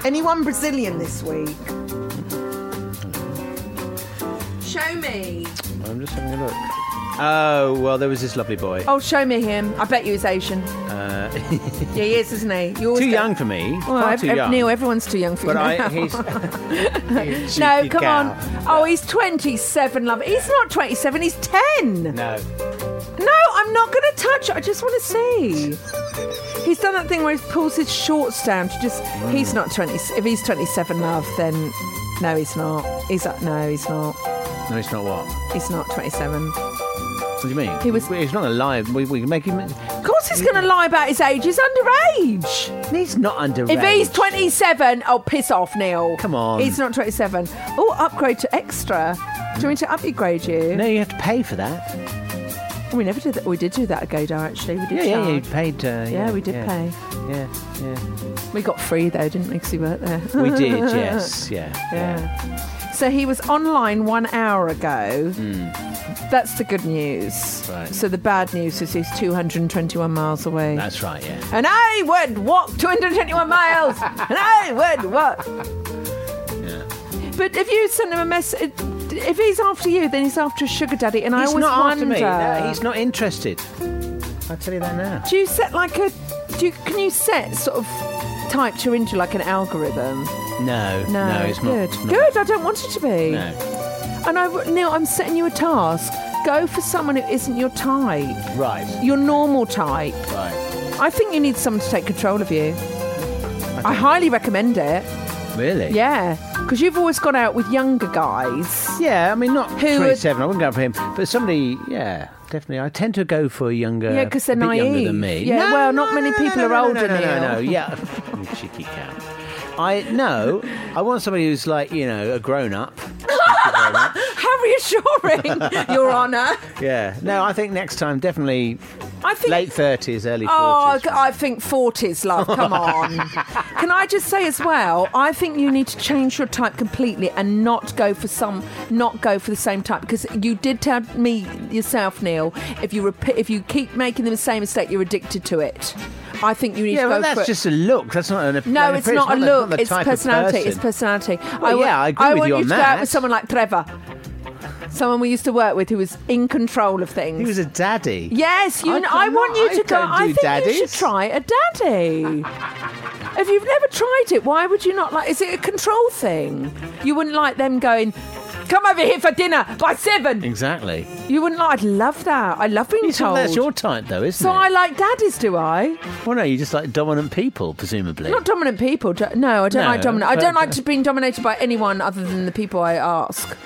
[SPEAKER 2] [SIGHS] Anyone Brazilian this week? Show me.
[SPEAKER 3] I'm just having a look. Oh well, there was this lovely boy.
[SPEAKER 2] Oh, show me him. I bet you he's Asian.
[SPEAKER 3] Uh,
[SPEAKER 2] Yeah, he is, isn't he? You always
[SPEAKER 3] [LAUGHS] too
[SPEAKER 2] go-
[SPEAKER 3] young for me.
[SPEAKER 2] Well,
[SPEAKER 3] Far
[SPEAKER 2] ev-
[SPEAKER 3] too
[SPEAKER 2] ev-
[SPEAKER 3] young.
[SPEAKER 2] Neil, everyone's too young for
[SPEAKER 3] But
[SPEAKER 2] you.
[SPEAKER 3] I-
[SPEAKER 2] now. [LAUGHS]
[SPEAKER 3] he's-
[SPEAKER 2] no,
[SPEAKER 3] cheeky
[SPEAKER 2] come
[SPEAKER 3] cow.
[SPEAKER 2] on. Oh, he's 27, love. He's not 27, he's 10.
[SPEAKER 3] No.
[SPEAKER 2] No, I'm not going to touch it. I just want to see. He's done
[SPEAKER 3] Mm.
[SPEAKER 2] that thing where he pulls his shorts down to just. He's not 20. If he's 27, love, then No, he's not. He's uh, no, he's not.
[SPEAKER 3] No, it's not what.
[SPEAKER 2] He's not 27.
[SPEAKER 3] What do you mean?
[SPEAKER 2] He was-
[SPEAKER 3] He's not a liar. We, we can make him.
[SPEAKER 2] Of course, he's going to lie about his age. He's underage.
[SPEAKER 3] He's not underage.
[SPEAKER 2] If he's 27, oh, piss off, Neil.
[SPEAKER 3] Come on.
[SPEAKER 2] He's not 27. Oh, upgrade to extra. Do you want me to upgrade you?
[SPEAKER 3] No, you have to pay for that.
[SPEAKER 2] We never did that. We did do that at Godar, actually. We did
[SPEAKER 3] Yeah, yeah, you
[SPEAKER 2] charge.
[SPEAKER 3] paid. Uh, yeah,
[SPEAKER 2] we did
[SPEAKER 3] yeah.
[SPEAKER 2] pay.
[SPEAKER 3] Yeah, yeah.
[SPEAKER 2] We got free, though, didn't we? Because we worked there. [LAUGHS]
[SPEAKER 3] We did, yes, yeah,
[SPEAKER 2] yeah. So he was online one hour ago. That's the good news.
[SPEAKER 3] Hmm. Right.
[SPEAKER 2] So the bad news is he's 221 miles away.
[SPEAKER 3] That's right, yeah.
[SPEAKER 2] And I would walk 221 miles. and I would walk. But if you send him a message, if he's after you, then he's after a sugar daddy. And I
[SPEAKER 3] he's
[SPEAKER 2] always
[SPEAKER 3] not
[SPEAKER 2] wonder.
[SPEAKER 3] after me. No, he's not interested. I'll tell you that now.
[SPEAKER 2] Do you set like a? Do you, can you set sort of type to into like an algorithm?
[SPEAKER 3] No, no, it's
[SPEAKER 2] good,
[SPEAKER 3] not. not-
[SPEAKER 2] good. I don't want it to be.
[SPEAKER 3] No.
[SPEAKER 2] And I, Neil, I'm setting you a task. Go for someone who isn't your type,
[SPEAKER 3] Right.
[SPEAKER 2] your normal type.
[SPEAKER 3] Right.
[SPEAKER 2] I think you need someone to take control of you. I highly recommend it.
[SPEAKER 3] Really?
[SPEAKER 2] Yeah, because you've always gone out with younger
[SPEAKER 3] [LAUGHS]
[SPEAKER 2] guys.
[SPEAKER 3] Yeah, I mean not
[SPEAKER 2] who. are-
[SPEAKER 3] 27. I wouldn't go for him, but somebody, yeah, definitely. I tend to go for a younger.
[SPEAKER 2] Yeah, 'cause they're
[SPEAKER 3] a bit younger than me.
[SPEAKER 2] naive. Yeah,
[SPEAKER 3] No,
[SPEAKER 2] well,
[SPEAKER 3] no,
[SPEAKER 2] not
[SPEAKER 3] no,
[SPEAKER 2] many
[SPEAKER 3] no,
[SPEAKER 2] people
[SPEAKER 3] no,
[SPEAKER 2] are
[SPEAKER 3] no,
[SPEAKER 2] older,
[SPEAKER 3] No, no,
[SPEAKER 2] Neil.
[SPEAKER 3] no, no. yeah, [LAUGHS] Mm, cheeky cat. I no. I want somebody who's like you know a grown up.
[SPEAKER 2] How [LAUGHS] reassuring, Your Honour.
[SPEAKER 3] Yeah. No, I think next time definitely
[SPEAKER 2] I think
[SPEAKER 3] late 30s, early 40s.
[SPEAKER 2] Oh, g- I think 40s, love. Come on. Can I just say as well? I think you need to change your type completely and not go for some, not go for the same type because you did tell me yourself, Neil. If you repeat, if you keep making the same mistake, you're addicted to it. I think you need
[SPEAKER 3] yeah,
[SPEAKER 2] to go
[SPEAKER 3] well,
[SPEAKER 2] for
[SPEAKER 3] that's
[SPEAKER 2] it.
[SPEAKER 3] just a look. That's not an an
[SPEAKER 2] No, it's
[SPEAKER 3] appearance,
[SPEAKER 2] not a
[SPEAKER 3] the-
[SPEAKER 2] look.
[SPEAKER 3] not the
[SPEAKER 2] It's
[SPEAKER 3] type of
[SPEAKER 2] personality.
[SPEAKER 3] person.
[SPEAKER 2] It's personality.
[SPEAKER 3] Well,
[SPEAKER 2] wa-
[SPEAKER 3] yeah, I agree with
[SPEAKER 2] want
[SPEAKER 3] you on
[SPEAKER 2] to go out
[SPEAKER 3] that.
[SPEAKER 2] with someone like Trevor, someone we used to work with who was in control of things.
[SPEAKER 3] He was a daddy.
[SPEAKER 2] Yes, you.
[SPEAKER 3] I
[SPEAKER 2] I, I want you
[SPEAKER 3] cannot-
[SPEAKER 2] to
[SPEAKER 3] I
[SPEAKER 2] go.
[SPEAKER 3] don't
[SPEAKER 2] I
[SPEAKER 3] do
[SPEAKER 2] think you should
[SPEAKER 3] daddies.
[SPEAKER 2] try a daddy. if you've never tried it, why would you not like? Is it a control thing? You wouldn't like them going. Come over here for dinner by seven.
[SPEAKER 3] Exactly.
[SPEAKER 2] You wouldn't like. I love that. I love being
[SPEAKER 3] So
[SPEAKER 2] told.
[SPEAKER 3] that's your type, though, isn't
[SPEAKER 2] so
[SPEAKER 3] it?
[SPEAKER 2] I like daddies, do I?
[SPEAKER 3] Well, no, you just like dominant people, presumably.
[SPEAKER 2] Not dominant people. do- No, I don't
[SPEAKER 3] No,
[SPEAKER 2] like dominant. I don't
[SPEAKER 3] but-
[SPEAKER 2] like to being dominated by anyone other than the people I ask.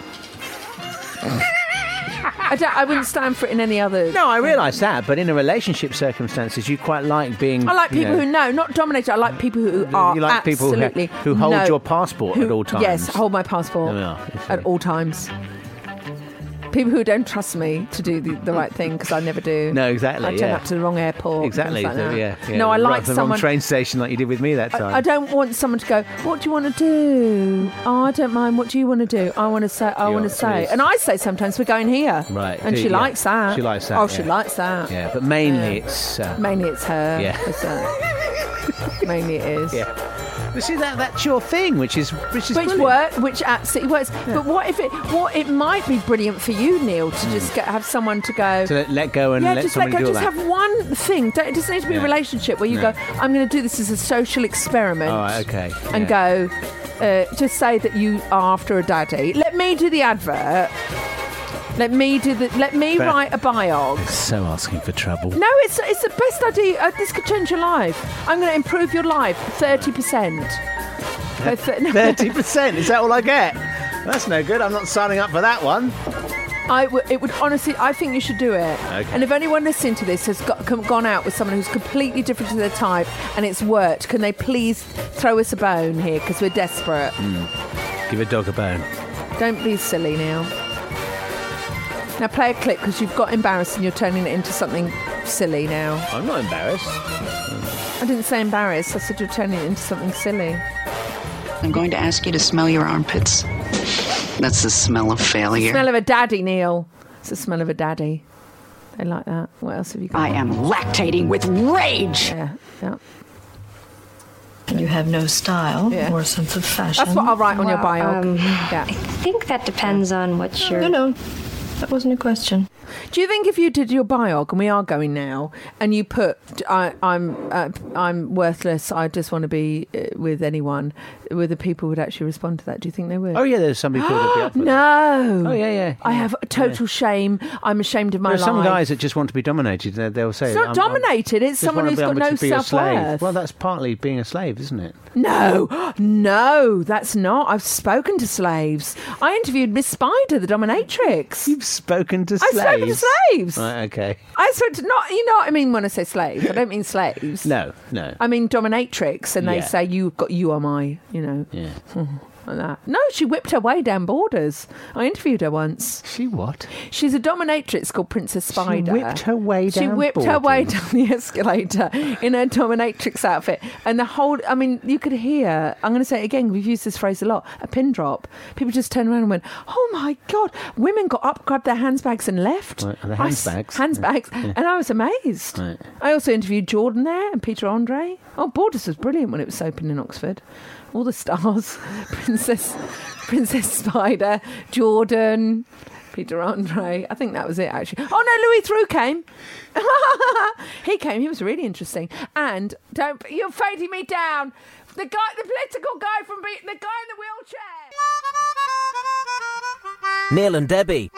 [SPEAKER 2] I, don't, I wouldn't stand for it in any other.
[SPEAKER 3] no, I realise that, but in a relationship circumstances, you quite like being.
[SPEAKER 2] I like
[SPEAKER 3] you
[SPEAKER 2] people
[SPEAKER 3] know,
[SPEAKER 2] who know, not dominated. I like people who are
[SPEAKER 3] You like people who-
[SPEAKER 2] absolutely
[SPEAKER 3] who hold
[SPEAKER 2] know-
[SPEAKER 3] your passport
[SPEAKER 2] who-
[SPEAKER 3] at all times.
[SPEAKER 2] Yes, hold my passport
[SPEAKER 3] There we are, if
[SPEAKER 2] at all times. People who don't trust me to do the, the right thing because I never do.
[SPEAKER 3] No, exactly,
[SPEAKER 2] I turn
[SPEAKER 3] yeah.
[SPEAKER 2] up to the wrong airport.
[SPEAKER 3] Exactly.
[SPEAKER 2] things
[SPEAKER 3] so,
[SPEAKER 2] like that.
[SPEAKER 3] yeah, yeah.
[SPEAKER 2] No, I
[SPEAKER 3] Right
[SPEAKER 2] like
[SPEAKER 3] at the
[SPEAKER 2] someone.
[SPEAKER 3] wrong train station, like you did with me that time.
[SPEAKER 2] I, I don't want someone to go. What do you want to do? Oh, I don't mind. What do you want to do? I want to say. I
[SPEAKER 3] You
[SPEAKER 2] want to
[SPEAKER 3] want to
[SPEAKER 2] say.
[SPEAKER 3] do-
[SPEAKER 2] And I say sometimes we're going here.
[SPEAKER 3] Right.
[SPEAKER 2] And
[SPEAKER 3] do-
[SPEAKER 2] she
[SPEAKER 3] yeah.
[SPEAKER 2] likes that.
[SPEAKER 3] She likes that.
[SPEAKER 2] Oh,
[SPEAKER 3] yeah.
[SPEAKER 2] she likes that.
[SPEAKER 3] Yeah, but mainly
[SPEAKER 2] Yeah.
[SPEAKER 3] it's. Uh,
[SPEAKER 2] Mainly it's her.
[SPEAKER 3] Yeah.
[SPEAKER 2] It's
[SPEAKER 3] [LAUGHS]
[SPEAKER 2] her. Mainly it is.
[SPEAKER 3] Yeah. But see, that that's your thing, which is which is
[SPEAKER 2] Which
[SPEAKER 3] brilliant.
[SPEAKER 2] work, which absolutely works. But what if it? What it might be brilliant for you, Neil, to just get, have someone to go.
[SPEAKER 3] Hmm. To let, let go and
[SPEAKER 2] yeah,
[SPEAKER 3] let
[SPEAKER 2] just let
[SPEAKER 3] somebody
[SPEAKER 2] go.
[SPEAKER 3] do all
[SPEAKER 2] Just
[SPEAKER 3] that.
[SPEAKER 2] have one thing. Don't, it doesn't need to be a
[SPEAKER 3] Yeah.
[SPEAKER 2] relationship where you
[SPEAKER 3] No.
[SPEAKER 2] go. I'm going to do this as a social experiment.
[SPEAKER 3] All right, okay.
[SPEAKER 2] and
[SPEAKER 3] yeah.
[SPEAKER 2] go, uh, just say that you are after a daddy. Let me do the advert. Let me do the. Let me
[SPEAKER 3] Fair.
[SPEAKER 2] write a biog.
[SPEAKER 3] So asking for trouble.
[SPEAKER 2] No, it's it's the best idea. Uh, this could change your life. I'm going to improve your life thirty percent. Uh, [LAUGHS]
[SPEAKER 3] Thirty percent. Is that all I get? That's no good. I'm not signing up for that one.
[SPEAKER 2] I w- it would honestly, I think you should do it.
[SPEAKER 3] Okay.
[SPEAKER 2] And if anyone listening to this has got, come, gone out with someone who's completely different to their type and it's worked, can they please throw us a bone here because we're desperate?
[SPEAKER 3] Give a dog a bone.
[SPEAKER 2] Don't be silly now. Now play a clip because you've got embarrassed and you're turning it into something silly now.
[SPEAKER 3] I'm not embarrassed.
[SPEAKER 2] I didn't say embarrassed, I said you're turning it into something silly.
[SPEAKER 10] I'm going to ask you to smell your armpits. That's the smell of failure.
[SPEAKER 2] Smell of a daddy, Neil. It's the smell of a daddy. They like that. What else have you got?
[SPEAKER 4] I am lactating with rage.
[SPEAKER 2] Yeah, yeah.
[SPEAKER 4] You have no style
[SPEAKER 2] Yeah.
[SPEAKER 4] or sense of fashion.
[SPEAKER 2] That's what I'll write on your
[SPEAKER 16] Well,
[SPEAKER 2] bio.
[SPEAKER 16] um,
[SPEAKER 2] yeah.
[SPEAKER 16] I think that depends on what your
[SPEAKER 4] No, no. That wasn't a question.
[SPEAKER 2] Do you think if you did your biog, and we are going now, and you put I, I'm uh, I'm worthless, I just want to be uh, with anyone, whether people would actually respond to that? Do you think they would?
[SPEAKER 3] Oh yeah, there's some people [GASPS] that be up for that.
[SPEAKER 2] no.
[SPEAKER 3] Oh, yeah, yeah,
[SPEAKER 2] I have total shame. I'm ashamed of my
[SPEAKER 3] There are
[SPEAKER 2] life.
[SPEAKER 3] some guys that just want to be dominated. They- They'll say,
[SPEAKER 2] It's not
[SPEAKER 3] "I'm- I'm-
[SPEAKER 2] dominated, it's
[SPEAKER 3] just
[SPEAKER 2] someone
[SPEAKER 3] wanna
[SPEAKER 2] who's
[SPEAKER 3] be
[SPEAKER 2] got
[SPEAKER 3] able to
[SPEAKER 2] no
[SPEAKER 3] be a slave."
[SPEAKER 2] self-worth.
[SPEAKER 3] Well, that's partly being a slave, isn't it?
[SPEAKER 2] No, no, that's not. I've spoken to slaves. I interviewed Miss Spider, the dominatrix.
[SPEAKER 3] You've spoken to
[SPEAKER 2] I've spoken to
[SPEAKER 3] slaves?
[SPEAKER 2] slaves.
[SPEAKER 3] Right, okay.
[SPEAKER 2] I said not. You know what I mean when I say slaves. I don't mean slaves.
[SPEAKER 3] No, no.
[SPEAKER 2] I mean dominatrix, and they
[SPEAKER 3] Yeah.
[SPEAKER 2] say you got you are my. You know.
[SPEAKER 3] Yeah.
[SPEAKER 2] Like that. No, she whipped her way down borders. I interviewed her once.
[SPEAKER 3] She what?
[SPEAKER 2] She's a dominatrix called Princess Spider.
[SPEAKER 3] whipped her way
[SPEAKER 2] She
[SPEAKER 3] down
[SPEAKER 2] whipped her way down the escalator in her dominatrix outfit, and the whole. I mean, you could hear. I'm going to say it again. We've used this phrase a lot. A pin drop. People just turned around and went, "Oh my god!" Women got up, grabbed their handbags, and left.
[SPEAKER 3] Right, and the
[SPEAKER 2] I s-
[SPEAKER 3] handbags.
[SPEAKER 2] handbags,
[SPEAKER 3] Yeah.
[SPEAKER 2] and I was amazed.
[SPEAKER 3] Right.
[SPEAKER 2] I also interviewed Jordan there and Peter Andre. Oh, Borders was brilliant when it was open in Oxford. All the stars, [LAUGHS] Princess, Princess Spider, Jordan, Peter Andre. I think that was it actually. Oh no, Louis Through came. [LAUGHS] he came. He was really interesting. And don't you're fading me down. The guy, the political guy from be- the guy in the wheelchair.
[SPEAKER 7] Neil and Debbie.